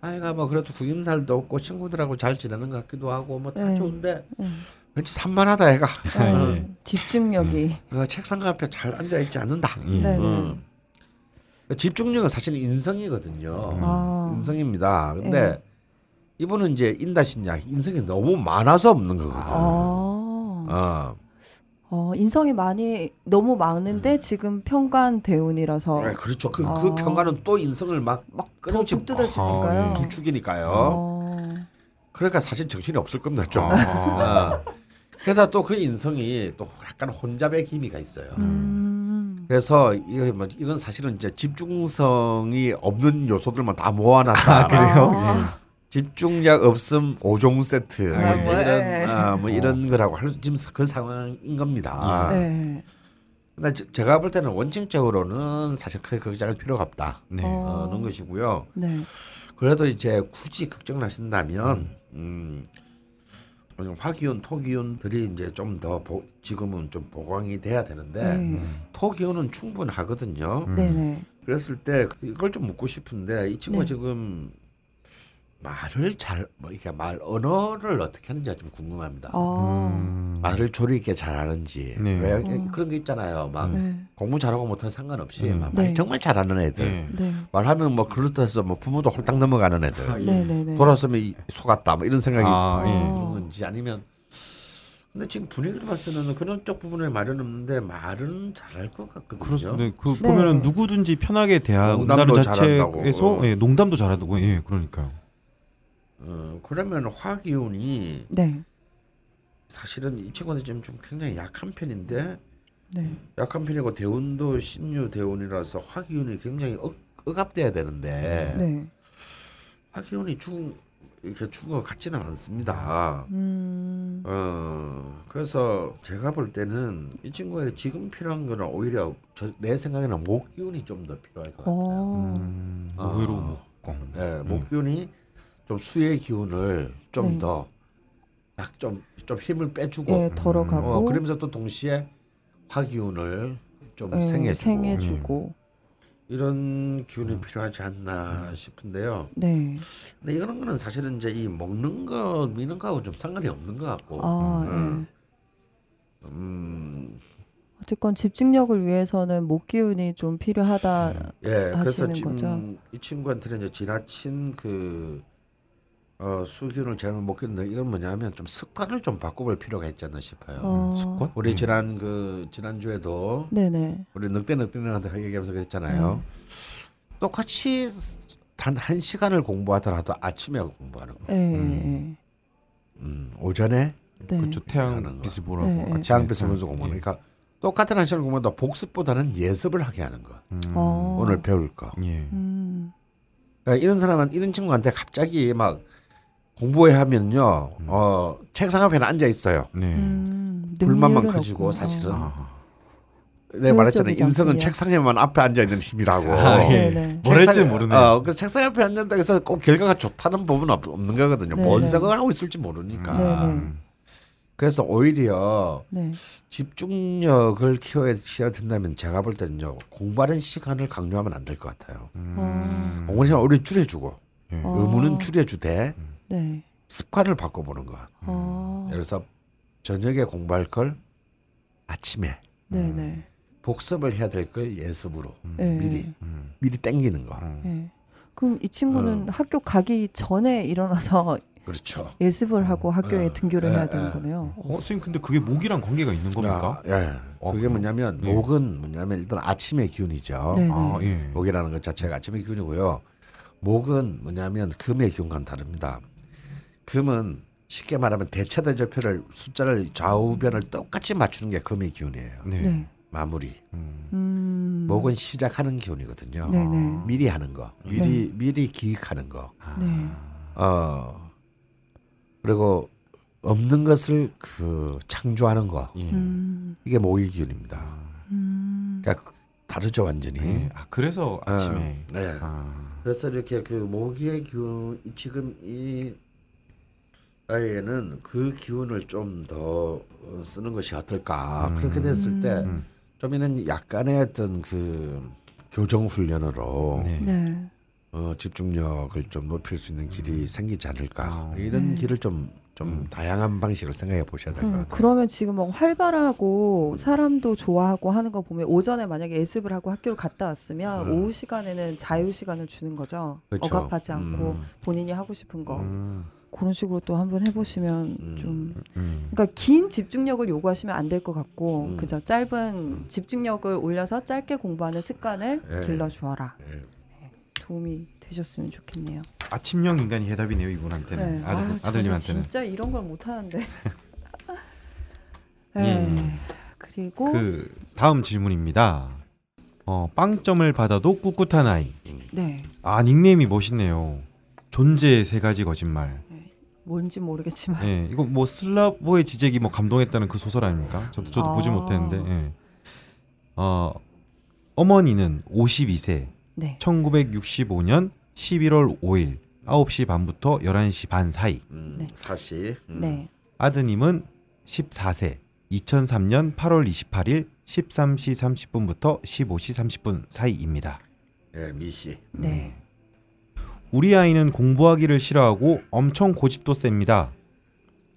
Speaker 2: 아이가 뭐 그래도 구임살도 없고 친구들하고 잘 지내는 것 같기도 하고 뭐 다
Speaker 1: 네.
Speaker 2: 좋은데
Speaker 1: 네.
Speaker 2: 왠지 산만하다 애가
Speaker 1: 아,
Speaker 2: 예.
Speaker 4: 예.
Speaker 1: 집중력이.
Speaker 2: 어, 책상 앞에 잘 앉아 있지 않는다.
Speaker 1: 네. 네.
Speaker 2: 음. 집중력은 사실 음, 인성이거든요.
Speaker 1: 아.
Speaker 2: 인성입니다. 근데 이분은 이제 인다신약 인성이 너무 많아서 없는 거거든. 요
Speaker 1: 아.
Speaker 2: 어.
Speaker 1: 어, 인성이 많이 너무 많은데 지금 평간 대운이라서
Speaker 2: 음. 네, 그렇죠. 그,
Speaker 1: 아.
Speaker 2: 그 평가는 또 인성을 막
Speaker 1: 막더
Speaker 2: 끊임없이
Speaker 1: 북두더지니까요.
Speaker 2: 아, 예. 부추기니까요.
Speaker 1: 어.
Speaker 2: 그러니까 사실 정신이 없을 겁니다 좀.
Speaker 4: 아.
Speaker 2: 어. 게다가 또 그 인성이 또 약간 혼잡의 기미가 있어요.
Speaker 1: 음.
Speaker 2: 그래서 이거 뭐 이건 사실은 이제 집중성이 없는 요소들만 다 모아놨다.
Speaker 1: 아,
Speaker 2: 집중력 없음 5종 세트
Speaker 1: 아,
Speaker 2: 예. 이제
Speaker 1: 뭐야.
Speaker 2: 이런 아, 뭐 이런 거라고 할 수- 지금 그 상황인 겁니다.
Speaker 1: 어. 네.
Speaker 2: 근데 제- 제가 볼 때는 원칙적으로는 사실 크게 걱정할 필요가 없다.
Speaker 4: 네.
Speaker 2: 어,
Speaker 1: 어.
Speaker 2: 는 것이고요.
Speaker 1: 네.
Speaker 2: 그래도 이제 굳이 걱정을 하신다면 음. 요즘 화기운, 토기운들이 이제 좀 더 지금은 좀 보강이 돼야 되는데
Speaker 1: 네.
Speaker 2: 토기운은 충분하거든요.
Speaker 1: 네. 네.
Speaker 2: 그랬을 때 이걸 좀 묻고 싶은데 이 친구가
Speaker 1: 네.
Speaker 2: 지금 말을 잘, 뭐 이렇게 말 언어를 어떻게 하는지 좀 궁금합니다.
Speaker 1: 아.
Speaker 4: 음.
Speaker 2: 말을 조리 있게 잘하는지
Speaker 4: 네.
Speaker 2: 왜
Speaker 1: 어.
Speaker 2: 그런 게 있잖아요. 막
Speaker 1: 네.
Speaker 2: 공부 잘하고 못하고 상관없이
Speaker 4: 음.
Speaker 2: 막 말
Speaker 1: 네.
Speaker 2: 정말 잘하는 애들
Speaker 4: 네.
Speaker 1: 네.
Speaker 2: 말하면 뭐 그렇다해서 뭐 부모도 홀딱 넘어가는 애들
Speaker 1: 네. 네. 네.
Speaker 2: 음. 돌아서면 이- 속았다 뭐 이런 생각이
Speaker 4: 예. 아,
Speaker 1: 예.
Speaker 2: 드는 건지 아니면 근데 지금 분위기를 봤을 때는 그런 쪽 부분에 말은 없는데 말은 잘할 것 같거든요.
Speaker 4: 그렇습니다. 그
Speaker 1: 네.
Speaker 4: 보면은 누구든지 편하게 대한다는
Speaker 2: 농담도
Speaker 4: 자체에서
Speaker 3: 어.
Speaker 2: 잘한다고.
Speaker 4: 예, 농담도 잘하고 예, 그러니까요.
Speaker 2: 어, 그러면 화기운이
Speaker 1: 네.
Speaker 2: 사실은 이 친구는 지금 좀 굉장히 약한 편인데
Speaker 1: 네.
Speaker 2: 약한 편이고 대운도 신유 대운이라서 화기운이 굉장히 억, 억압돼야 되는데
Speaker 1: 네.
Speaker 2: 화기운이 죽은 이렇게 죽은 것 같지는 않습니다.
Speaker 1: 음.
Speaker 2: 어 그래서 제가 볼 때는 이 친구에게 지금 필요한 거는 오히려 저, 내 생각에는 목기운이 좀 더 필요할 것 같아요.
Speaker 1: 어. 음.
Speaker 4: 음,
Speaker 2: 아.
Speaker 4: 의외로 목공.
Speaker 2: 예, 목기운이 좀 수의 기운을
Speaker 1: 네.
Speaker 2: 좀 더 약 좀 좀 힘을 빼주고
Speaker 1: 예, 덜어가고
Speaker 2: 어, 그러면서 또 동시에 화기운을 좀
Speaker 1: 예,
Speaker 2: 생해주고
Speaker 1: 생해주고. 음.
Speaker 2: 이런 기운이 필요하지 않나 싶은데요.
Speaker 1: 네.
Speaker 2: 근데 이런 거는 사실은 이제 이 먹는 거 미는 거하고 좀 상관이 없는 것 같고
Speaker 1: 아,
Speaker 2: 음.
Speaker 1: 예.
Speaker 2: 음,
Speaker 1: 어쨌건 집중력을 위해서는 목 기운이 좀 필요하다.
Speaker 2: 예, 그래서
Speaker 1: 하시는
Speaker 2: 지금
Speaker 1: 거죠?
Speaker 2: 이 친구한테는 이제 지나친 그 어, 수기운을 잘못 먹겠는데 이건 뭐냐면 좀 습관을 좀 바꿔볼 필요가 있지 않나 싶어요.
Speaker 1: 어.
Speaker 4: 습관?
Speaker 2: 우리 지난 그 지난 주에도
Speaker 1: 네, 네.
Speaker 2: 우리 늑대 늑대한테 그 얘기하면서 그랬잖아요.
Speaker 1: 네.
Speaker 2: 똑같이 단 한 시간을 공부하더라도 아침에 공부하는 거.
Speaker 1: 예. 예.
Speaker 2: 음, 오전에
Speaker 1: 네.
Speaker 4: 그렇죠.
Speaker 2: 하는 거.
Speaker 4: 태양빛을 보라고.
Speaker 1: 네, 네.
Speaker 4: 아침에
Speaker 2: 지향빛을 보면서
Speaker 4: 태양-
Speaker 2: 공부하는 그러니까 똑같은 한 시간을 공부하다 복습보다는 예습을 하게 하는 거.
Speaker 4: 음,
Speaker 1: 어.
Speaker 2: 오늘 배울 거.
Speaker 4: 예.
Speaker 1: 음.
Speaker 2: 그러니까 이런 사람은 이런 친구한테 갑자기 막 공부해야 하면요.
Speaker 3: 음.
Speaker 2: 어, 책상 앞에 앉아 있어요.
Speaker 4: 네. 아.
Speaker 1: 음.
Speaker 2: 불만만
Speaker 1: 능률은
Speaker 2: 커지고
Speaker 1: 없구나.
Speaker 2: 사실은.
Speaker 1: 어.
Speaker 2: 내가 말했잖아요.
Speaker 1: 효율적이지
Speaker 2: 인성은
Speaker 1: 않군요.
Speaker 2: 책상에만 앞에 앉아 있는 힘이라고.
Speaker 3: 아, 예.
Speaker 1: 네.
Speaker 3: 뭘 할지
Speaker 2: 책상-
Speaker 3: 모르네요.
Speaker 2: 어, 그 책상 앞에 앉는다 해서 꼭 결과가 좋다는 부분은 없- 없는 거거든요.
Speaker 1: 네,
Speaker 2: 뭔
Speaker 1: 네.
Speaker 2: 생각을 하고 있을지 모르니까.
Speaker 1: 네,
Speaker 2: 그래서 오히려
Speaker 1: 네.
Speaker 2: 집중력을 키워야 된다면 제가 볼 때는요. 공부하는 시간을 강요하면 안 될 것 같아요.
Speaker 3: 음.
Speaker 4: 음.
Speaker 1: 어,
Speaker 2: 공부하는 시간 오히려 줄여주고
Speaker 1: 어,
Speaker 2: 음. 의무는 줄여주되
Speaker 3: 음.
Speaker 1: 네.
Speaker 2: 습관을 바꿔보는 거.
Speaker 1: 어,
Speaker 2: 음. 예를 들어서 저녁에 공부할 걸 아침에
Speaker 1: 네, 네.
Speaker 2: 복습을 해야 될 걸 예습으로
Speaker 1: 예,
Speaker 2: 미리
Speaker 4: 음.
Speaker 2: 미리 땡기는 거.
Speaker 4: 어,
Speaker 1: 예. 그럼 이
Speaker 2: 어.
Speaker 1: 친구는 학교 가기 전에 일어나서
Speaker 2: 그렇죠.
Speaker 1: 예습을 하고 학교에
Speaker 2: 어,
Speaker 1: 등교를
Speaker 2: 예,
Speaker 1: 해야
Speaker 2: 예.
Speaker 1: 되는 거네요.
Speaker 4: 어, 선생님 근데 그게 목이랑 관계가 있는 겁니까?
Speaker 2: 아, 예.
Speaker 4: 어,
Speaker 2: 그게
Speaker 4: 그래요?
Speaker 2: 뭐냐면
Speaker 4: 예.
Speaker 2: 목은 뭐냐면 일단 아침의 기운이죠. 어,
Speaker 1: 네, 네.
Speaker 4: 아, 예.
Speaker 2: 목이라는 것 자체가 아침의 기운이고요. 목은 뭐냐면 금의 기운과는 다릅니다. 금은 쉽게 말하면 대체 대조표를 숫자를 좌우변을 똑같이 맞추는 게 금의 기운이에요.
Speaker 4: 네.
Speaker 1: 네.
Speaker 2: 마무리.
Speaker 4: 음.
Speaker 1: 음.
Speaker 2: 목은 시작하는 기운이거든요.
Speaker 1: 네, 네.
Speaker 2: 미리 하는 거, 미리 미리 기획하는 거.
Speaker 1: 네.
Speaker 2: 어 그리고 없는 것을 그 창조하는 거
Speaker 4: 예.
Speaker 1: 음.
Speaker 2: 이게 목의 기운입니다.
Speaker 1: 음.
Speaker 2: 그러니까 다르죠 완전히.
Speaker 4: 예. 아 그래서 아침에
Speaker 2: 어, 네.
Speaker 4: 아.
Speaker 2: 그래서 이렇게 그 모기의 기운 이 지금 이 나이에는 그 기운을 좀 더 쓰는 것이 어떨까 그렇게 됐을 때
Speaker 4: 음.
Speaker 2: 좀 있는 약간의 어떤 그 교정 훈련으로
Speaker 4: 네.
Speaker 1: 네.
Speaker 2: 어, 집중력을 좀 높일 수 있는 길이 생기지 않을까 이런
Speaker 1: 음. 네.
Speaker 2: 길을 좀 좀 다양한 방식을 생각해 보셔야 될 것
Speaker 1: 음,
Speaker 2: 같아요.
Speaker 1: 그러면 지금 막 활발하고 사람도 좋아하고 하는 거 보면 오전에 만약에 예습을 하고 학교를 갔다 왔으면
Speaker 2: 음.
Speaker 1: 오후 시간에는 자유 시간을 주는 거죠.
Speaker 2: 그쵸.
Speaker 1: 억압하지 않고
Speaker 2: 음. 어.
Speaker 1: 본인이 하고 싶은 거
Speaker 4: 음.
Speaker 1: 그런 식으로 또 한번 해보시면
Speaker 2: 음.
Speaker 1: 좀
Speaker 4: 음.
Speaker 1: 그러니까 긴 집중력을 요구하시면 안 될 것 같고
Speaker 2: 음.
Speaker 1: 그죠 짧은 집중력을 올려서 짧게 공부하는 습관을
Speaker 2: 예.
Speaker 1: 길러주어라
Speaker 2: 예.
Speaker 1: 도움이 되셨으면 좋겠네요.
Speaker 4: 아침형 인간이 해답이네요 이분한테는
Speaker 1: 네.
Speaker 4: 아들
Speaker 1: 아, 저는
Speaker 4: 아들님한테는
Speaker 1: 진짜 이런 걸 못 하는데.
Speaker 4: 예.
Speaker 1: 네. 그리고
Speaker 4: 그 다음 질문입니다. 어, 빵점을 받아도 꿋꿋한 아이.
Speaker 1: 네
Speaker 4: 아 닉네임이 멋있네요. 존재의 세 가지 거짓말.
Speaker 1: 뭔지 모르겠지만
Speaker 4: 예, 이거 뭐 슬라보의 지적이 뭐 감동했다는 그 소설 아닙니까? 저도 저도 보지
Speaker 1: 아.
Speaker 4: 못했는데. 예. 어, 어머니는 52세,
Speaker 1: 네.
Speaker 4: 1965년 11월 5일 9시 반부터 11시 반 사이.
Speaker 2: 음,
Speaker 1: 네.
Speaker 2: 사실 음.
Speaker 1: 네.
Speaker 4: 아드님은 14세, 2003년 8월 28일 13시 30분부터 15시 30분 사이입니다.
Speaker 2: 예, 미시
Speaker 1: 네.
Speaker 4: 우리 아이는 공부하기를 싫어하고 엄청 고집도 셉니다.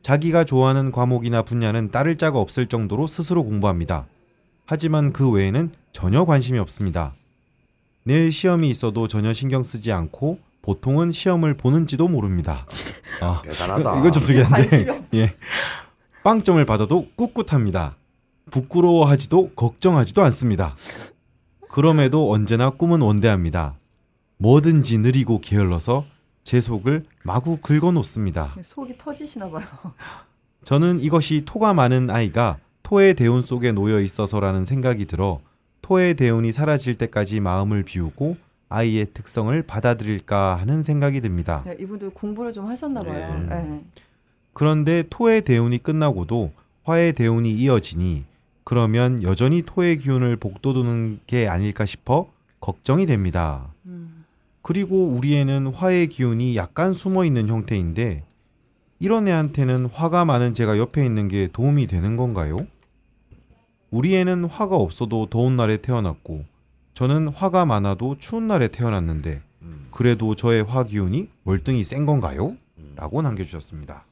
Speaker 4: 자기가 좋아하는 과목이나 분야는 따를 자가 없을 정도로 스스로 공부합니다. 하지만 그 외에는 전혀 관심이 없습니다. 내일 시험이 있어도 전혀 신경 쓰지 않고 보통은 시험을 보는지도 모릅니다. 아,
Speaker 2: 대단하다.
Speaker 4: 이건 좀
Speaker 1: 관심이
Speaker 4: 특이한데.
Speaker 1: 없다.
Speaker 4: 예. 빵점을 받아도 꿋꿋합니다. 부끄러워하지도 걱정하지도 않습니다. 그럼에도 언제나 꿈은 원대합니다. 뭐든지 느리고 게을러서 제 속을 마구 긁어 놓습니다.
Speaker 1: 속이 터지시나 봐요.
Speaker 4: 저는 이것이 토가 많은 아이가 토의 대운 속에 놓여 있어서라는 생각이 들어 토의 대운이 사라질 때까지 마음을 비우고 아이의 특성을 받아들일까 하는 생각이 듭니다.
Speaker 1: 네, 이분들 공부를 좀 하셨나 봐요.
Speaker 4: 네.
Speaker 1: 네.
Speaker 4: 그런데 토의 대운이 끝나고도 화의 대운이 이어지니 그러면 여전히 토의 기운을 복돋우는 게 아닐까 싶어 걱정이 됩니다.
Speaker 1: 음.
Speaker 4: 그리고 우리 애는 화의 기운이 약간 숨어 있는 형태인데 이런 애한테는 화가 많은 제가 옆에 있는 게 도움이 되는 건가요? 우리 애는 화가 없어도 더운 날에 태어났고 저는 화가 많아도 추운 날에 태어났는데 그래도 저의 화 기운이 월등히 센 건가요? 라고 남겨주셨습니다.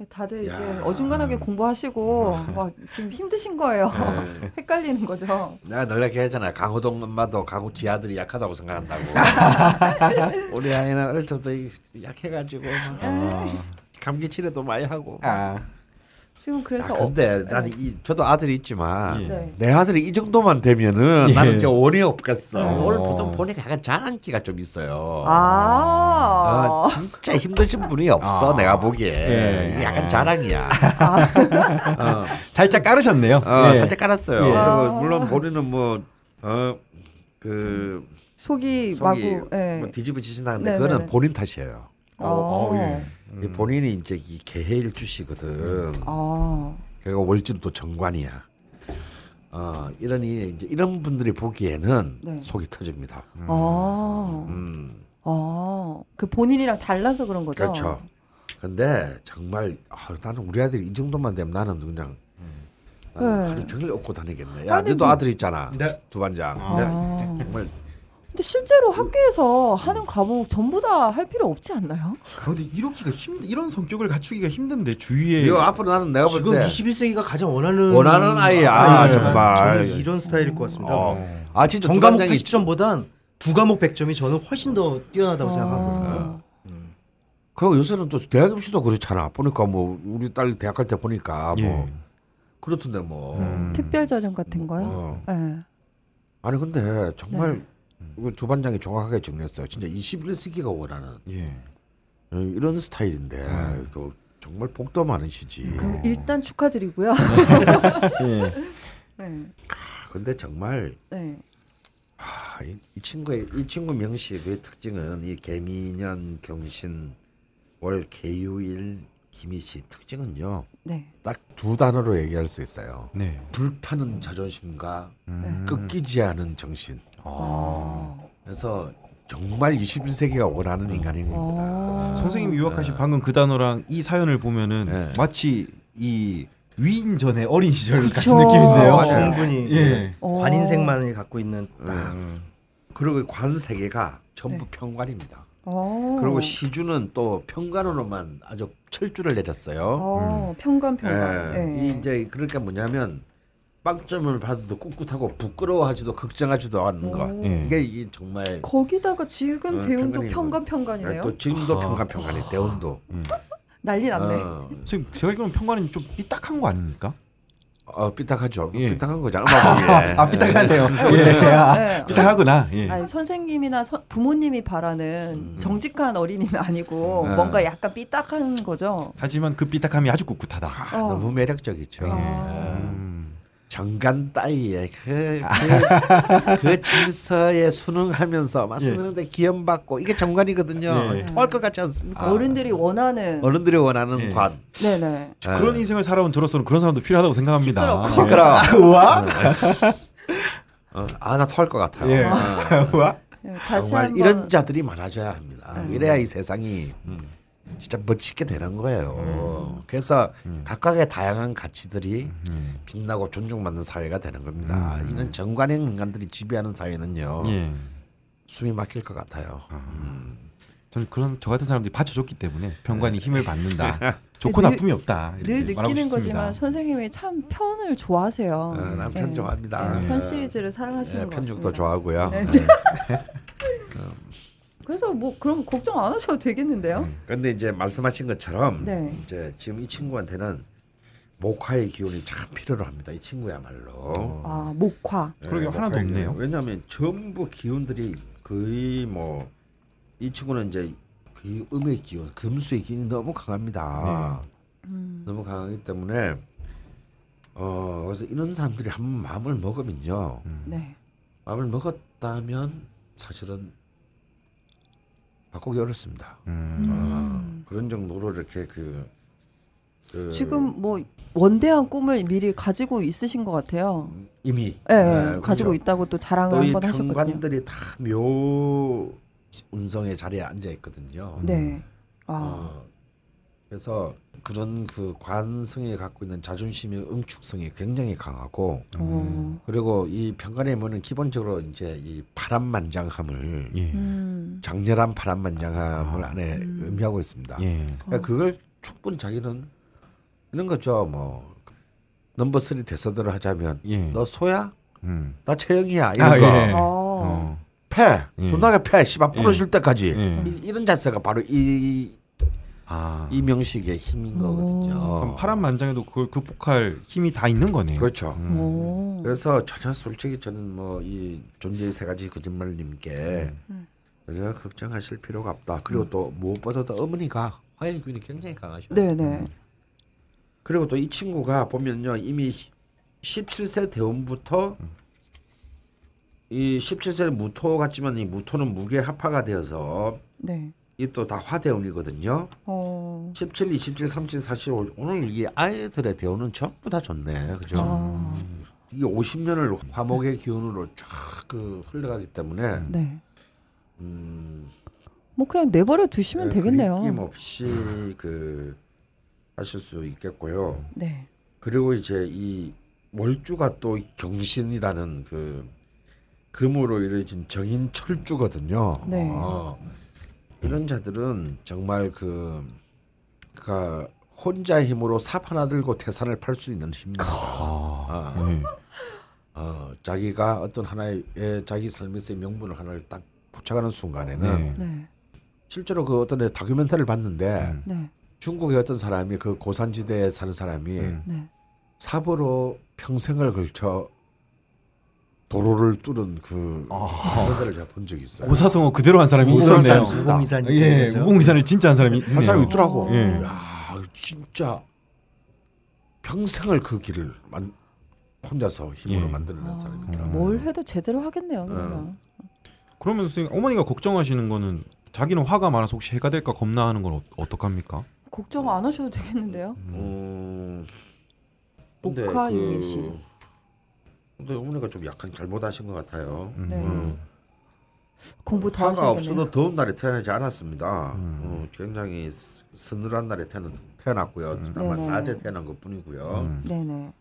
Speaker 1: 예, 다들
Speaker 2: 야.
Speaker 1: 이제 어중간하게 공부하시고
Speaker 4: 음.
Speaker 1: 막 지금 힘드신 거예요.
Speaker 4: 네.
Speaker 1: 헷갈리는 거죠.
Speaker 2: 내가 늘 이렇게 했잖아요. 강호동 엄마도 강호 지 아들이 약하다고 생각한다고. 우리 아이는 어릴 때부터 이- 약해가지고
Speaker 1: 아.
Speaker 2: 막 감기 치료도 많이 하고.
Speaker 1: 지금
Speaker 2: 아,
Speaker 1: 그래서 어,
Speaker 2: 근데 나는 이 저도 아들이 있지만
Speaker 4: 예.
Speaker 1: 네.
Speaker 2: 내 아들이 이 정도만 되면은
Speaker 4: 예.
Speaker 2: 나는 이제 원이 없겠어.
Speaker 4: 어.
Speaker 2: 오늘 보통 보니까 약간 자랑기가 좀 있어요.
Speaker 1: 아,
Speaker 2: 아, 진짜 힘드신 분이 없어
Speaker 4: 아.
Speaker 2: 내가 보기에
Speaker 4: 예.
Speaker 2: 이게 약간 자랑이야. 어.
Speaker 4: 살짝 깔으셨네요.
Speaker 2: 어,
Speaker 4: 네.
Speaker 2: 살짝 깔았어요.
Speaker 4: 예.
Speaker 1: 아.
Speaker 2: 그리고 물론 본인은 뭐, 어, 뭐어그
Speaker 1: 속이,
Speaker 2: 속이
Speaker 1: 마구. 예.
Speaker 2: 뭐 뒤집어지신다는데
Speaker 1: 네,
Speaker 2: 그거는
Speaker 1: 네, 네.
Speaker 2: 본인 탓이에요.
Speaker 1: 어.
Speaker 4: 어, 예.
Speaker 2: 음. 이 본인이 이제 이 개해일주시거든.
Speaker 1: 아.
Speaker 2: 그리고 월주도 정관이야. 어, 이러니 이제 이런 분들이 보기에는
Speaker 1: 네.
Speaker 2: 속이 터집니다.
Speaker 1: 아,
Speaker 2: 음,
Speaker 1: 아, 그 본인이랑 달라서 그런 거죠.
Speaker 2: 그렇죠. 근데 정말 아, 나는 우리 아들이 이 정도만 되면 나는 그냥 나는
Speaker 1: 네.
Speaker 2: 하루 종일 업고 다니겠네. 야,
Speaker 1: 아니,
Speaker 2: 너도
Speaker 1: 뭐-
Speaker 2: 아들 있잖아.
Speaker 4: 네.
Speaker 2: 두반장.
Speaker 1: 아.
Speaker 2: 정말
Speaker 1: 근데 실제로 학교에서 하는 과목 전부 다 할 필요 없지 않나요?
Speaker 4: 아, 근데 이렇기가 힘 이런 성격을 갖추기가 힘든데 주위에
Speaker 2: 이거 앞으로 나는 내가 볼
Speaker 5: 예. 지금
Speaker 2: 때
Speaker 5: 21세기가 가장 원하는
Speaker 2: 원하는 아이야,
Speaker 5: 아이예요.
Speaker 2: 정말.
Speaker 5: 저는 이런 스타일일 것 같습니다.
Speaker 2: 어. 아 진짜
Speaker 5: 전 과목
Speaker 2: 두반장이
Speaker 5: 80점보단 두 과목 100점이 저는 훨씬 더 뛰어나다고
Speaker 1: 아,
Speaker 5: 생각하거든요.
Speaker 2: 그 요새는 또 대학 입시도 그렇잖아. 보니까 뭐 우리 딸 대학 갈 때 보니까 뭐
Speaker 4: 예.
Speaker 2: 그렇던데 뭐.
Speaker 5: 음.
Speaker 1: 특별 전형 같은 거요?
Speaker 2: 어.
Speaker 1: 네.
Speaker 2: 아니 근데 정말 음. 이거 조반장이 정확하게 정리했어요. 진짜 21세기가 원하는
Speaker 4: 예.
Speaker 2: 어, 이런 스타일인데 그 정말 복도 많으시지.
Speaker 1: 네. 그럼 일단 축하드리고요. 네.
Speaker 2: 아, 근데 정말
Speaker 1: 네.
Speaker 2: 아, 이, 이 친구의 이 친구 명식의 특징은 이 개미년 경신 월 개유일 김이시 특징은요.
Speaker 1: 네.
Speaker 2: 딱 두 단어로 얘기할 수 있어요.
Speaker 4: 네.
Speaker 2: 불타는 자존심과
Speaker 1: 네.
Speaker 4: 그
Speaker 2: 꺾이지 않은 정신.
Speaker 1: 아.
Speaker 2: 그래서 정말 21세기가 원하는 인간인 겁니다.
Speaker 1: 아.
Speaker 4: 선생님이 유학하신 방금 그 단어랑 이 사연을 보면은
Speaker 2: 네.
Speaker 4: 마치 이 위인전의 어린 시절
Speaker 1: 그쵸.
Speaker 4: 같은 느낌인데요.
Speaker 1: 어, 맞아요.
Speaker 5: 충분히
Speaker 4: 예.
Speaker 1: 어.
Speaker 5: 관인생만을 갖고 있는
Speaker 2: 음.
Speaker 5: 딱
Speaker 2: 그리고 관 세계가 전부
Speaker 1: 네.
Speaker 2: 평관입니다.
Speaker 1: 어.
Speaker 2: 그리고 시주는 또 평관으로만 아주 철주를 내렸어요.
Speaker 1: 어, 평관 평관.
Speaker 2: 예.
Speaker 1: 네.
Speaker 2: 이 이제 그러니까 뭐냐면 빵점을 받아도 꿋꿋하고 부끄러워하지도 걱정하지도 않는 것.
Speaker 1: 오.
Speaker 4: 예.
Speaker 2: 이게 이게 정말
Speaker 1: 거기다가 지금
Speaker 2: 어,
Speaker 1: 대운도
Speaker 2: 평관이고.
Speaker 1: 평관 평관이네요.
Speaker 2: 또 지금도
Speaker 4: 아.
Speaker 2: 평관 평관이 대운도.
Speaker 1: 난리 아, 났네.
Speaker 2: 어,
Speaker 4: 선생님 제가 알기로는 평관이 좀 삐딱한 거 아닙니까?
Speaker 2: 어, 삐딱하죠.
Speaker 4: 예.
Speaker 2: 삐딱한 거잖아. 음악이.
Speaker 4: 아 삐딱하네요.
Speaker 1: 어쨌든,
Speaker 4: 예. 아,
Speaker 1: 네.
Speaker 4: 삐딱하구나. 예.
Speaker 1: 아니, 선생님이나 서- 부모님이 바라는
Speaker 2: 음.
Speaker 1: 정직한 어린이는 아니고
Speaker 2: 네.
Speaker 1: 뭔가 약간 삐딱한 거죠.
Speaker 4: 하지만 그 삐딱함이 아주 꿋꿋하다.
Speaker 2: 아,
Speaker 1: 어.
Speaker 2: 너무 매력적이죠.
Speaker 1: 아.
Speaker 4: 음.
Speaker 2: 정간 따위의 그, 그, 그 질서에 순응하면서 막 수능대 기염받고 이게 정관이거든요.
Speaker 4: 예.
Speaker 2: 통할 것 같지 않습니까?
Speaker 1: 아. 어른들이 원하는
Speaker 2: 어른들이 원하는
Speaker 4: 예.
Speaker 2: 관.
Speaker 1: 네네.
Speaker 4: 그런 인생을 살아온 저로서는 그런 사람도 필요하다고
Speaker 1: 시끄럽고.
Speaker 4: 생각합니다. 예.
Speaker 2: 시끄러. 우와. 아 나 토할 것 같아요.
Speaker 4: 예.
Speaker 2: 어,
Speaker 1: 예, 다시
Speaker 2: 정말
Speaker 1: 한번 음.
Speaker 2: 이런 자들이 많아져야 합니다. 이래야 이 세상이 진짜 멋지게 되는 거예요. 그래서 각각의 다양한 가치들이 빛나고 존중받는 사회가 되는 겁니다. 이런 정관행 인간들이 지배하는 사회는요.
Speaker 4: 예.
Speaker 2: 숨이 막힐 것 같아요.
Speaker 4: 저는 그런 저 같은 사람들이 받쳐줬기 때문에 병관이 힘을 받는다. 좋고
Speaker 1: 늘-
Speaker 4: 나쁨이 없다. 이렇게
Speaker 1: 늘
Speaker 4: 말하고
Speaker 1: 느끼는
Speaker 4: 싶습니다.
Speaker 1: 거지만 선생님이 참 편을 좋아하세요.
Speaker 2: 어, 남편
Speaker 4: 네.
Speaker 1: 예.
Speaker 2: 좋아합니다.
Speaker 1: 예, 편 시리즈를
Speaker 2: 예,
Speaker 1: 사랑하시는 것
Speaker 2: 편육도
Speaker 1: 같습니다. 네.
Speaker 2: 좋아하고요. 네.
Speaker 1: 그래서 뭐 그럼 걱정 안 하셔도 되겠는데요.
Speaker 2: 그런데 이제 말씀하신 것처럼
Speaker 1: 네.
Speaker 2: 이제 지금 이 친구한테는 목화의 기운이 참 필요로 합니다. 이 친구야말로.
Speaker 1: 아 목화.
Speaker 2: 예,
Speaker 4: 그러게 하나도
Speaker 2: 목화의
Speaker 4: 없네요.
Speaker 2: 기운. 왜냐하면 전부 기운들이 거의 뭐 이 친구는 이제 그 음의 기운, 금수의 기운이 너무 강합니다.
Speaker 4: 네.
Speaker 1: 음.
Speaker 2: 너무 강하기 때문에 어 그래서 이런 사람들이 한번 마음을 먹으면요.
Speaker 1: 네.
Speaker 2: 마음을 먹었다면 사실은 바꾸기 어렵습니다.
Speaker 1: 음.
Speaker 4: 음,
Speaker 2: 아, 그런 정도로 이렇게 그, 그
Speaker 1: 지금 뭐 원대한 꿈을 미리 가지고 있으신 것 같아요.
Speaker 2: 이미
Speaker 1: 예, 예,
Speaker 2: 네,
Speaker 1: 가지고
Speaker 2: 그렇죠.
Speaker 1: 있다고 또 자랑을
Speaker 2: 또이
Speaker 1: 한번 하셨거든요.
Speaker 2: 평관들이 다 묘 운성의 자리에 앉아 있거든요.
Speaker 1: 네. 아,
Speaker 2: 어, 그래서 그런 그 관성에 갖고 있는 자존심의 응축성이 굉장히 강하고
Speaker 1: 어.
Speaker 2: 그리고 이 평관의 문은 기본적으로 이제 이 파란만장함을
Speaker 4: 예.
Speaker 1: 음.
Speaker 2: 장렬한 파란만장함을 안에
Speaker 1: 음.
Speaker 2: 의미하고 있습니다.
Speaker 4: 아. 예.
Speaker 2: 그러니까 그걸 충분히 자기는 있는 거죠. 뭐 넘버 쓰리 대사대로 하자면
Speaker 4: 예.
Speaker 2: 너 소야?
Speaker 4: 음.
Speaker 2: 나 채영이야 이런
Speaker 4: 아,
Speaker 2: 거.
Speaker 4: 예.
Speaker 1: 어.
Speaker 4: 어.
Speaker 2: 패
Speaker 4: 예.
Speaker 2: 존나게 패 씨발 부러질 때까지
Speaker 4: 예.
Speaker 2: 이, 이런 자세가 바로 이,
Speaker 4: 아.
Speaker 2: 네. 이 명식의 힘인
Speaker 4: 어. 그럼
Speaker 2: 거거든요. 어.
Speaker 4: 파란 음. 만장에도 그걸 극복할 힘이 다 있는 거네요.
Speaker 2: 그렇죠.
Speaker 1: 오.
Speaker 2: 그래서 전혀 솔직히 저는 뭐 이 존재의 세 가지
Speaker 4: 예.
Speaker 2: 거짓말님께
Speaker 1: 음.
Speaker 2: 전혀 걱정하실 필요가 없다. 그리고
Speaker 4: 음.
Speaker 2: 또 무엇보다도 어머니가 화의 기운이 굉장히 강하셔.
Speaker 1: 네, 네.
Speaker 2: 그리고 또 이 친구가 보면요 이미 17세 대운부터 이 17세 무토 같지만 이 무토는 무게 합화가 되어서
Speaker 1: 네.
Speaker 2: 이 또 다 화대운이거든요.
Speaker 1: 어.
Speaker 2: 17, 27, 37, 45 오늘 이 아이들의 대운은 전부 다 좋네, 그죠?
Speaker 1: 아.
Speaker 2: 이게 50년을 화목의 기운으로 쫙 그 흘러가기 때문에
Speaker 1: 네.
Speaker 2: 음, 뭐.
Speaker 1: 뭐 그냥 내버려 두시면
Speaker 2: 느낌
Speaker 1: 되겠네요.
Speaker 2: 없이 그 하실 수 있겠고요.
Speaker 1: 네.
Speaker 2: 그리고 이제 이 월주가 또이 경신이라는 그 금으로 이루어진 정인 철주거든요.
Speaker 1: 네.
Speaker 2: 어, 이런 자들은 정말 그 그가 혼자 힘으로 사파나 들고 태산을 팔 수 있는 힘입니다. 어,
Speaker 4: 네.
Speaker 2: 어, 자기가 어떤 하나의 예, 자기 삶에서의 명분을 하나를 딱 붙여가는 순간에는
Speaker 4: 네.
Speaker 1: 네.
Speaker 2: 실제로 그 어떤 다큐멘터리를 봤는데
Speaker 4: 음.
Speaker 1: 네.
Speaker 2: 중국의 어떤 사람이 그 고산지대에 사는 사람이
Speaker 4: 음.
Speaker 1: 네.
Speaker 2: 사부로 평생을 걸쳐 도로를 뚫은 그
Speaker 1: 아.
Speaker 2: 사례를 제가 본 적이 있어요.
Speaker 4: 고사성어 그대로 한 사람이
Speaker 2: 네. 고사성어.
Speaker 4: 있었네요.
Speaker 5: 우공이산
Speaker 4: 예, 무공이산을 진짜 한 사람이 있네요.
Speaker 2: 한 사람이 있더라고.
Speaker 4: 예.
Speaker 2: 야 진짜 평생을 그 길을 만, 혼자서 힘으로
Speaker 4: 예.
Speaker 2: 만들어낸 사람이
Speaker 1: 아,
Speaker 2: 있더라고.
Speaker 1: 뭘 해도 제대로
Speaker 2: 어.
Speaker 1: 하겠네요. 그러면.
Speaker 4: 그러면 선생님 어머니가 걱정하시는 거는 자기는 화가 많아서 혹시 해가 될까 겁나하는 건 어, 떡합니까
Speaker 1: 걱정 안 하셔도 되겠는데요.
Speaker 2: 음, 근데
Speaker 1: 복화
Speaker 2: 그-
Speaker 1: 유미신.
Speaker 2: 근데 어머니가 좀 약간 잘못하신 것 같아요.
Speaker 1: 네.
Speaker 2: 음.
Speaker 1: 공부 더
Speaker 2: 화가
Speaker 1: 뭐 하시겠네요.
Speaker 2: 없어도 더운 날에 태어나지 않았습니다. 어, 굉장히 스- 서늘한 날에 태어났, 태어났고요. 다만
Speaker 1: 네네.
Speaker 2: 낮에 태어난 것 뿐이고요.
Speaker 1: 네네.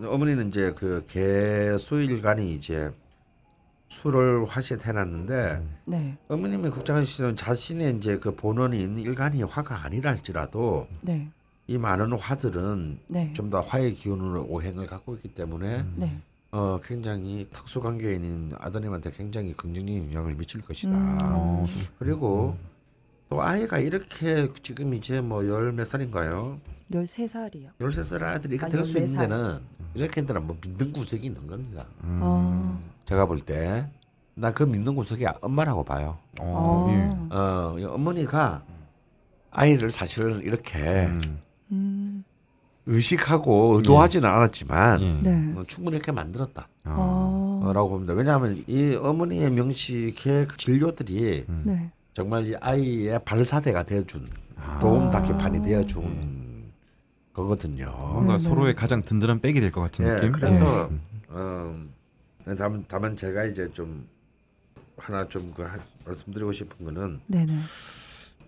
Speaker 2: 어머니는 이제 그 개수일간이 이제 술을 화시에 태어났는데
Speaker 1: 네.
Speaker 2: 어머님이 걱정하시는 자신의 이제 그 본원인 일간이 화가 아니랄지라도
Speaker 1: 네.
Speaker 2: 이 많은 화들은
Speaker 1: 네.
Speaker 2: 좀 더 화의 기운으로 오행을 갖고 있기 때문에
Speaker 1: 네.
Speaker 2: 어, 굉장히 특수관계인인 아드님한테 굉장히 긍정적인 영향을 미칠 것이다.
Speaker 4: 어.
Speaker 1: 음.
Speaker 2: 그리고 또 아이가 이렇게 지금 이제 뭐 열 몇 살인가요?
Speaker 1: 13살이요.
Speaker 2: 열세 살 아들이 이렇게
Speaker 1: 아,
Speaker 2: 될 수
Speaker 1: 14살.
Speaker 2: 있는 데는 이렇게 되는 뭐 믿는 구석이 있는 겁니다.
Speaker 1: 아.
Speaker 2: 제가 볼 때 나 그 믿는 구석이 엄마라고 봐요.
Speaker 4: 어, 예.
Speaker 1: 아.
Speaker 2: 어, 이 어머니가 아이를 사실은 이렇게
Speaker 4: 음.
Speaker 1: 음.
Speaker 2: 의식하고 의도하지는 않았지만
Speaker 4: 예.
Speaker 1: 네.
Speaker 2: 어, 충분히 이렇게 만들었다.
Speaker 1: 아.
Speaker 2: 라고 봅니다. 왜냐하면 이 어머니의 명식의 그 진료들이
Speaker 1: 네.
Speaker 2: 정말 이 아이의 발사대가 되어준
Speaker 4: 아.
Speaker 2: 도움 닫기판이 되어준 음. 거거든요.
Speaker 4: 뭔가
Speaker 1: 네, 네.
Speaker 4: 서로의 가장 든든한 백이 될 것 같은
Speaker 2: 예,
Speaker 4: 느낌.
Speaker 2: 그래서 어, 다만, 다만 제가 이제 좀 하나 좀그 말씀드리고 싶은 거는
Speaker 1: 네네.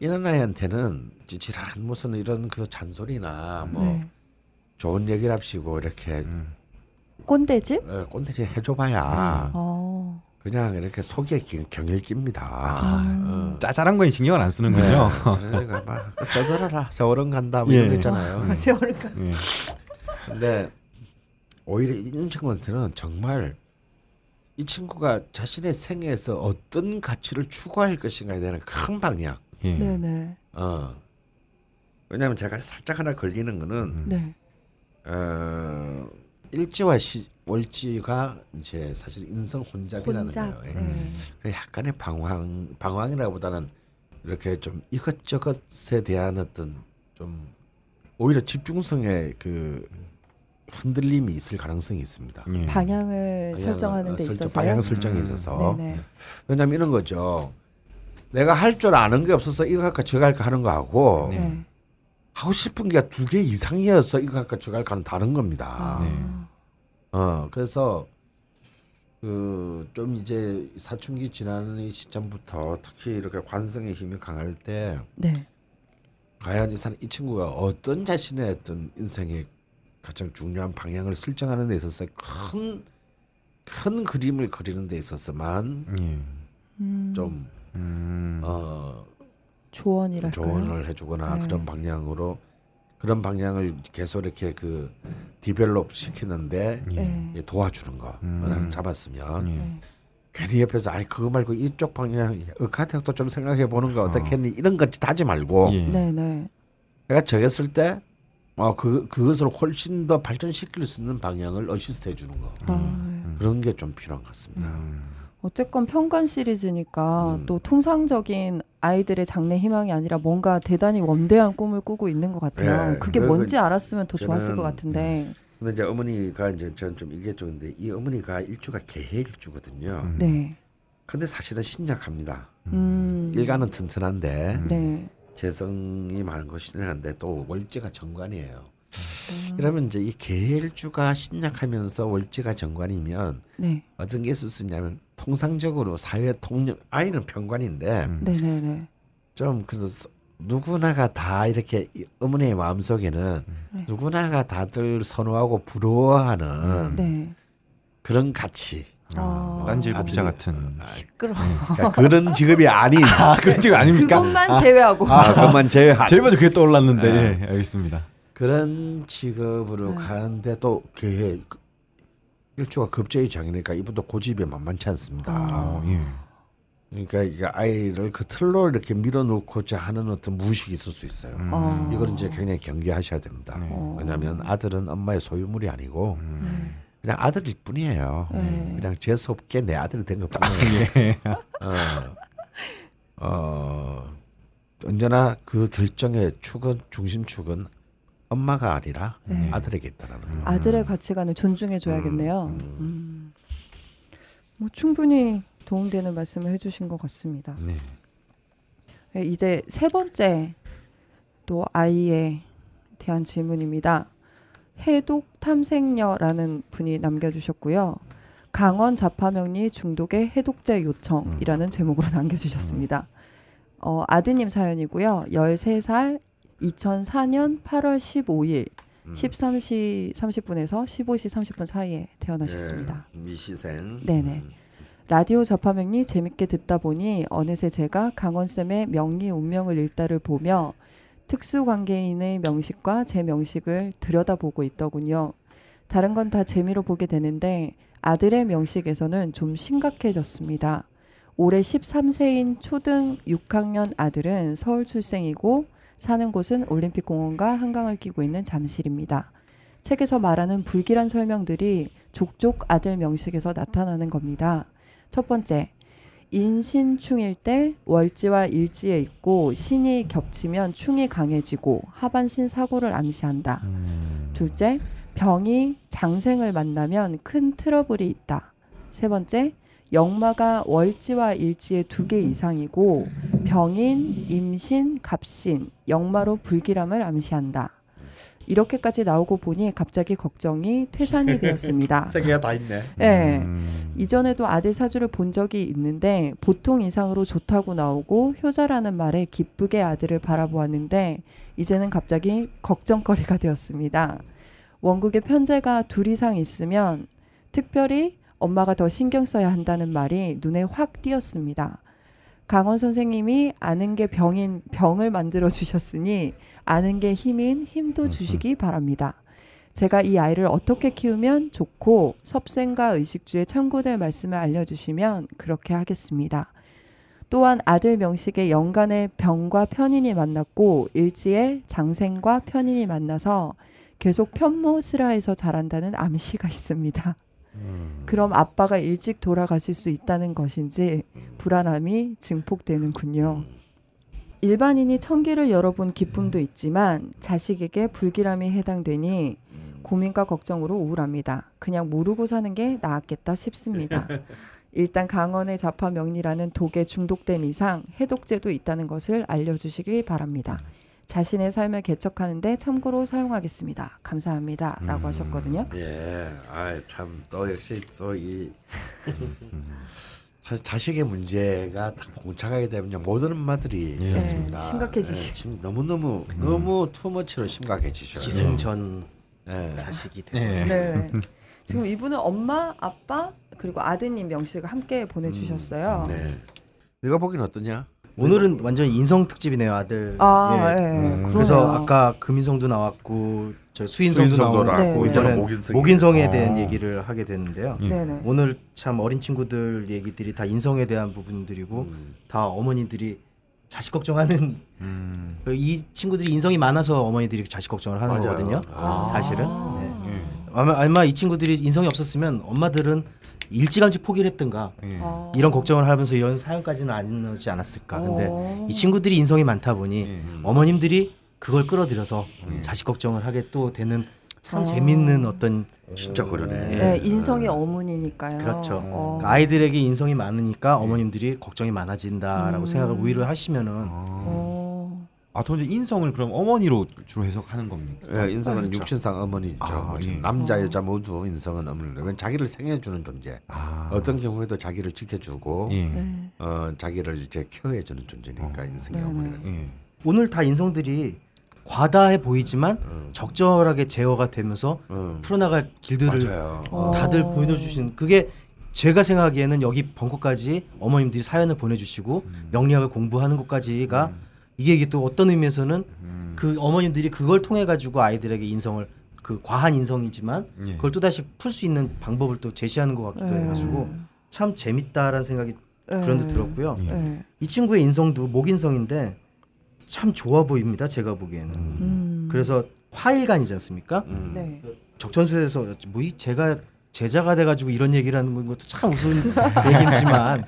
Speaker 2: 이런 아이한테는 지질한 무슨 이런 그 잔소리나 뭐
Speaker 1: 네.
Speaker 2: 좋은 얘기랍시고 이렇게
Speaker 1: 꼰대집?
Speaker 2: 어, 꼰대지 해줘봐야
Speaker 1: 어.
Speaker 2: 그냥 이렇게 속에 기- 경일 깁니다. 어.
Speaker 4: 예. 짜잘한 거에 신경을 안 쓰는군요.
Speaker 2: 저래가 막 떠들어라 세월은 간다 뭐 이런
Speaker 4: 예.
Speaker 2: 거 있잖아요.
Speaker 1: 세월가.
Speaker 4: 예.
Speaker 2: 근데 오히려 이런 친구한테는 정말 이 친구가 자신의 생애에서 어떤 가치를 추구할 것인가에 대한 큰 방향.
Speaker 4: 예.
Speaker 1: 네네.
Speaker 2: 어. 왜냐하면 제가 살짝 하나 걸리는 거는
Speaker 1: 네.
Speaker 2: 어, 일지와 시, 월지가 이제 사실 인성 혼잡이라는
Speaker 1: 혼잡.
Speaker 2: 거예요. 예.
Speaker 1: 네.
Speaker 2: 그 약간의 방황 방황이라기보다는 이렇게 좀 이것저것에 대한 어떤 좀 오히려 집중성의 그 흔들림이 있을 가능성이 있습니다.
Speaker 1: 방향을
Speaker 4: 예.
Speaker 2: 방향,
Speaker 1: 네, 설정하는
Speaker 2: 어,
Speaker 1: 데
Speaker 2: 설정,
Speaker 1: 있어서
Speaker 2: 방향 설정에 있어서
Speaker 1: 네네.
Speaker 2: 왜냐하면 이런 거죠. 내가 할 줄 아는 게 없어서 이거 할까 저거 할까 하는 거하고
Speaker 1: 네.
Speaker 2: 하고 싶은 게 두 개 이상이어서 이거 할까 저거 할까는 다른 겁니다.
Speaker 1: 아.
Speaker 2: 어 그래서 그 좀 이제 사춘기 지나는 이 시점부터 특히 이렇게 관성의 힘이 강할 때
Speaker 1: 네.
Speaker 2: 과연 이 사람 이 친구가 어떤 자신의 어떤 인생의 가장 중요한 방향을 설정하는 데 있어서 큰 큰 그림을 그리는 데 있어서만
Speaker 4: 예.
Speaker 1: 음,
Speaker 2: 좀
Speaker 4: 음.
Speaker 2: 어,
Speaker 1: 조언이랄까요?
Speaker 2: 조언을 해주거나
Speaker 1: 네.
Speaker 2: 그런 방향으로 그런 방향을 계속 이렇게 그 디벨롭 시키는데
Speaker 1: 네.
Speaker 2: 예, 도와주는 거 하나 잡았으면
Speaker 4: 예.
Speaker 1: 네.
Speaker 2: 괜히 옆에서 아이 그거 말고 이쪽 방향 의카텍도 좀 생각해 보는 거 어떻겠니 이런 것 따지 말고
Speaker 4: 예.
Speaker 1: 어, 네네.
Speaker 2: 내가 정했을 때 어, 그, 그것을 훨씬 더 발전시킬 수 있는 방향을 어시스트 해주는 거
Speaker 1: 아,
Speaker 2: 그런 게 좀 필요한 것
Speaker 4: 음.
Speaker 2: 같습니다
Speaker 1: 어쨌건 평간 시리즈니까
Speaker 2: 음.
Speaker 1: 또 통상적인 아이들의 장래 희망이 아니라 뭔가 대단히 원대한 꿈을 꾸고 있는 것 같아요.
Speaker 2: 예,
Speaker 1: 그게
Speaker 2: 그래서
Speaker 1: 뭔지 알았으면 더 좋았을
Speaker 2: 저는 네.
Speaker 1: 것 같은데.
Speaker 2: 근데 이제 어머니가 이제 전 좀 이게 쪽인데 이 어머니가 일주가 개해 일주거든요
Speaker 1: 네.
Speaker 2: 근데 사실은 신약합니다
Speaker 1: 음.
Speaker 2: 일간은 튼튼한데
Speaker 1: 네.
Speaker 2: 재성이 많은 것이 신약한데 또 월제가 정관이에요 이러면 이제 이 계일주가 신약하면서 월지가 정관이면
Speaker 1: 네.
Speaker 2: 어떤 게 있을 수 있냐면 통상적으로 사회 통념 아이는 평관인데
Speaker 4: 음.
Speaker 1: 네, 네, 네.
Speaker 2: 좀 그래서 서- 누구나가 다 이렇게 이 어머니의 마음속에는
Speaker 1: 네.
Speaker 2: 누구나가 다들 선호하고 부러워하는
Speaker 4: 음.
Speaker 1: 네.
Speaker 2: 그런 가치
Speaker 1: 아,
Speaker 4: 딴지일보
Speaker 2: 아들이-
Speaker 4: 기자 같은.
Speaker 2: 아,
Speaker 1: 시끄러.
Speaker 2: 그러니까 그런 직업이 아닌
Speaker 4: 아, 그런 지금 아닙니까?
Speaker 1: 그것만 제외하고.
Speaker 2: 그러니까 아, 그것만 제외한
Speaker 4: 제일 먼저 그게 떠올랐는데
Speaker 2: 아.
Speaker 4: 예, 알겠습니다.
Speaker 2: 그런 직업으로
Speaker 1: 네.
Speaker 2: 가는데 또 그게 일주가 급제의 장이니까 이분도 그 고집이 만만치 않습니다.
Speaker 4: 아, 예.
Speaker 2: 그러니까 이게 아이를 그 틀로 이렇게 밀어놓고자 하는 어떤 무식이 있을 수 있어요.
Speaker 4: 음.
Speaker 1: 어.
Speaker 2: 이거는 이제 굉장히 경계하셔야 됩니다.
Speaker 4: 네.
Speaker 1: 어.
Speaker 2: 왜냐하면 아들은 엄마의 소유물이 아니고
Speaker 4: 음.
Speaker 2: 그냥 아들일 뿐이에요.
Speaker 1: 네.
Speaker 2: 그냥 재수 없게 내 아들이 된 것뿐이에요.
Speaker 1: 아,
Speaker 2: 어, 어, 언제나 그 결정의 축은 중심축은 엄마가 아니라
Speaker 1: 네.
Speaker 2: 아들에게 있다라는 거.
Speaker 1: 아들의 가치관을 존중해 줘야겠네요.
Speaker 2: 음, 음.
Speaker 1: 음. 뭐 충분히 도움되는 말씀을 해주신 것 같습니다.
Speaker 4: 네.
Speaker 1: 예, 이제 세 번째 또 아이에 대한 질문입니다. 해독 탐색녀라는 분이 남겨주셨고요. 강원 자파명리 중독의 해독제 요청이라는 제목으로 남겨주셨습니다. 어, 아드님 사연이고요. 13살 2004년 8월 15일
Speaker 2: 음.
Speaker 1: 13시 30분에서 15시 30분 사이에 태어나셨습니다.
Speaker 2: 예, 미시생.
Speaker 1: 네네.
Speaker 2: 음.
Speaker 1: 라디오 접하명리 재밌게 듣다 보니 어느새 제가 강원쌤의 명리 운명을 읽다를 보며 특수관계인의 명식과 제 명식을 들여다보고 있더군요. 다른 건 다 재미로 보게 되는데 아들의 명식에서는 좀 심각해졌습니다. 올해 13세인 초등 6학년 아들은 서울 출생이고 사는 곳은 올림픽공원과 한강을 끼고 있는 잠실입니다. 책에서 말하는 불길한 설명들이 족족 아들 명식에서 나타나는 겁니다. 첫 번째, 인신충일 때 월지와 일지에 있고 신이 겹치면 충이 강해지고 하반신 사고를 암시한다. 둘째, 병이 장생을 만나면 큰 트러블이 있다. 세 번째, 역마가 월지와 일지의 두 개 이상이고 병인, 임신, 갑신, 역마로 불길함을 암시한다. 이렇게까지 나오고 보니 갑자기 걱정이 퇴산이 되었습니다.
Speaker 2: 세계가 다 있네.
Speaker 1: 네.
Speaker 4: 음.
Speaker 1: 이전에도 아들 사주를 본 적이 있는데 보통 이상으로 좋다고 나오고 효자라는 말에 기쁘게 아들을 바라보았는데 이제는 갑자기 걱정거리가 되었습니다. 원국의 편제가 둘 이상 있으면 특별히 엄마가 더 신경 써야 한다는 말이 눈에 확 띄었습니다. 강원 선생님이 아는 게 병인 병을 만들어 주셨으니 아는 게 힘인 힘도 주시기 바랍니다. 제가 이 아이를 어떻게 키우면 좋고 섭생과 의식주에 참고될 말씀을 알려주시면 그렇게 하겠습니다. 또한 아들 명식의 연간에 병과 편인이 만났고 일지에 장생과 편인이 만나서 계속 편모스라에서 자란다는 암시가 있습니다. 그럼 아빠가 일찍 돌아가실 수 있다는 것인지 불안함이 증폭되는군요. 일반인이 청기를 열어본 기쁨도 있지만 자식에게 불길함이 해당되니 고민과 걱정으로 우울합니다. 그냥 모르고 사는 게 나았겠다 싶습니다. 일단 강원의 자파 명리라는 독에 중독된 이상 해독제도 있다는 것을 알려주시기 바랍니다. 자신의 삶을 개척하는데 참고로 사용하겠습니다. 감사합니다라고 하셨거든요.
Speaker 2: 예, 아참또 역시 또 이 사실 자식의 문제가 다 공착하게 되면 요 모든 엄마들이
Speaker 4: 예.
Speaker 2: 그렇습니다.
Speaker 1: 네, 심각해지시-
Speaker 2: 예, 지금 너무 너무 너무 투머치로 심각해지셔요.
Speaker 5: 기승전
Speaker 2: 예.
Speaker 5: 자식이 되고
Speaker 4: 네.
Speaker 1: 네. 지금 이분은 엄마, 아빠 그리고 아드님 명식을 함께
Speaker 5: 음,
Speaker 1: 보내주셨어요.
Speaker 2: 네. 내가 보기엔 어떠냐?
Speaker 5: 오늘은 완전 인성 특집이네요 아들.
Speaker 1: 아,
Speaker 5: 예.
Speaker 1: 예.
Speaker 4: 음,
Speaker 1: 그래서
Speaker 5: 그래서 아까 금인성도 나왔고 저 수인성도,
Speaker 2: 수인성도
Speaker 5: 나오고
Speaker 4: 네.
Speaker 1: 나왔고,
Speaker 5: 이번엔
Speaker 2: 이제는 아. 예. 목인성이-
Speaker 5: 목인성에 대한
Speaker 4: 어.
Speaker 5: 얘기를 하게 되는데요.
Speaker 1: 네네.
Speaker 5: 오늘 참 어린 친구들 얘기들이 다 인성에 대한 부분들이고
Speaker 2: 음.
Speaker 5: 다 어머니들이 자식 걱정하는
Speaker 4: 음.
Speaker 5: 이 친구들이 인성이 많아서 어머니들이 자식 걱정을 하는
Speaker 2: 맞아요.
Speaker 5: 거거든요.
Speaker 2: 아.
Speaker 5: 사실은
Speaker 1: 아.
Speaker 5: 네.
Speaker 4: 예.
Speaker 5: 아마, 아마 이 친구들이 인성이 없었으면 엄마들은 일찌감치 포기를 했든가
Speaker 4: 예.
Speaker 1: 아.
Speaker 5: 이런 걱정을 하면서 이런 사연까지는 안 오지 않았을까.
Speaker 1: 어.
Speaker 5: 근데 이 친구들이 인성이 많다 보니
Speaker 4: 예.
Speaker 5: 어머님들이 그걸 끌어들여서 자식 걱정을 하게 또 되는 참 재밌는 어떤
Speaker 2: 진짜 그러네.
Speaker 1: 네, 인성이 어머니니까요.
Speaker 5: 그렇죠.
Speaker 1: 어.
Speaker 5: 그러니까 아이들에게 인성이 많으니까 어머님들이 걱정이 많아진다라고 생각을 오히려 하시면은
Speaker 1: 어.
Speaker 4: 아, 저 이제 인성을 그럼 어머니로 주로 해석하는 겁니까?
Speaker 2: 예, 인성은
Speaker 8: 그렇죠.
Speaker 2: 육신상 어머니죠.
Speaker 4: 아,
Speaker 2: 뭐
Speaker 4: 예.
Speaker 2: 지금 남자 여자 모두 인성은 어머니로. 그건 자기를 생해주는 존재.
Speaker 4: 아,
Speaker 2: 어떤 경우에도 자기를 지켜주고
Speaker 4: 예.
Speaker 8: 네.
Speaker 2: 어, 자기를 이제 케어해주는 존재니까 인성의 어머니는.
Speaker 4: 예.
Speaker 5: 오늘 다 인성들이 과다해 보이지만 적절하게 제어가 되면서
Speaker 2: 음.
Speaker 5: 풀어나갈 길들을
Speaker 2: 맞아요.
Speaker 5: 다들
Speaker 8: 어.
Speaker 5: 보여주신 그게 제가 생각하기에는 여기 벙커까지 어머님들이 사연을 보내주시고
Speaker 4: 음.
Speaker 5: 명리학을 공부하는 것까지가 이게 이게 또 어떤 의미에서는
Speaker 4: 음.
Speaker 5: 그 어머님들이 그걸 통해 가지고 아이들에게 인성을 그 과한 인성이지만
Speaker 4: 예.
Speaker 5: 그걸 또 다시 풀 수 있는 방법을 또 제시하는 것 같기도 해가지고 참 재밌다라는 생각이
Speaker 1: 예.
Speaker 5: 불현듯 들었고요. 네.
Speaker 4: 예.
Speaker 1: 예.
Speaker 5: 이 친구의 인성도 목인성인데 참 좋아 보입니다. 제가 보기에는.
Speaker 1: 음.
Speaker 5: 그래서 화일간이지 않습니까?
Speaker 1: 네.
Speaker 5: 적천수에서 뭐 이 제가 제자가 돼가지고 이런 얘기를 하는 것도 참 우스운 얘기지만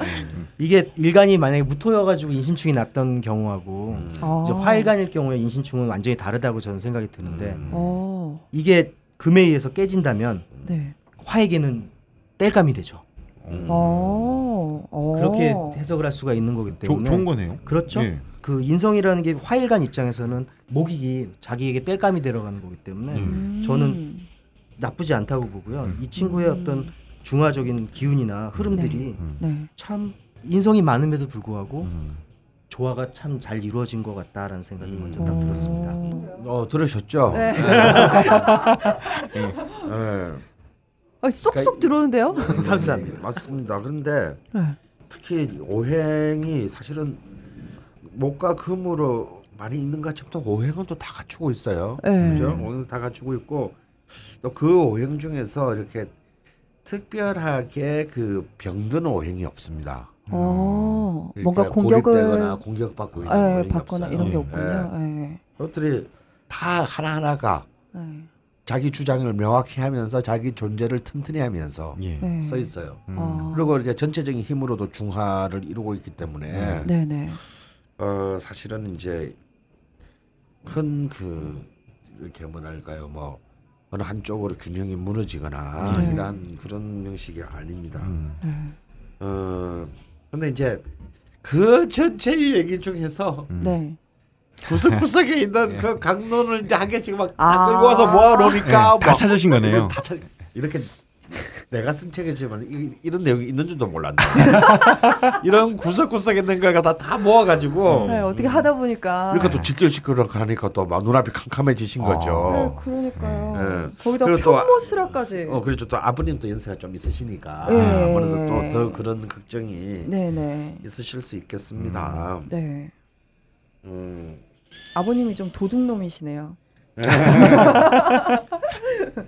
Speaker 5: 이게 일간이 만약에 무토여가지고 인신충이 났던 경우하고 이제
Speaker 1: 아.
Speaker 5: 화일간일 경우에 인신충은 완전히 다르다고 저는 생각이 드는데
Speaker 1: 어.
Speaker 5: 이게 금에 의해서 깨진다면
Speaker 1: 네.
Speaker 5: 화에게는 뗄감이 되죠.
Speaker 1: 어. 어.
Speaker 5: 음. 그렇게 해석을 할 수가 있는 거기
Speaker 4: 조,
Speaker 5: 때문에
Speaker 4: 좋은 거네요.
Speaker 5: 그렇죠.
Speaker 4: 예.
Speaker 5: 그 인성이라는 게 화일간 입장에서는 목이 자기에게 뗄감이 들어가는 거기 때문에
Speaker 4: 음.
Speaker 1: 음.
Speaker 5: 저는 나쁘지 않다고 보고요. 이 친구의 어떤 중화적인 기운이나 흐름들이
Speaker 1: 네.
Speaker 5: 참 인성이 많음에도 불구하고
Speaker 4: 음.
Speaker 5: 조화가 참 잘 이루어진 것 같다라는 생각이 먼저
Speaker 1: 음.
Speaker 5: 딱 들었습니다.
Speaker 1: 어.
Speaker 2: 어 들으셨죠?
Speaker 1: 네.
Speaker 2: 예.
Speaker 1: 아,
Speaker 2: 그러니까
Speaker 1: 쏙쏙 들어오는데요?
Speaker 5: 감사합니다.
Speaker 2: 맞습니다. 그런데
Speaker 1: 네.
Speaker 2: 특히 오행이 사실은 목과 금으로 많이 있는 것처럼 또 오행은 또 다 갖추고 있어요.
Speaker 1: 네.
Speaker 2: 그죠? 오행은 다 갖추고 있고 또 그 오행 중에서 이렇게 특별하게 그 병든 오행이 없습니다.
Speaker 1: 어. 뭔가
Speaker 2: 이렇게
Speaker 1: 공격을
Speaker 2: 아. 그러니까 고립되거나 공격받고 있는
Speaker 1: 예,
Speaker 2: 오행이
Speaker 1: 받거나
Speaker 2: 없어요. 네.
Speaker 1: 이런 게
Speaker 4: 예.
Speaker 1: 없군요. 예.
Speaker 2: 그것들이 다 하나하나가
Speaker 1: 예.
Speaker 2: 자기 주장을 명확히 하면서 자기 존재를 튼튼히 하면서
Speaker 4: 예.
Speaker 1: 네.
Speaker 2: 써 있어요. 음.
Speaker 1: 아.
Speaker 2: 그리고 이제 전체적인 힘으로도 중화를 이루고 있기 때문에
Speaker 1: 네, 네.
Speaker 2: 어, 사실은 이제 큰 그 이렇게 뭐랄까요 뭐 어느 한쪽으로 균형이 무너지거나
Speaker 1: 네.
Speaker 2: 이런 그런 형식이 아닙니다.
Speaker 1: 네.
Speaker 2: 어 근데 이제 그 전체의 얘기 중에서
Speaker 1: 네.
Speaker 2: 구석구석에 있는 그 강론을 이제 한 개씩 막
Speaker 1: 예. 아. 예.
Speaker 2: 다 끌고 와서 모아놓으니까 뭐
Speaker 4: 다
Speaker 2: 막
Speaker 4: 찾으신 거네요.
Speaker 2: 다 찾- 이렇게 내가 쓴 책이지만 이, 이런 내용이 있는 줄도 몰랐네. 이런 구석구석에 있는 걸 갖다 다 모아가지고
Speaker 1: 네, 어떻게 하다 보니까
Speaker 2: 음. 이렇게 또 질끈질끈 하니까 또 막 눈앞이 캄캄해지신
Speaker 1: 네,
Speaker 2: 거죠.
Speaker 1: 그러니까요.
Speaker 2: 네.
Speaker 1: 거기다
Speaker 2: 그리고 또-
Speaker 1: 편모스라까지.
Speaker 2: 어 그렇죠. 또 아버님 또 연세가 좀 있으시니까
Speaker 1: 네.
Speaker 2: 아무래도 또 더 그런 걱정이
Speaker 1: 네, 네.
Speaker 2: 있으실 수 있겠습니다.
Speaker 1: 네.
Speaker 2: 음.
Speaker 1: 아버님이 좀 도둑놈이시네요.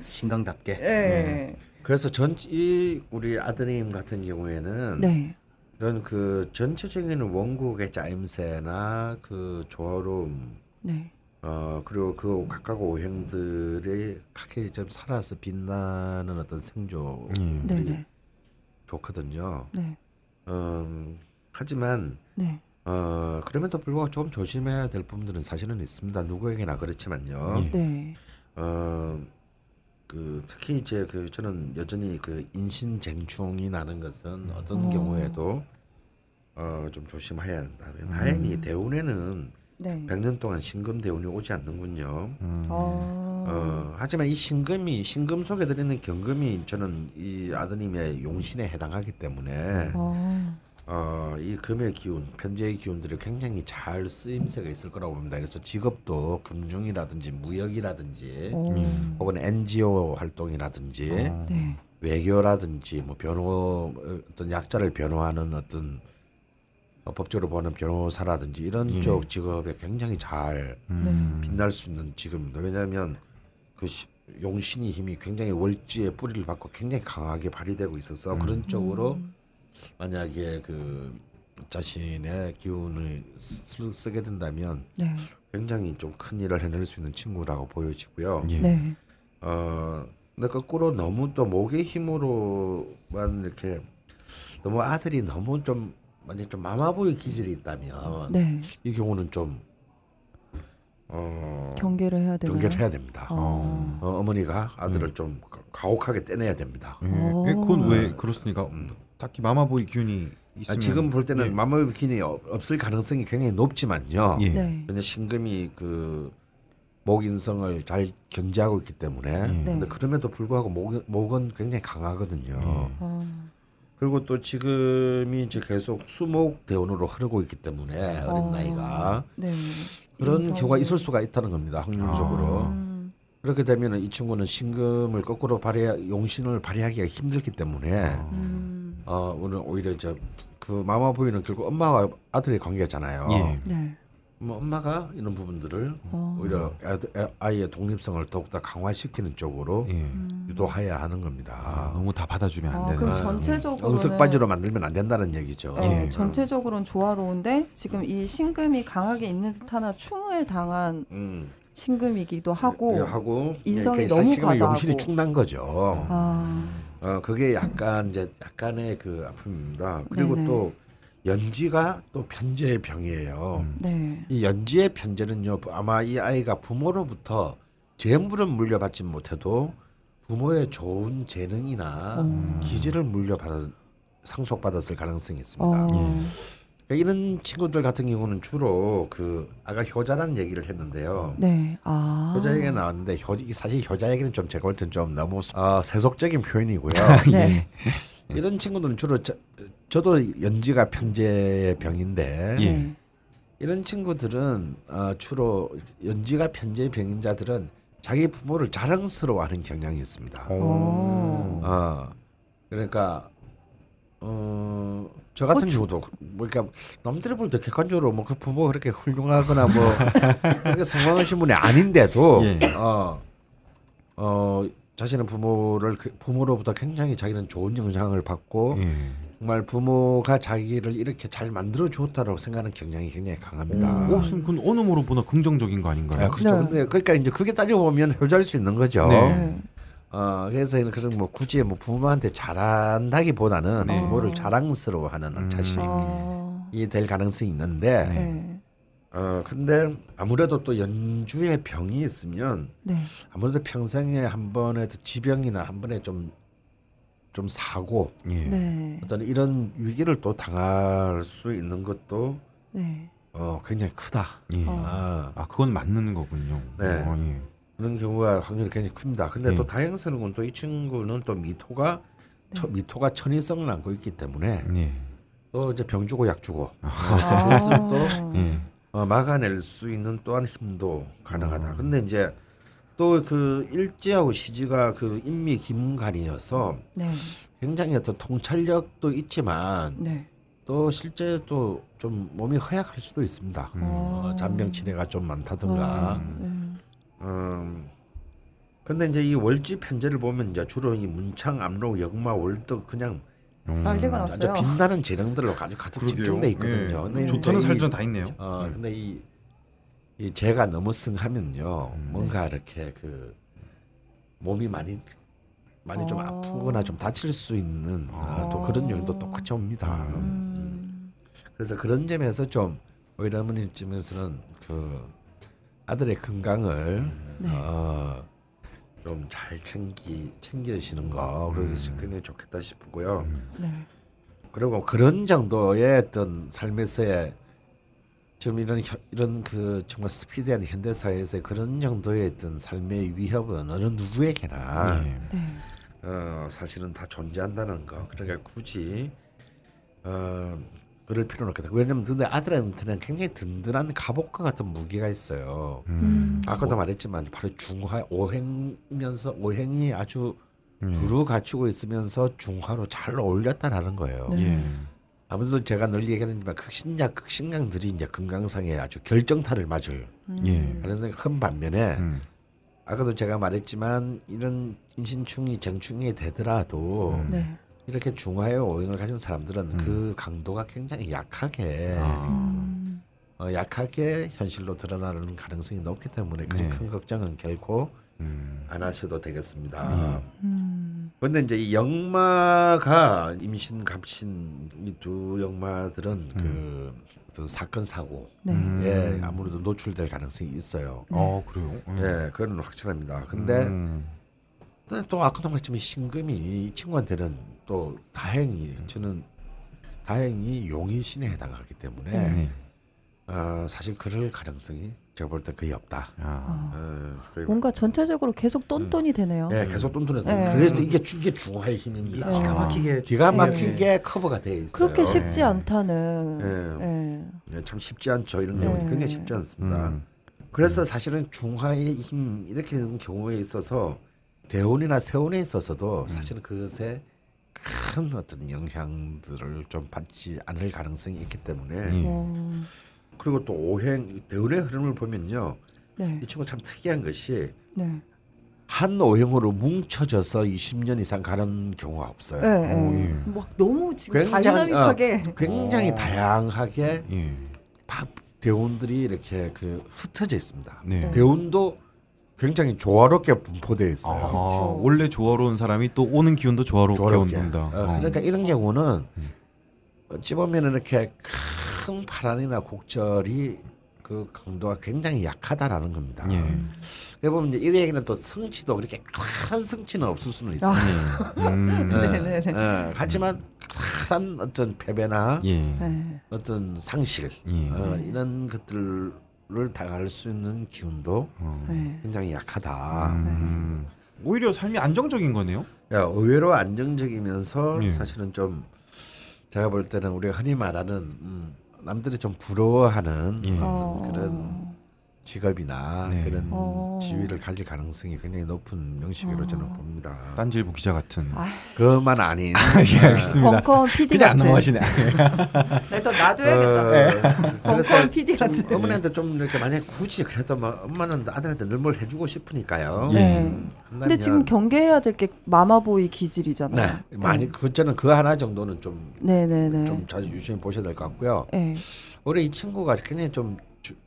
Speaker 5: 신강답게.
Speaker 2: 예.
Speaker 1: 네.
Speaker 2: 그래서 전이 우리 아드님 같은 경우에는
Speaker 1: 네.
Speaker 2: 이런 그 전체적인 원곡의 짜임새나 그 조화로움
Speaker 1: 네.
Speaker 2: 어 그리고 그 각각 오행들이 각기 좀 살아서 빛나는 어떤 생조
Speaker 4: 예.
Speaker 1: 네, 네.
Speaker 2: 좋거든요.
Speaker 1: 네.
Speaker 2: 음 하지만
Speaker 1: 네.
Speaker 2: 어 그럼에도 불구하고 조금 조심해야 될 부분들은 사실은 있습니다. 누구에게나 그렇지만요.
Speaker 4: 예.
Speaker 1: 네.
Speaker 2: 어그 특히 이제 그 저는 여전히 그 인신쟁충이 나는 것은 어떤
Speaker 1: 어.
Speaker 2: 경우에도 어 좀 조심해야 한다. 다행히 대운에는
Speaker 1: 네. 아.
Speaker 2: 100년 동안 신금 대운이 오지 않는군요.
Speaker 4: 음.
Speaker 1: 어.
Speaker 2: 어, 하지만 이 신금이 신금 속에 들어있는 경금이 저는 이 아드님의 용신에 해당하기 때문에
Speaker 1: 어.
Speaker 2: 어, 이 금의 기운, 편재의 기운들이 굉장히 잘 쓰임새가 있을 거라고 봅니다. 그래서 직업도 금융이라든지 무역이라든지
Speaker 1: 어.
Speaker 2: 혹은 NGO 활동이라든지
Speaker 1: 네.
Speaker 2: 외교라든지 뭐 변호 어떤 약자를 변호하는 어떤 어, 법적으로 보는 변호사라든지 이런 쪽 직업에 굉장히 잘
Speaker 1: 네.
Speaker 2: 빛날 수 있는 지금입니다. 왜냐하면 그 시- 용신의 힘이 굉장히 월지의 뿌리를 받고 굉장히 강하게 발휘되고 있어서 그런 쪽으로 만약에 그 자신의 기운을 쓰, 쓰게 된다면
Speaker 1: 네.
Speaker 2: 굉장히 좀 큰 일을 해낼 수 있는 친구라고 보여지고요.
Speaker 4: 예.
Speaker 1: 네.
Speaker 2: 어, 근데 거꾸로 너무 또 목의 힘으로만 이렇게 너무 아들이 너무 좀 만약 좀 마마보이 기질이 있다면
Speaker 1: 네.
Speaker 2: 이 경우는 좀 어,
Speaker 1: 경계를 해야 되나요?
Speaker 2: 경계를 해야 됩니다.
Speaker 1: 네. 어.
Speaker 2: 어, 어머니가
Speaker 3: 음.
Speaker 2: 아들을 좀 가- 가혹하게 떼내야 됩니다.
Speaker 1: 어.
Speaker 4: 예. 예. 그건 왜 그렇습니까? 딱히 음, 마마보이 기운이
Speaker 2: 아,
Speaker 3: 있으면-
Speaker 2: 지금 볼 때는
Speaker 3: 예.
Speaker 2: 마모의 비키니 어- 없을 가능성이 굉장히 높지만요.
Speaker 3: 예.
Speaker 1: 네.
Speaker 2: 근데 신금이 그 목인성을 잘 견제하고 있기 때문에
Speaker 3: 예.
Speaker 1: 네.
Speaker 2: 근데 그럼에도 불구하고 목, 목은 굉장히 강하거든요.
Speaker 3: 예.
Speaker 1: 어,
Speaker 2: 그리고 또 지금이 이제 계속 수목 대운으로 흐르고 있기 때문에 어린
Speaker 1: 어.
Speaker 2: 나이가
Speaker 1: 네.
Speaker 2: 그런
Speaker 1: 인성이-
Speaker 2: 경우가 있을 수가 있다는 겁니다. 확률적으로
Speaker 1: 음,
Speaker 2: 그렇게 되면 이 친구는 신금을 거꾸로 발휘 용신을 발휘하기가 힘들기 때문에
Speaker 4: 아.
Speaker 1: 음,
Speaker 2: 어, 오늘 오히려 이제 그 마마 부인은 결국 엄마와 아들의 관계잖아요.
Speaker 3: 예.
Speaker 1: 네.
Speaker 2: 뭐 엄마가 이런 부분들을
Speaker 1: 어.
Speaker 2: 오히려 아들- 아- 아이의 독립성을 더욱더 강화시키는 쪽으로
Speaker 3: 예.
Speaker 2: 유도해야 하는 겁니다.
Speaker 4: 너무 다 받아주면 안
Speaker 1: 아, 음.
Speaker 4: 되는
Speaker 1: 그럼
Speaker 2: 응석반지로 예.
Speaker 1: 전체적으로는
Speaker 2: 만들면 안 된다는 얘기죠.
Speaker 1: 네, 전체적으로는 조화로운데 지금 이 신금이 강하게 있는 듯하나 충을 당한
Speaker 2: 음.
Speaker 1: 신금이기도 하고
Speaker 2: 예, 하고
Speaker 1: 인성이
Speaker 2: 이렇게
Speaker 1: 너무
Speaker 2: 사실은 용신이
Speaker 1: 과다하고.
Speaker 2: 충난 거죠.
Speaker 1: 아,
Speaker 2: 어, 그게 약간 이제 약간의 그 아픔입니다. 그리고
Speaker 1: 네네.
Speaker 2: 또 연지가 또 편재의 병이에요.
Speaker 1: 네.
Speaker 2: 이 연지의 편제는요 아마 이 아이가 부모로부터 재물은 물려받지 못해도 부모의 좋은 재능이나
Speaker 1: 음.
Speaker 2: 기질을 물려받 상속받았을 가능성이 있습니다.
Speaker 1: 어,
Speaker 2: 그러니까 이런 친구들 같은 경우는 주로 그 아까 효자라는 얘기를 했는데요.
Speaker 1: 네. 아.
Speaker 2: 효자 얘기 나왔는데 효, 이 사실 효자 얘기는 좀 제가 볼땐 좀 너무 아, 세속적인 표현이고요.
Speaker 1: 네.
Speaker 2: 이런 친구들은 주로 저, 저도 연지가 편제의 병인데
Speaker 1: 네.
Speaker 2: 예. 이런 친구들은 어, 주로 연지가 편제 병인자들은 자기 부모를 자랑스러워하는 경향이 있습니다.
Speaker 1: 어.
Speaker 2: 어, 그러니까 어, 저 같은 경우도 그- 뭐 그러니까 남들이 볼 때 객관적으로 뭐 그 부모 가 그렇게 훌륭하거나 뭐 그렇게 성공하신 분이 아닌데도
Speaker 4: 예.
Speaker 2: 어, 어, 자신의 부모를 그- 부모로부터 굉장히 자기는 좋은 영향을 받고
Speaker 4: 예.
Speaker 1: 음.
Speaker 2: 정말 부모가 자기를 이렇게 잘 만들어 주었다라고 생각하는 경향이 굉장히 강합니다.
Speaker 4: 오, 선생님 그건 어느 모로 보나 긍정적인 거 아닌가요?
Speaker 2: 아, 그렇죠.
Speaker 1: 네.
Speaker 2: 근데 그러니까 이제 그게 따지고 보면 효자일 수 있는 거죠.
Speaker 4: 네.
Speaker 2: 어, 그래서 이런- 그래서 뭐 굳이 뭐 부모한테 잘한다기보다는
Speaker 1: 네.
Speaker 2: 부모를
Speaker 1: 어.
Speaker 2: 자랑스러워하는 자신이
Speaker 1: 어,
Speaker 2: 될 가능성이 있는데,
Speaker 1: 네.
Speaker 2: 어 근데 아무래도 또 연주에 병이 있으면
Speaker 1: 네.
Speaker 2: 아무래도 평생에 한 번의 또 지병이나 한 번의 좀 좀 사고
Speaker 4: 예.
Speaker 1: 네.
Speaker 2: 어떤 이런 위기를 또 당할 수 있는 것도
Speaker 1: 네.
Speaker 2: 어 굉장히 크다.
Speaker 4: 예.
Speaker 1: 어.
Speaker 2: 아,
Speaker 4: 아 그건 맞는 거군요.
Speaker 2: 네.
Speaker 4: 어, 예.
Speaker 2: 그런 경우가 확률이 굉장히 큽니다. 근데
Speaker 4: 예.
Speaker 2: 또 다행스러운 건 또 이 친구는 또 미토가 처- 미토가 천인성을 안고 있기 때문에
Speaker 4: 예.
Speaker 2: 또 이제 병 주고 약 주고 네,
Speaker 1: 아.
Speaker 4: 예.
Speaker 2: 어, 막아낼 수 있는 또한 힘도 가능하다. 근데 이제 또 그 일제하고 시지가 그 인미 김간이어서
Speaker 1: 네.
Speaker 2: 굉장히 어떤 통찰력도 있지만
Speaker 1: 네.
Speaker 2: 또 실제 또 좀 몸이 허약할 수도 있습니다.
Speaker 4: 음.
Speaker 2: 어, 잔병 치레가 좀 많다든가.
Speaker 1: 어, 네.
Speaker 2: 음. 근데 이제 이 월지 편제를 보면 이제 주로 이 문창, 암록, 역마, 월덕 그냥
Speaker 1: 난리가
Speaker 2: 아주
Speaker 1: 났어요.
Speaker 2: 빛나는 재능들로 아주 가득 집중돼 있거든요. 근데 이제
Speaker 4: 예. 좋다는
Speaker 2: 이-
Speaker 4: 살전 다 있네요. 예.
Speaker 2: 어, 근데 이, 이 제가 너무 승하면요, 뭔가 이렇게 그 몸이 많이 많이 좀
Speaker 1: 어.
Speaker 2: 아프거나 좀 다칠 수 있는 아, 또 그런 요인도 똑같이 옵니다.
Speaker 1: 음.
Speaker 2: 그래서 그런 점에서 좀 오히려 어머님 쯤에서는 그 아들의 건강을
Speaker 1: 네.
Speaker 4: 아.
Speaker 2: 어, 좀 잘 챙기 챙기시는 거 그게 굉장히 좋겠다 싶고요.
Speaker 1: 네.
Speaker 2: 그리고 그런 정도의 어떤 삶에서의 지금 이런 혀- 이런 그 정말 스피디한 현대 사회에서 그런 정도의 어떤 삶의 위협은 어느 누구에게나
Speaker 4: 예.
Speaker 1: 네.
Speaker 2: 어, 사실은 다 존재한다는 거. 그러니까 굳이 어, 그럴 필요는 없겠다. 왜냐면 근데 아들한테는 굉장히 든든한 갑옷과 같은 무기가 있어요.
Speaker 1: 음.
Speaker 2: 아까도 말했지만 바로 중화 오행면서 오행이 아주
Speaker 1: 네.
Speaker 2: 두루 갖추고 있으면서 중화로 잘 어울렸다라는 거예요.
Speaker 1: 네.
Speaker 2: 아무래도 제가 늘 얘기하지만 극신약 극신강들이 이제 금강상에 아주 결정타를 맞을
Speaker 1: 음.
Speaker 4: 예.
Speaker 2: 가능성이 큰 반면에
Speaker 1: 네.
Speaker 4: 음.
Speaker 2: 아까도 제가 말했지만 이런 인신충이 정충이 되더라도
Speaker 1: 네.
Speaker 2: 이렇게 중화의 오행을 가진 사람들은 그 강도가 굉장히 약하게
Speaker 4: 아.
Speaker 1: 음.
Speaker 2: 어, 약하게 현실로 드러나는 가능성이 높기 때문에 그리
Speaker 4: 네.
Speaker 2: 큰 걱정은 결코
Speaker 4: 음.
Speaker 2: 안 하셔도 되겠습니다.
Speaker 1: 음.
Speaker 2: 그런데 이제 이 역마가 임신, 갑신 이 두 역마들은 그 어떤 사건 사고
Speaker 1: 네.
Speaker 4: 음.
Speaker 2: 예 아무래도 노출될 가능성이 있어요.
Speaker 4: 어 그래요.
Speaker 2: 예, 그건 확실합니다. 근데
Speaker 4: 음.
Speaker 2: 근데 또 아까도 말했지만 신금이 이 친구한테는 또 다행히 저는 다행히 용인신에 해당하기 때문에
Speaker 4: 네.
Speaker 2: 어, 사실 그럴 가능성이 제가 볼 때 거의 없다.
Speaker 4: 아.
Speaker 2: 어, 거의
Speaker 9: 뭔가 전체적으로 계속
Speaker 4: 음.
Speaker 9: 똔똔이 되네요.
Speaker 2: 예, 계속 똔똔했다.
Speaker 1: 음. 네.
Speaker 2: 그래서 이게 주- 이게 중화의 힘입니다. 어,
Speaker 9: 네.
Speaker 1: 아.
Speaker 5: 기가 막히게
Speaker 2: 기가 막히게 커버가 돼 있어요.
Speaker 9: 그렇게 쉽지
Speaker 4: 네.
Speaker 9: 않다는.
Speaker 1: 음.
Speaker 2: 예.
Speaker 9: 예.
Speaker 2: 예, 참 쉽지 않죠. 이런 경우
Speaker 9: 네.
Speaker 2: 굉장히 쉽지 않습니다.
Speaker 4: 음.
Speaker 2: 그래서 사실은 중화의 힘 이렇게 되는 경우에 있어서 대운이나 세운에 있어서도 사실은 그것에 큰 어떤 영향들을 좀 받지 않을 가능성이 있기 때문에
Speaker 1: 음.
Speaker 4: 예.
Speaker 9: 어,
Speaker 2: 그리고 또 오행 대운의 흐름을 보면요
Speaker 1: 네.
Speaker 2: 이 친구 참 특이한 것이
Speaker 1: 네.
Speaker 2: 한 오행으로 뭉쳐져서 20년 이상 가는 경우가 없어요.
Speaker 1: 네,
Speaker 4: 오,
Speaker 1: 네.
Speaker 4: 예. 어.
Speaker 1: 막 너무 지금
Speaker 2: 굉장히,
Speaker 1: 다이나믹하게
Speaker 2: 굉장히
Speaker 4: 오.
Speaker 2: 다양하게
Speaker 4: 예.
Speaker 2: 막 대운들이 이렇게 그 흩어져 있습니다.
Speaker 4: 네.
Speaker 2: 대운도 굉장히 조화롭게 분포되어 있어요.
Speaker 4: 아, 원래 조화로운 사람이 또 오는 기운도 조화롭게,
Speaker 2: 조화롭게.
Speaker 4: 온다. 음.
Speaker 2: 어, 그러니까 이런 경우는 어찌 보면 이렇게 큰 파란이나 곡절이 그 강도가 굉장히 약하다라는 겁니다.
Speaker 4: 예.
Speaker 2: 그래 보면 이제 이 얘기는 또 성취도 그렇게 큰 성취는 없을 수는 있어요.
Speaker 4: 음.
Speaker 1: 네, 네, 네.
Speaker 2: 예, 하지만 큰 어떤 패배나
Speaker 4: 예.
Speaker 1: 네.
Speaker 2: 어떤 상실
Speaker 4: 예.
Speaker 2: 어, 이런 것들을 당할 수 있는 기운도
Speaker 4: 어.
Speaker 1: 네.
Speaker 2: 굉장히 약하다.
Speaker 4: 음. 오히려 삶이 안정적인 거네요.
Speaker 2: 야, 의외로 안정적이면서
Speaker 4: 예.
Speaker 2: 사실은 좀 제가 볼 때는 우리가 흔히 말하는 음, 남들이 좀 부러워하는
Speaker 4: 예.
Speaker 2: 어떤 그런 직업이나
Speaker 4: 네.
Speaker 2: 그런
Speaker 9: 어.
Speaker 2: 지위를 가질 가능성이 굉장히 높은 명식으로 저는 봅니다.
Speaker 4: 딴질보 기자 같은.
Speaker 2: 그만 아닌
Speaker 4: 예, 알겠습니다.
Speaker 9: 벙커원 PD
Speaker 4: 근데
Speaker 9: 같은.
Speaker 4: 안
Speaker 9: 네,
Speaker 4: 넘어가시네. 예.
Speaker 1: 나 일단 놔둬
Speaker 2: 어,
Speaker 1: 야겠다
Speaker 2: 그래서
Speaker 1: 벙커원 PD 같은.
Speaker 2: 좀 어머니한테 좀 이렇게 만약 굳이 그래도 막 엄마는 아들한테 늘 뭘 해주고 싶으니까요.
Speaker 4: 예.
Speaker 9: 네. 근데 지금 경계해야 될 게 마마보이 기질이잖아요.
Speaker 2: 네 많이 그저는 그 하나 정도는 좀 좀
Speaker 9: 네, 네, 네.
Speaker 2: 자주 유심히 보셔야 될 것 같고요.
Speaker 9: 예.
Speaker 2: 올해 이 친구가 굉장히 좀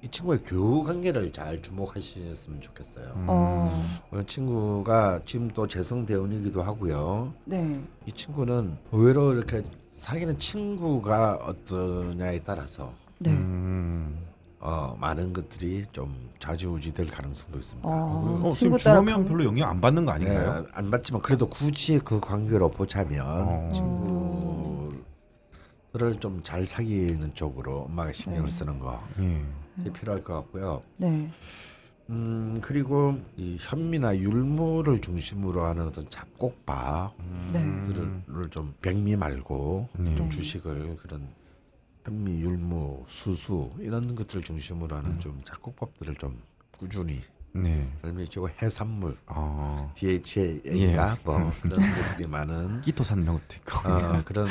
Speaker 2: 이 친구의 교우 관계를 잘 주목하셨으면 좋겠어요.
Speaker 4: 음.
Speaker 9: 어.
Speaker 2: 이 친구가 지금 또 재성 대운이기도 하고요.
Speaker 1: 네.
Speaker 2: 이 친구는 의외로 이렇게 사귀는 친구가 어떠냐에 따라서
Speaker 1: 네.
Speaker 4: 음.
Speaker 2: 어, 많은 것들이 좀 좌지우지될 가능성도 있습니다.
Speaker 9: 어,
Speaker 4: 어,
Speaker 9: 친구
Speaker 4: 지금
Speaker 9: 따라
Speaker 4: 주면 별로 영향 안 받는 거
Speaker 2: 네,
Speaker 4: 아닌가요?
Speaker 2: 안 받지만 그래도 굳이 그 관계로 보자면
Speaker 4: 어.
Speaker 2: 친구를 좀 잘 사귀는 쪽으로 엄마가 신경을 쓰는 거
Speaker 4: 예.
Speaker 2: 이게 필요할 것 같고요.
Speaker 9: 네.
Speaker 2: 음 그리고 이 현미나 율무를 중심으로 하는 어떤 잡곡밥들을
Speaker 1: 네.
Speaker 2: 음. 좀 백미 말고
Speaker 4: 네.
Speaker 2: 좀 주식을 그런 현미 율무 수수 이런 것들을 중심으로 하는 좀 잡곡밥들을 좀 꾸준히
Speaker 4: 네.
Speaker 2: 알미치고 해산물
Speaker 4: 아.
Speaker 2: DHA가 뭐 그런 것들이 많은
Speaker 4: 끼토산 이런 것도 있고.
Speaker 2: 어, 그런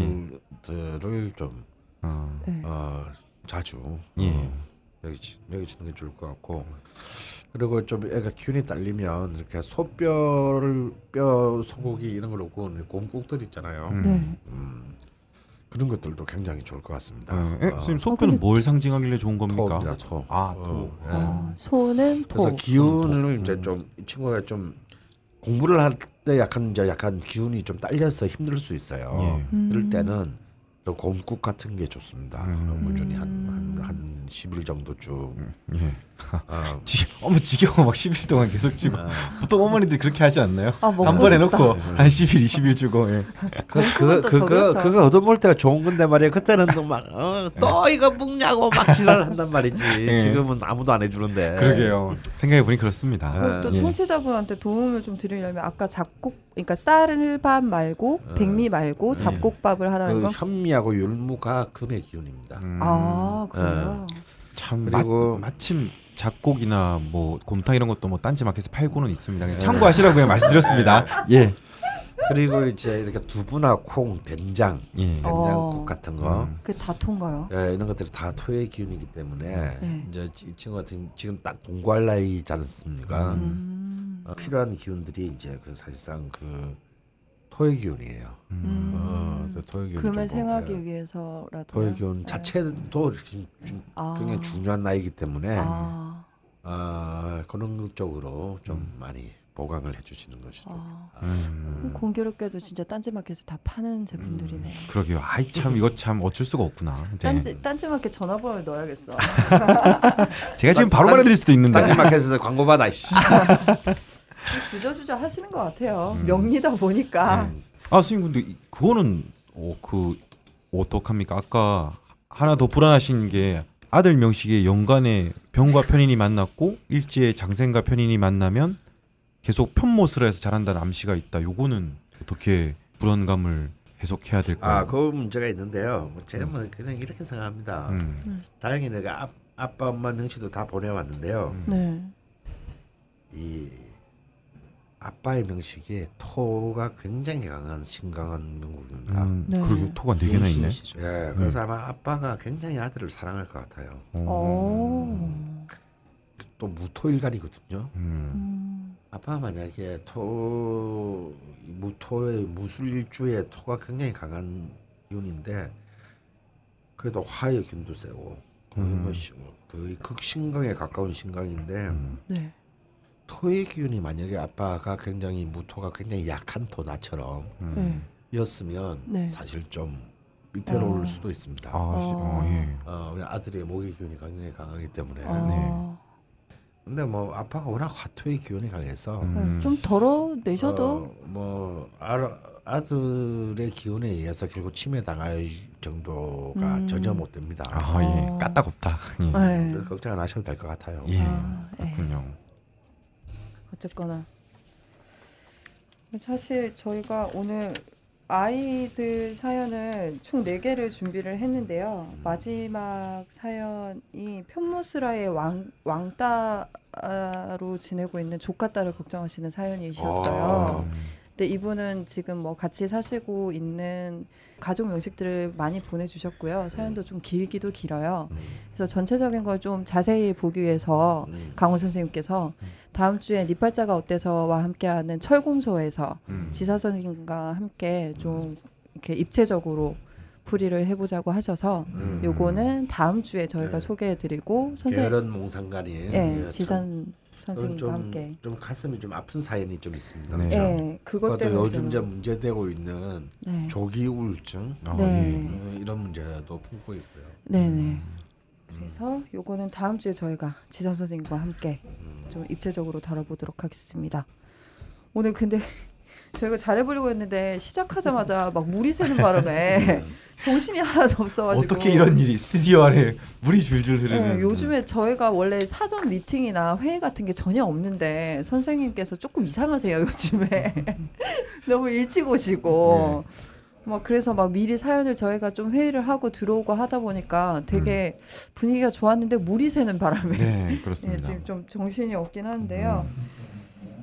Speaker 2: 해산물들을 좀
Speaker 4: 어.
Speaker 2: 어, 자주
Speaker 4: 예.
Speaker 2: 어, 먹이치, 먹이치는 게 좋을 것 같고 그리고 좀 애가 기운이 딸리면 이렇게 소뼈를 뼈 소고기 이런 걸로 구운 곰국들 있잖아요.
Speaker 4: 음.
Speaker 9: 네.
Speaker 2: 음, 그런 것들도 굉장히 좋을 것 같습니다.
Speaker 4: 어, 예,
Speaker 2: 어,
Speaker 4: 선생님 소표는 뭘 상징하길래 좋은 겁니까?
Speaker 2: 토입니다, 토.
Speaker 4: 아,
Speaker 2: 어,
Speaker 4: 또.
Speaker 2: 예.
Speaker 9: 어, 소는
Speaker 2: 그래서
Speaker 9: 토.
Speaker 4: 음,
Speaker 2: 기운을 이제 좀 이 친구가 좀 공부를 할 때 약간 이제 약간 기운이 좀 딸려서 힘들 수 있어요.
Speaker 4: 예.
Speaker 2: 이럴 때는 그 곰국 같은 게 좋습니다.
Speaker 4: 음.
Speaker 2: 꾸준히 한한 10일 정도 쭉.
Speaker 4: 예.
Speaker 2: 어,
Speaker 4: 지, 어머 지겨워 막 10일 동안 계속 주고 보통 어머니들 그렇게 하지 않나요?
Speaker 9: 아, 먹고
Speaker 4: 한 번
Speaker 9: 싶다.
Speaker 4: 해놓고 한 10일 20일 주고 예.
Speaker 2: 그, 그,
Speaker 9: 또 더
Speaker 2: 그거
Speaker 9: 그렇죠.
Speaker 2: 그거 얻어볼 때가 좋은 건데 말이야. 그때는 또 막 또 이거 묵냐고 막 지랄을 한단 말이지. 지금은 아무도 안
Speaker 4: 네.
Speaker 2: 해주는데.
Speaker 4: 그러게요 생각해보니 그렇습니다
Speaker 2: 아,
Speaker 1: 그리고 또
Speaker 4: 예.
Speaker 1: 청취자분한테 도움을 좀 드리려면 아까 잡곡 그러니까 쌀밥 말고 백미 말고 잡곡밥을 하라는
Speaker 2: 아, 예. 그
Speaker 1: 건
Speaker 2: 현미하고 율무가 금의 기운입니다.
Speaker 4: 음,
Speaker 2: 예.
Speaker 1: 아, 그래요.
Speaker 4: 참
Speaker 2: 그리고-
Speaker 4: 마, 마침 작곡이나 뭐 곰탕 이런 것도 뭐 딴지 마켓에 팔고는 있습니다 그냥 참고하시라고 예, 말씀드렸습니다 예.
Speaker 2: 그리고 이제 이렇게 두부나 콩, 된장,
Speaker 4: 예.
Speaker 9: 어.
Speaker 2: 된장국 같은 거.
Speaker 4: 음.
Speaker 9: 그게 다 토인가요?
Speaker 2: 예, 이런 것들이 다 토의 기운이기 때문에
Speaker 9: 네.
Speaker 2: 이제 이 친구 같은 지금 딱 공부할 나이지 않습니까?
Speaker 9: 음.
Speaker 2: 어, 필요한 기운들이 이제 그 사실상 그 토의 기운이에요.
Speaker 1: 음.
Speaker 2: 어, 그 토의 기운
Speaker 9: 금을 생하기 위해서라도.
Speaker 2: 토의 기운 자체도 지금 좀
Speaker 9: 아.
Speaker 2: 굉장히 중요한 나이기 때문에
Speaker 9: 아.
Speaker 2: 아, 그런 쪽으로 좀 많이 보강을 해주시는 것이죠.
Speaker 9: 음. 아.
Speaker 4: 음,
Speaker 9: 공교롭게도 진짜 딴지마켓에 다 파는 제품들이네요.
Speaker 2: 음.
Speaker 4: 그러게요 아이 참 이거 참 어쩔 수가 없구나 네.
Speaker 9: 딴지
Speaker 1: 딴지마켓 전화번호를 넣어야겠어.
Speaker 4: 제가 지금 바로 말해드릴 수도 있는데
Speaker 2: 마켓에서 광고 받아. 씨.
Speaker 1: 주저주저 음. 하시는 것 같아요. 명리다 보니까.
Speaker 4: 아 선생님 근데 이- 그거는 어, 그 어떡합니까? 아까 하나 더 불안하신 게 아들 명식의 연간에 병과 편인이 만났고 일제의 장생과 편인이 만나면 계속 편모스라 해서 자란다는 암시가 있다. 요거는 어떻게 불안감을 해석해야 될까요?
Speaker 2: 아, 그 문제가 있는데요. 뭐 제가
Speaker 9: 음.
Speaker 2: 뭐 그냥 이렇게 생각합니다.
Speaker 4: 음.
Speaker 2: 다행히 내가 아, 아빠, 엄마 명치도 다 보내왔는데요.
Speaker 9: 음.
Speaker 1: 네.
Speaker 2: 이 아빠의 명식이 토가 굉장히 강한 신강한 명국입니다.
Speaker 4: 음,
Speaker 1: 네.
Speaker 4: 그러게 토가 네 개나 있네.
Speaker 2: 예,
Speaker 9: 음.
Speaker 2: 그래서 아마 아빠가 굉장히 아들을 사랑할 것 같아요.
Speaker 1: 어.
Speaker 2: 또 무토일간이거든요.
Speaker 4: 음.
Speaker 1: 음.
Speaker 2: 아빠가 만약에 토 무토의 무술일주의 토가 굉장히 강한 기운인데 그래도 화의 균도 세고 거의
Speaker 4: 음.
Speaker 2: 뭐 시- 거의 극신강에 가까운 신강인데
Speaker 1: 네.
Speaker 2: 토의 기운이 만약에 아빠가 굉장히 무토가 굉장히 약한 토나처럼
Speaker 4: 음.
Speaker 1: 네.
Speaker 2: 이었으면
Speaker 1: 네.
Speaker 2: 사실 좀 밑으로 올 수도 있습니다.
Speaker 4: 아, 시- 어, 예.
Speaker 2: 어, 그냥 아들의 목의 기운이 굉장히 강하기 때문에.
Speaker 1: 아,
Speaker 2: 근데 뭐 아빠가 워낙 화토의 기운이 강해서
Speaker 1: 네.
Speaker 4: 음.
Speaker 1: 좀 덜어내셔도
Speaker 2: 어, 뭐 아, 아들의 기운에 의해서 결국 침해당할 정도가
Speaker 1: 음.
Speaker 2: 전혀 못 됩니다.
Speaker 4: 아, 예.
Speaker 1: 어.
Speaker 4: 까딱없다. 예.
Speaker 1: 네.
Speaker 2: 그래서 걱정 안 하셔도 될 것 같아요. 어,
Speaker 4: 예.
Speaker 1: 아, 예.
Speaker 4: 그렇군요.
Speaker 1: 어쨌거나 사실 저희가 오늘 아이들 사연을 총 네개를 준비를 했는데요. 마지막 사연이 편모스라의 왕, 아, 왕따로 지내고 있는 조카딸을 걱정하시는 사연이셨어요. 근데 이분은 지금 뭐 같이 사시고 있는 가족 명식들을 많이
Speaker 2: 네.
Speaker 1: 보내주셨고요. 사연도 좀 길기도 길어요. 그래서 전체적인 걸 좀 자세히 보기 위해서
Speaker 2: 음.
Speaker 1: 강호 선생님께서
Speaker 2: 네.
Speaker 1: 다음 주에 니팔자가 어때서와 함께하는 철공소에서
Speaker 2: 음,
Speaker 1: 지사 선생님과 함께 좀 이렇게 입체적으로 풀이를 해보자고 하셔서
Speaker 2: 음.
Speaker 1: 요거는 다음 주에 저희가
Speaker 2: 네.
Speaker 1: 소개해드리고 선생
Speaker 2: 게으른 몽상관이
Speaker 1: 예
Speaker 2: 예, 참
Speaker 1: 지산
Speaker 2: 그건
Speaker 1: 선생님과
Speaker 2: 좀,
Speaker 1: 함께
Speaker 2: 좀 가슴이 좀 아픈 사연이 좀 있습니다.
Speaker 4: 네.
Speaker 2: 그렇죠?
Speaker 1: 예 그것
Speaker 2: 그것도
Speaker 1: 때문에
Speaker 2: 요즘 이제
Speaker 1: 저는-
Speaker 2: 문제되고 있는
Speaker 1: 네.
Speaker 2: 조기 우울증
Speaker 4: 아,
Speaker 1: 네.
Speaker 4: 예.
Speaker 2: 어, 이런 문제도 품고 있고요.
Speaker 1: 네네. 그래서 요거는 다음 주에 저희가 지선 선생님과 함께 좀 입체적으로 다뤄보도록 하겠습니다. 오늘 근데 저희가 잘해보려고 했는데 시작하자마자 막 물이 새는 바람에 정신이 하나도 없어가지고
Speaker 4: 어떻게 이런 일이 스튜디오 안에 물이 줄줄
Speaker 1: 네,
Speaker 4: 흐르는
Speaker 1: 요즘에 저희가 원래 사전 미팅이나 회의 같은 게 전혀 없는데 선생님께서 조금 이상하세요 요즘에 너무 일찍 오시고
Speaker 4: 네.
Speaker 1: 막 그래서 막 미리 사연을 저희가 좀 회의를 하고 들어오고 하다 보니까 되게 분위기가 좋았는데 물이 새는 바람에
Speaker 4: 네,
Speaker 1: 예,
Speaker 4: 그렇습니다.
Speaker 1: 지금 좀 정신이 없긴 한데요.
Speaker 5: 음,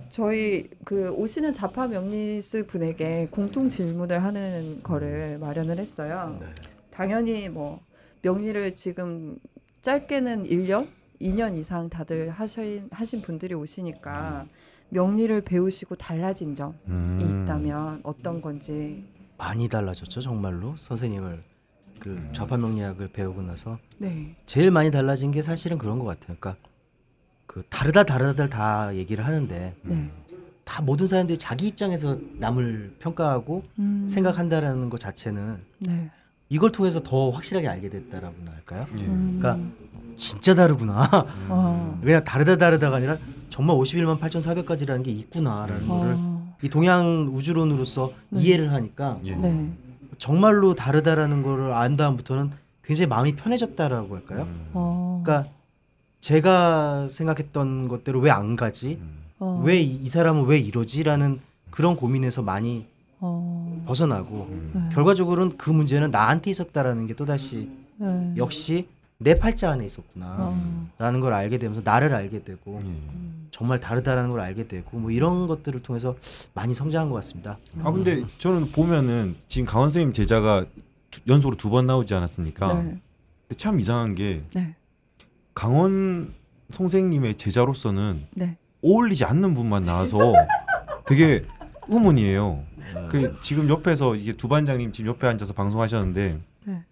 Speaker 1: 저희 그 오시는 자파 명리스 분에게 공통 질문을 하는 거를 마련을 했어요.
Speaker 5: 네.
Speaker 1: 당연히 뭐 명리를 지금 짧게는 1년, 2년 이상 다들 하신 하신 분들이 오시니까 명리를 배우시고 달라진 점이
Speaker 4: 음.
Speaker 1: 있다면 어떤 건지.
Speaker 5: 많이 달라졌죠 정말로 선생님을 그 좌파 명리학을 배우고 나서
Speaker 1: 네.
Speaker 5: 제일 많이 달라진 게 사실은 그런 것 같아요. 그러니까 그 다르다 다르다들 다 얘기를 하는데
Speaker 1: 네.
Speaker 5: 다 모든 사람들이 자기 입장에서 남을 평가하고
Speaker 1: 음,
Speaker 5: 생각한다라는 것 자체는
Speaker 1: 네.
Speaker 5: 이걸 통해서 더 확실하게 알게 됐다라고나 할까요?
Speaker 1: 음,
Speaker 5: 그러니까 음. 진짜 다르구나.
Speaker 1: 어.
Speaker 5: 그냥 다르다 다르다가 아니라 정말 51만 8,400가지라는 게 있구나라는 거를
Speaker 1: 어.
Speaker 5: 이 동양 우주론으로서 이해를 하니까
Speaker 1: 네.
Speaker 5: 정말로 다르다라는 거를 안 다음부터는 굉장히 마음이 편해졌다라고 할까요?
Speaker 1: 어.
Speaker 5: 그러니까 제가 생각했던 것대로 왜 안 가지?
Speaker 1: 어.
Speaker 5: 왜 이 사람은 왜 이러지?라는 그런 고민에서 많이
Speaker 1: 어.
Speaker 5: 벗어나고
Speaker 1: 네.
Speaker 5: 결과적으로는 그 문제는 나한테 있었다라는 게 또다시
Speaker 1: 네.
Speaker 5: 역시 내 팔자 안에 있었구나
Speaker 1: 어.
Speaker 5: 라는 걸 알게 되면서 나를 알게 되고
Speaker 4: 예.
Speaker 5: 정말 다르다라는 걸 알게 되고 뭐 이런 것들을 통해서 많이 성장한 것 같습니다.
Speaker 4: 아 근데 저는 보면은 지금 강원 선생님 제자가 두- 연속으로 두 번 나오지 않았습니까?
Speaker 1: 네.
Speaker 4: 근데 참 이상한 게
Speaker 1: 네.
Speaker 4: 강원 선생님의 제자로서는
Speaker 1: 네.
Speaker 4: 어울리지 않는 분만 나와서 되게 의문이에요. 그 지금 옆에서 이게 두 반장님 지금 옆에 앉아서 방송하셨는데
Speaker 1: 네.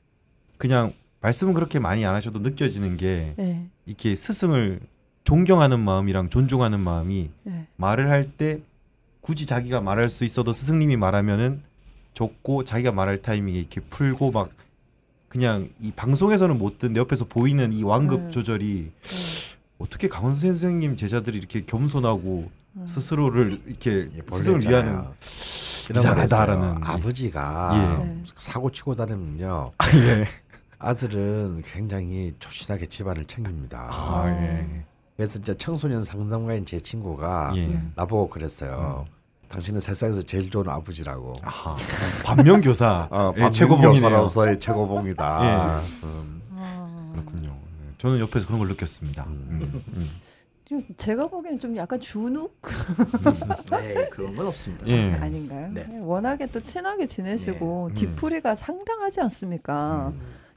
Speaker 4: 그냥 말씀은 그렇게 많이 안 하셔도 느껴지는 게
Speaker 1: 네.
Speaker 4: 이렇게 스승을 존경하는 마음이랑 존중하는 마음이
Speaker 1: 네.
Speaker 4: 말을 할 때 굳이 자기가 말할 수 있어도 스승님이 말하면은 적고 자기가 말할 타이밍에 이렇게 풀고 막 그냥 이 방송에서는 못 듣는데 옆에서 보이는 이 완급
Speaker 1: 네.
Speaker 4: 조절이 어떻게 강원
Speaker 1: 음.
Speaker 4: 선생님 제자들이 이렇게 겸손하고 스스로를 이렇게
Speaker 2: 예,
Speaker 4: 스승을
Speaker 2: 벌레잖아요.
Speaker 4: 위하는
Speaker 2: 실험을
Speaker 4: 이상하다라는 아,
Speaker 2: 했어요.
Speaker 4: 이-
Speaker 2: 아버지가
Speaker 4: 예.
Speaker 10: 네.
Speaker 2: 사고 치고 다니면요.
Speaker 4: 예.
Speaker 2: 아들은 굉장히 조신하게 집안을 챙깁니다.
Speaker 4: 아, 예.
Speaker 2: 그래서 이제 청소년 상담가인 제 친구가
Speaker 4: 예.
Speaker 2: 나보고 그랬어요. 당신은 세상에서 제일 좋은 아버지라고.
Speaker 4: 아하. 반면 교사.
Speaker 2: 어,
Speaker 4: 예, 최고봉이네요. 예.
Speaker 2: 사로서의 최고봉이다. 음.
Speaker 4: 그렇군요. 예, 저는 옆에서 그런 걸 느꼈습니다. 음.
Speaker 1: 좀 제가 보기엔 좀 약간 주눅 음.
Speaker 5: 네 그런 건 없습니다.
Speaker 4: 예.
Speaker 10: 아닌가요?
Speaker 5: 네.
Speaker 1: 워낙에 또 친하게 지내시고
Speaker 4: 네.
Speaker 1: 뒤풀이가 상당하지 않습니까?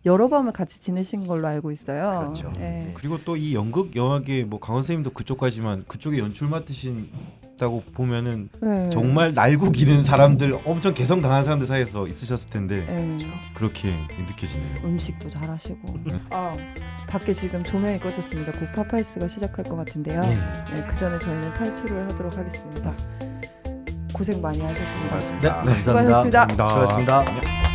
Speaker 1: 여러 밤을 같이 지내신 걸로 알고 있어요.
Speaker 5: 그렇죠.
Speaker 1: 네.
Speaker 4: 그리고 또 이 연극 영화계 뭐 강원 선생님도 그쪽까지만 그쪽에 연출 맡으신다고 보면은
Speaker 1: 네.
Speaker 4: 정말 날고 기는 사람들 엄청 개성 강한 사람들 사이에서 있으셨을 텐데
Speaker 1: 네.
Speaker 4: 그렇게 느껴지네요.
Speaker 1: 음식도 잘하시고. 아 밖에 지금 조명이 꺼졌습니다. 곧 파파이스가 시작할 것 같은데요. 네, 그 전에 저희는 탈출을 하도록 하겠습니다. 고생 많이 하셨습니다.
Speaker 2: 맞습니다.
Speaker 5: 네, 감사합니다.
Speaker 1: 수고하셨습니다.
Speaker 5: 수고하셨습니다.
Speaker 4: 감사합니다.